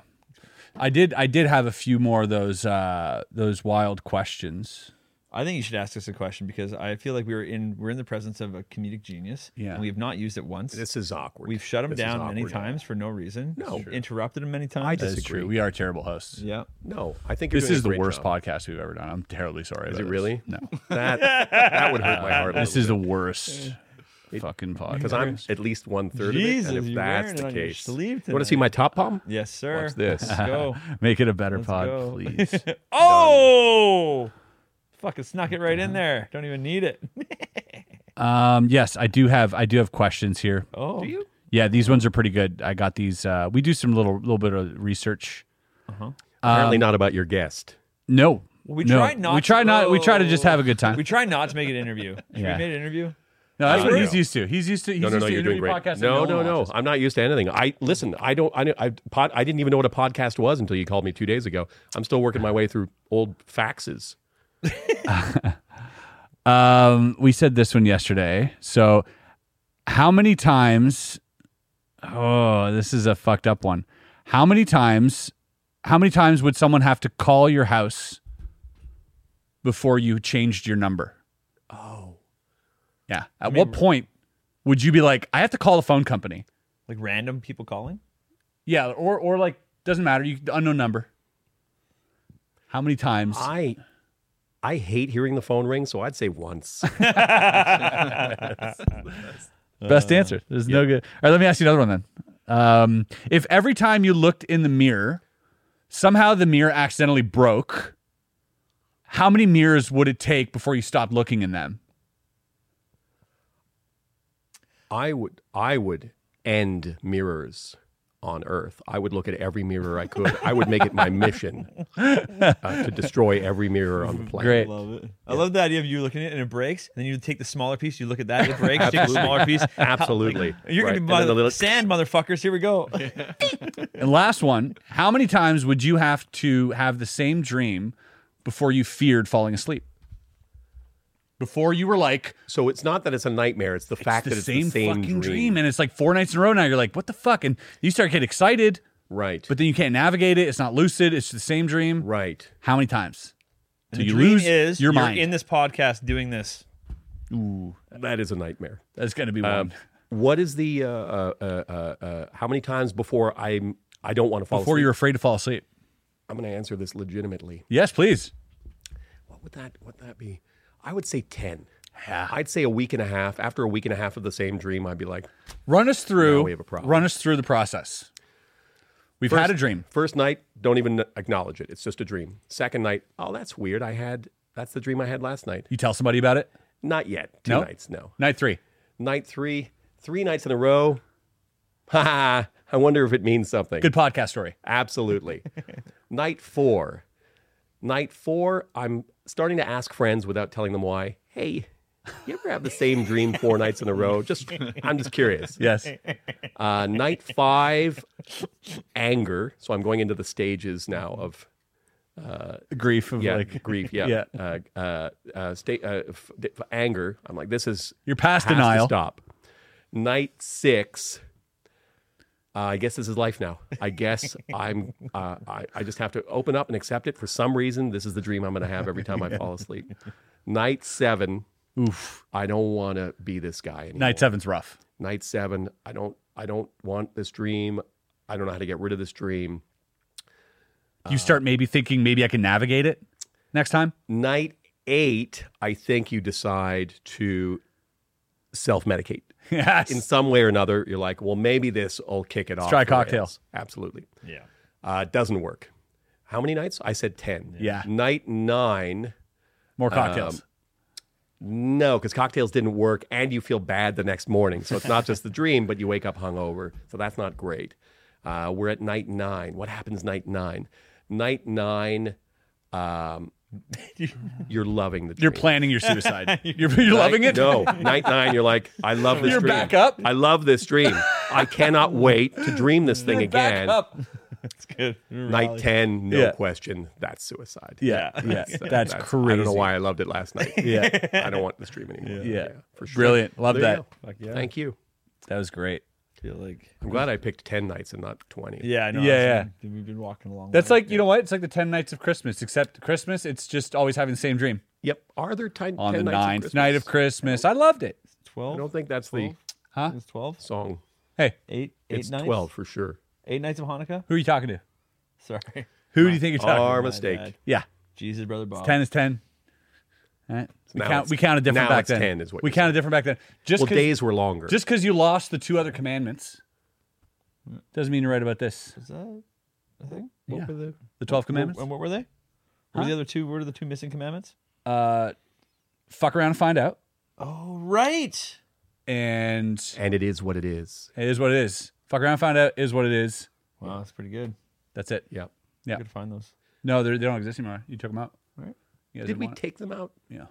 [SPEAKER 3] I did I did have a few more of those uh those wild questions.
[SPEAKER 2] I think you should ask us a question because I feel like we were in we're in the presence of a comedic genius.
[SPEAKER 3] Yeah.
[SPEAKER 2] And we have not used it once.
[SPEAKER 4] This is awkward.
[SPEAKER 2] We've shut him
[SPEAKER 4] This is
[SPEAKER 2] down many
[SPEAKER 4] awkward.
[SPEAKER 2] times for no reason.
[SPEAKER 4] No.
[SPEAKER 2] We've Interrupted him many times.
[SPEAKER 4] I disagree.
[SPEAKER 3] We are terrible hosts.
[SPEAKER 2] Yeah.
[SPEAKER 4] No, I think you're
[SPEAKER 3] This
[SPEAKER 4] doing a
[SPEAKER 3] is the
[SPEAKER 4] great
[SPEAKER 3] worst
[SPEAKER 4] job.
[SPEAKER 3] podcast we've ever done. I'm terribly sorry.
[SPEAKER 4] Is
[SPEAKER 3] about
[SPEAKER 4] it
[SPEAKER 3] this.
[SPEAKER 4] really?
[SPEAKER 3] No.
[SPEAKER 4] That that would hurt my heart. a
[SPEAKER 3] This
[SPEAKER 4] little
[SPEAKER 3] is the
[SPEAKER 4] bit.
[SPEAKER 3] worst fucking podcast.
[SPEAKER 4] because I'm at least one third
[SPEAKER 2] Jesus,
[SPEAKER 4] of it. If
[SPEAKER 2] you're
[SPEAKER 4] that's
[SPEAKER 2] wearing
[SPEAKER 4] the
[SPEAKER 2] it on your
[SPEAKER 4] case,
[SPEAKER 2] sleeve
[SPEAKER 4] want to see
[SPEAKER 2] tonight.
[SPEAKER 4] my top palm?
[SPEAKER 2] Yes, sir.
[SPEAKER 4] Watch this.
[SPEAKER 2] Let's go.
[SPEAKER 3] Make it a better pod,
[SPEAKER 2] go.
[SPEAKER 3] please.
[SPEAKER 2] oh, fucking snuck it right in there. Don't even need it.
[SPEAKER 3] um, yes, I do have I do have questions here.
[SPEAKER 2] Oh, do you?
[SPEAKER 3] Yeah, these ones are pretty good. I got these. Uh, we do some little little bit of research.
[SPEAKER 2] Uh-huh.
[SPEAKER 4] Apparently not about your guest.
[SPEAKER 3] No,
[SPEAKER 2] We
[SPEAKER 3] no.
[SPEAKER 2] try not.
[SPEAKER 3] We try
[SPEAKER 2] to,
[SPEAKER 3] not. We try to just have a good time.
[SPEAKER 2] We try not to make an interview. Should
[SPEAKER 3] Yeah.
[SPEAKER 2] we made an interview?
[SPEAKER 3] no, that's
[SPEAKER 4] No,
[SPEAKER 3] what
[SPEAKER 4] no,
[SPEAKER 3] he's
[SPEAKER 4] no.
[SPEAKER 3] used to. He's used to. He's
[SPEAKER 4] No, no,
[SPEAKER 3] used
[SPEAKER 4] no,
[SPEAKER 3] to
[SPEAKER 4] you're doing
[SPEAKER 3] interview
[SPEAKER 4] great.
[SPEAKER 3] podcasts and
[SPEAKER 4] No, no,
[SPEAKER 3] one
[SPEAKER 4] no.
[SPEAKER 3] watches.
[SPEAKER 4] I'm not used to anything. I listen. I don't. I, I pod, I didn't even know what a podcast was until you called me two days ago. I'm still working my way through old faxes.
[SPEAKER 3] Um, we said this one yesterday. So, how many times? Oh, this is a fucked up one. How many times? How many times would someone have to call your house before you changed your number?
[SPEAKER 4] Oh,
[SPEAKER 3] Yeah. At what point would you be like, I have to call the phone company?
[SPEAKER 2] Like random people calling.
[SPEAKER 3] Yeah, or or like doesn't matter. You unknown number. How many times?
[SPEAKER 4] I I hate hearing the phone ring, so I'd say once.
[SPEAKER 3] Best answer. There's no good. All right, let me ask you another one then. Um, if every time you looked in the mirror, somehow the mirror accidentally broke, how many mirrors would it take before you stopped looking in them?
[SPEAKER 4] I would I would end mirrors on Earth. I would look at every mirror I could. I would make it my mission uh, to destroy every mirror on the planet.
[SPEAKER 3] Great.
[SPEAKER 2] Love it. I love the idea of you looking at it and it breaks, and then you take the smaller piece, you look at that, it breaks, take the
[SPEAKER 4] Absolutely.
[SPEAKER 2] smaller piece.
[SPEAKER 4] Absolutely.
[SPEAKER 2] You're
[SPEAKER 4] Right.
[SPEAKER 2] gonna
[SPEAKER 4] And
[SPEAKER 2] be
[SPEAKER 4] then
[SPEAKER 2] mother-
[SPEAKER 4] the little-
[SPEAKER 2] sand, motherfuckers. Here we go.
[SPEAKER 3] And last one, how many times would you have to have the same dream before you feared falling asleep? before you were like.
[SPEAKER 4] So it's not that it's a nightmare. It's the fact that it's the same
[SPEAKER 3] fucking
[SPEAKER 4] dream.
[SPEAKER 3] dream. and it's like four nights in a row now. You're like, what the fuck? And you start getting excited,
[SPEAKER 4] right?
[SPEAKER 3] But then you can't navigate it. It's not lucid. It's the same dream,
[SPEAKER 4] right?
[SPEAKER 3] How many times?
[SPEAKER 2] And
[SPEAKER 3] Till
[SPEAKER 2] the
[SPEAKER 3] you
[SPEAKER 2] dream
[SPEAKER 3] lose
[SPEAKER 2] is
[SPEAKER 3] your
[SPEAKER 2] you're
[SPEAKER 3] mind.
[SPEAKER 2] in this podcast doing this.
[SPEAKER 3] Ooh,
[SPEAKER 4] that is a nightmare.
[SPEAKER 3] That's going to be one.
[SPEAKER 4] Um, what is the uh, uh, uh, uh, uh, how many times before I'm I don't want to fall
[SPEAKER 3] before
[SPEAKER 4] asleep?
[SPEAKER 3] you're afraid to fall asleep.
[SPEAKER 4] I'm going to answer this legitimately.
[SPEAKER 3] Yes, please.
[SPEAKER 4] What would that what that be? I would say ten. I'd say a week and a half. After a week and a half of the same dream, I'd be like,
[SPEAKER 3] Run us through.
[SPEAKER 4] we have a problem.
[SPEAKER 3] Run us through the process. We've
[SPEAKER 4] First-
[SPEAKER 3] had a dream.
[SPEAKER 4] First night, don't even acknowledge it. It's just a dream. Second night, oh, that's weird. I had that's the dream I had last night.
[SPEAKER 3] You tell somebody about it.
[SPEAKER 4] Not yet. Two
[SPEAKER 3] No?
[SPEAKER 4] nights. No.
[SPEAKER 3] Night three.
[SPEAKER 4] Night three. Three nights in a row. Ha ha. I wonder if it means something.
[SPEAKER 3] Good podcast story.
[SPEAKER 4] Absolutely. night four. Night four. I'm starting to ask friends without telling them why. Hey, you ever have the same dream four nights in a row? Just I'm just curious.
[SPEAKER 3] Yes.
[SPEAKER 4] Uh, night five. Anger. So I'm going into the stages now of uh,
[SPEAKER 3] grief of
[SPEAKER 4] yeah,
[SPEAKER 3] like-
[SPEAKER 4] grief. Yeah.
[SPEAKER 3] Yeah.
[SPEAKER 4] Uh, uh, uh, sta- uh, f- d- f- anger. I'm like, this is
[SPEAKER 3] You're past
[SPEAKER 4] has to
[SPEAKER 3] denial.
[SPEAKER 4] Stop. Night six. Uh, I guess this is life now. I guess I'm. Uh, I, I just have to open up and accept it. For some reason, this is the dream I'm going to have every time I fall asleep. Night seven.
[SPEAKER 3] Oof.
[SPEAKER 4] I don't want to be this guy anymore.
[SPEAKER 3] Night seven's rough.
[SPEAKER 4] Night seven. I don't. I don't want this dream. I don't know how to get rid of this dream.
[SPEAKER 3] You
[SPEAKER 4] Uh,
[SPEAKER 3] start maybe thinking maybe I can navigate it next time.
[SPEAKER 4] Night eight. I think you decide to self-medicate.
[SPEAKER 3] Yes.
[SPEAKER 4] In some way or another, you're like, well, maybe this will kick it off.
[SPEAKER 3] try
[SPEAKER 4] the
[SPEAKER 3] cocktail.
[SPEAKER 4] rails. Absolutely.
[SPEAKER 2] Yeah.
[SPEAKER 4] Uh, it doesn't work. How many nights? I said 10.
[SPEAKER 3] Yeah.
[SPEAKER 4] Night nine.
[SPEAKER 3] More cocktails.
[SPEAKER 4] um, no, because cocktails didn't work and you feel bad the next morning. So it's not just the dream, but you wake up hungover. So that's not great. Uh, we're at night nine. What happens night nine? Night nine, um, you're loving the dream.
[SPEAKER 3] You're planning your suicide. You're,
[SPEAKER 4] Night-
[SPEAKER 3] you're loving it.
[SPEAKER 4] No, night nine. You're like, I love this.
[SPEAKER 3] You're
[SPEAKER 4] dream.
[SPEAKER 3] back up?
[SPEAKER 4] I love this dream. I cannot wait to dream this thing
[SPEAKER 3] You're back
[SPEAKER 4] again.
[SPEAKER 3] up.
[SPEAKER 2] That's good.
[SPEAKER 4] Night ten, no
[SPEAKER 3] Yeah.
[SPEAKER 4] question. That's suicide. uh,
[SPEAKER 3] Yeah, yeah, that's
[SPEAKER 4] I don't know
[SPEAKER 3] crazy.
[SPEAKER 4] why I loved it last night.
[SPEAKER 3] Yeah.
[SPEAKER 4] I don't want this dream anymore.
[SPEAKER 3] Yeah.
[SPEAKER 4] for sure.
[SPEAKER 3] Brilliant. Love
[SPEAKER 4] There you
[SPEAKER 3] that.
[SPEAKER 4] go.
[SPEAKER 2] Fuck yeah.
[SPEAKER 4] Thank you.
[SPEAKER 3] That was great.
[SPEAKER 2] feel like
[SPEAKER 4] I'm glad I picked ten nights and not twenty.
[SPEAKER 2] Yeah, I know.
[SPEAKER 3] Yeah,
[SPEAKER 2] It's been- We've been walking along.
[SPEAKER 3] That's like you know what? It's like the ten nights of Christmas, except Christmas, it's just always having the same dream.
[SPEAKER 4] Yep. Are there ti-
[SPEAKER 3] On
[SPEAKER 4] 10
[SPEAKER 3] the
[SPEAKER 4] nights of
[SPEAKER 3] ninth
[SPEAKER 4] Christmas?
[SPEAKER 3] night of Christmas, I loved it.
[SPEAKER 4] I
[SPEAKER 2] twelve.
[SPEAKER 4] don't think that's the
[SPEAKER 3] Huh?
[SPEAKER 2] It's twelve.
[SPEAKER 4] song.
[SPEAKER 3] Hey,
[SPEAKER 2] Eight. Eight
[SPEAKER 4] It's
[SPEAKER 2] nights.
[SPEAKER 4] twelve for sure.
[SPEAKER 2] Eight nights of Hanukkah.
[SPEAKER 3] who are you talking to?
[SPEAKER 2] Sorry.
[SPEAKER 3] Who do you think you're talking?
[SPEAKER 4] Our
[SPEAKER 3] to?
[SPEAKER 4] mistake.
[SPEAKER 2] bad.
[SPEAKER 3] Yeah,
[SPEAKER 2] Jesus, brother Bob.
[SPEAKER 3] ten is ten. All right. We,
[SPEAKER 4] Now
[SPEAKER 3] count,
[SPEAKER 4] it's-
[SPEAKER 3] we counted different
[SPEAKER 4] now
[SPEAKER 3] back
[SPEAKER 4] it's
[SPEAKER 3] then.
[SPEAKER 4] 10 is what
[SPEAKER 3] we
[SPEAKER 4] you're
[SPEAKER 3] counted different back then. Just
[SPEAKER 4] well,
[SPEAKER 3] 'cause-
[SPEAKER 4] days were longer.
[SPEAKER 3] Just because you lost the two other commandments doesn't mean you're right about this.
[SPEAKER 2] Is that a thing?
[SPEAKER 4] What
[SPEAKER 3] yeah.
[SPEAKER 4] were the-
[SPEAKER 3] The twelve commandments.
[SPEAKER 2] And what were they? What Were
[SPEAKER 3] Huh?
[SPEAKER 2] the other two? What are the two missing commandments?
[SPEAKER 3] Uh, fuck around and find out.
[SPEAKER 2] Oh right.
[SPEAKER 3] And
[SPEAKER 4] and it is what it is.
[SPEAKER 3] it is what it is. Fuck around, and find out is what it is.
[SPEAKER 2] Wow, that's pretty good.
[SPEAKER 3] That's it.
[SPEAKER 4] Yep.
[SPEAKER 3] Yeah.
[SPEAKER 2] Good to find those.
[SPEAKER 3] No, they're- they don't exist anymore. You took them out.
[SPEAKER 2] Right.
[SPEAKER 3] You guys
[SPEAKER 4] Did
[SPEAKER 3] didn't
[SPEAKER 4] we
[SPEAKER 3] want
[SPEAKER 4] take them out?
[SPEAKER 3] it? Yeah.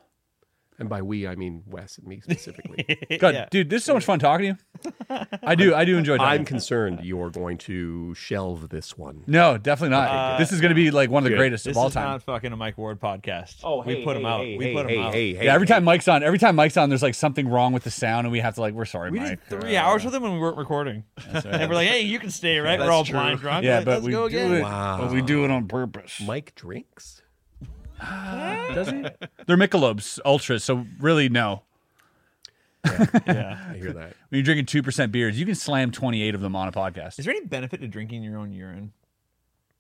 [SPEAKER 4] And by we, I mean Wes and me specifically.
[SPEAKER 3] God,
[SPEAKER 2] Yeah.
[SPEAKER 3] dude, this is so much fun talking to you. I do, I do enjoy talking.
[SPEAKER 4] I'm concerned you're going to shelve this one.
[SPEAKER 3] no, definitely not. this is going to be like one of the
[SPEAKER 4] Good.
[SPEAKER 3] greatest
[SPEAKER 2] This
[SPEAKER 3] of all
[SPEAKER 2] is
[SPEAKER 3] time.
[SPEAKER 2] not fucking a Mike Ward podcast.
[SPEAKER 4] Oh,
[SPEAKER 2] we
[SPEAKER 4] hey,
[SPEAKER 2] put him
[SPEAKER 4] hey,
[SPEAKER 2] out.
[SPEAKER 4] hey,
[SPEAKER 2] we
[SPEAKER 4] hey,
[SPEAKER 2] put him
[SPEAKER 4] hey,
[SPEAKER 2] out.
[SPEAKER 4] hey, hey,
[SPEAKER 3] yeah, every
[SPEAKER 4] hey.
[SPEAKER 3] time Mike's on, every time Mike's on, there's like something wrong with the sound, and we have to like, we're sorry,
[SPEAKER 2] We
[SPEAKER 3] Mike.
[SPEAKER 2] did three hours with him when we weren't recording. and we're like, hey, you can stay, right? we're
[SPEAKER 5] That's
[SPEAKER 2] all
[SPEAKER 5] true.
[SPEAKER 2] blind drunk.
[SPEAKER 3] yeah,
[SPEAKER 2] Like,
[SPEAKER 3] but
[SPEAKER 2] let's
[SPEAKER 3] we
[SPEAKER 2] go
[SPEAKER 3] do
[SPEAKER 2] again.
[SPEAKER 3] it.
[SPEAKER 4] Wow.
[SPEAKER 3] But we do it on purpose.
[SPEAKER 4] Mike drinks.
[SPEAKER 3] Does he? They're Michelob's ultras, so really no.
[SPEAKER 4] I hear that.
[SPEAKER 3] When you're drinking two percent beers, you can slam 28 of them on a podcast.
[SPEAKER 2] Is there any benefit to drinking your own urine?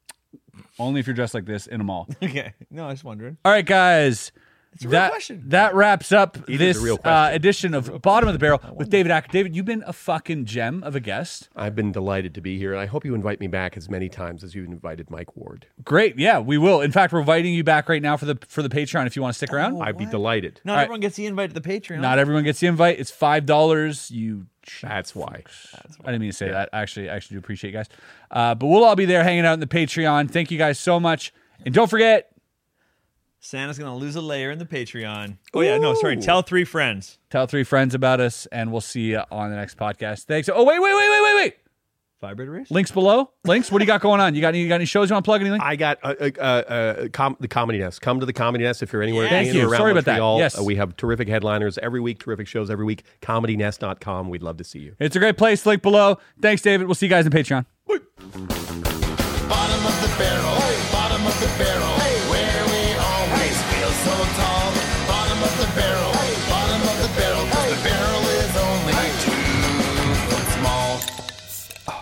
[SPEAKER 3] Only if you're dressed like this in a mall.
[SPEAKER 2] Okay. No, I was wondering.
[SPEAKER 3] All right, guys.
[SPEAKER 2] a real
[SPEAKER 3] that,
[SPEAKER 2] question.
[SPEAKER 3] that wraps up
[SPEAKER 4] It is a
[SPEAKER 3] this
[SPEAKER 4] real
[SPEAKER 3] uh,
[SPEAKER 4] question.
[SPEAKER 3] edition of Bottom of the Barrel with David Acker. David, you've been a fucking gem of a guest.
[SPEAKER 4] I've been delighted to be here, and I hope you invite me back as many times as you invited Mike Ward.
[SPEAKER 3] Great, yeah, we will. In fact, we're inviting you back right now for the for the Patreon if you want to stick around.
[SPEAKER 4] I'd be delighted.
[SPEAKER 2] Not
[SPEAKER 3] right.
[SPEAKER 2] everyone gets the invite to the Patreon.
[SPEAKER 3] Not everyone gets the invite. It's five dollars. You,
[SPEAKER 4] That's why.
[SPEAKER 3] I didn't mean to say that. I actually, I actually do appreciate you guys. Uh, but we'll all be there hanging out in the Patreon. Thank you guys so much, and don't forget.
[SPEAKER 2] Santa's gonna lose a layer in the Patreon. Oh yeah, no, sorry. Tell three friends.
[SPEAKER 3] Tell three friends about us, and we'll see you on the next podcast. Thanks. Oh wait, wait, wait, wait, wait, wait.
[SPEAKER 6] Vibrator race.
[SPEAKER 3] Links below. Links. What do you got going on? You got any? You got any shows you want to plug? Anything?
[SPEAKER 4] I got uh, uh, uh, com- the Comedy Nest. Come to the Comedy Nest if you're anywhere
[SPEAKER 3] Yes.
[SPEAKER 4] in
[SPEAKER 3] Thank
[SPEAKER 4] or
[SPEAKER 3] you.
[SPEAKER 4] around
[SPEAKER 3] Sorry about that.
[SPEAKER 4] Montreal.
[SPEAKER 3] Yes.
[SPEAKER 4] Uh, we have terrific headliners every week, terrific shows every week. ComedyNest.com. We'd love to see you.
[SPEAKER 3] It's a great place. Link below. Thanks, David. We'll see you guys on Patreon.
[SPEAKER 8] Bottom of the barrel, bottom of the barrel, where we always feel so tall. Bottom of the barrel, bottom of the barrel, 'cause the barrel is only two foot small.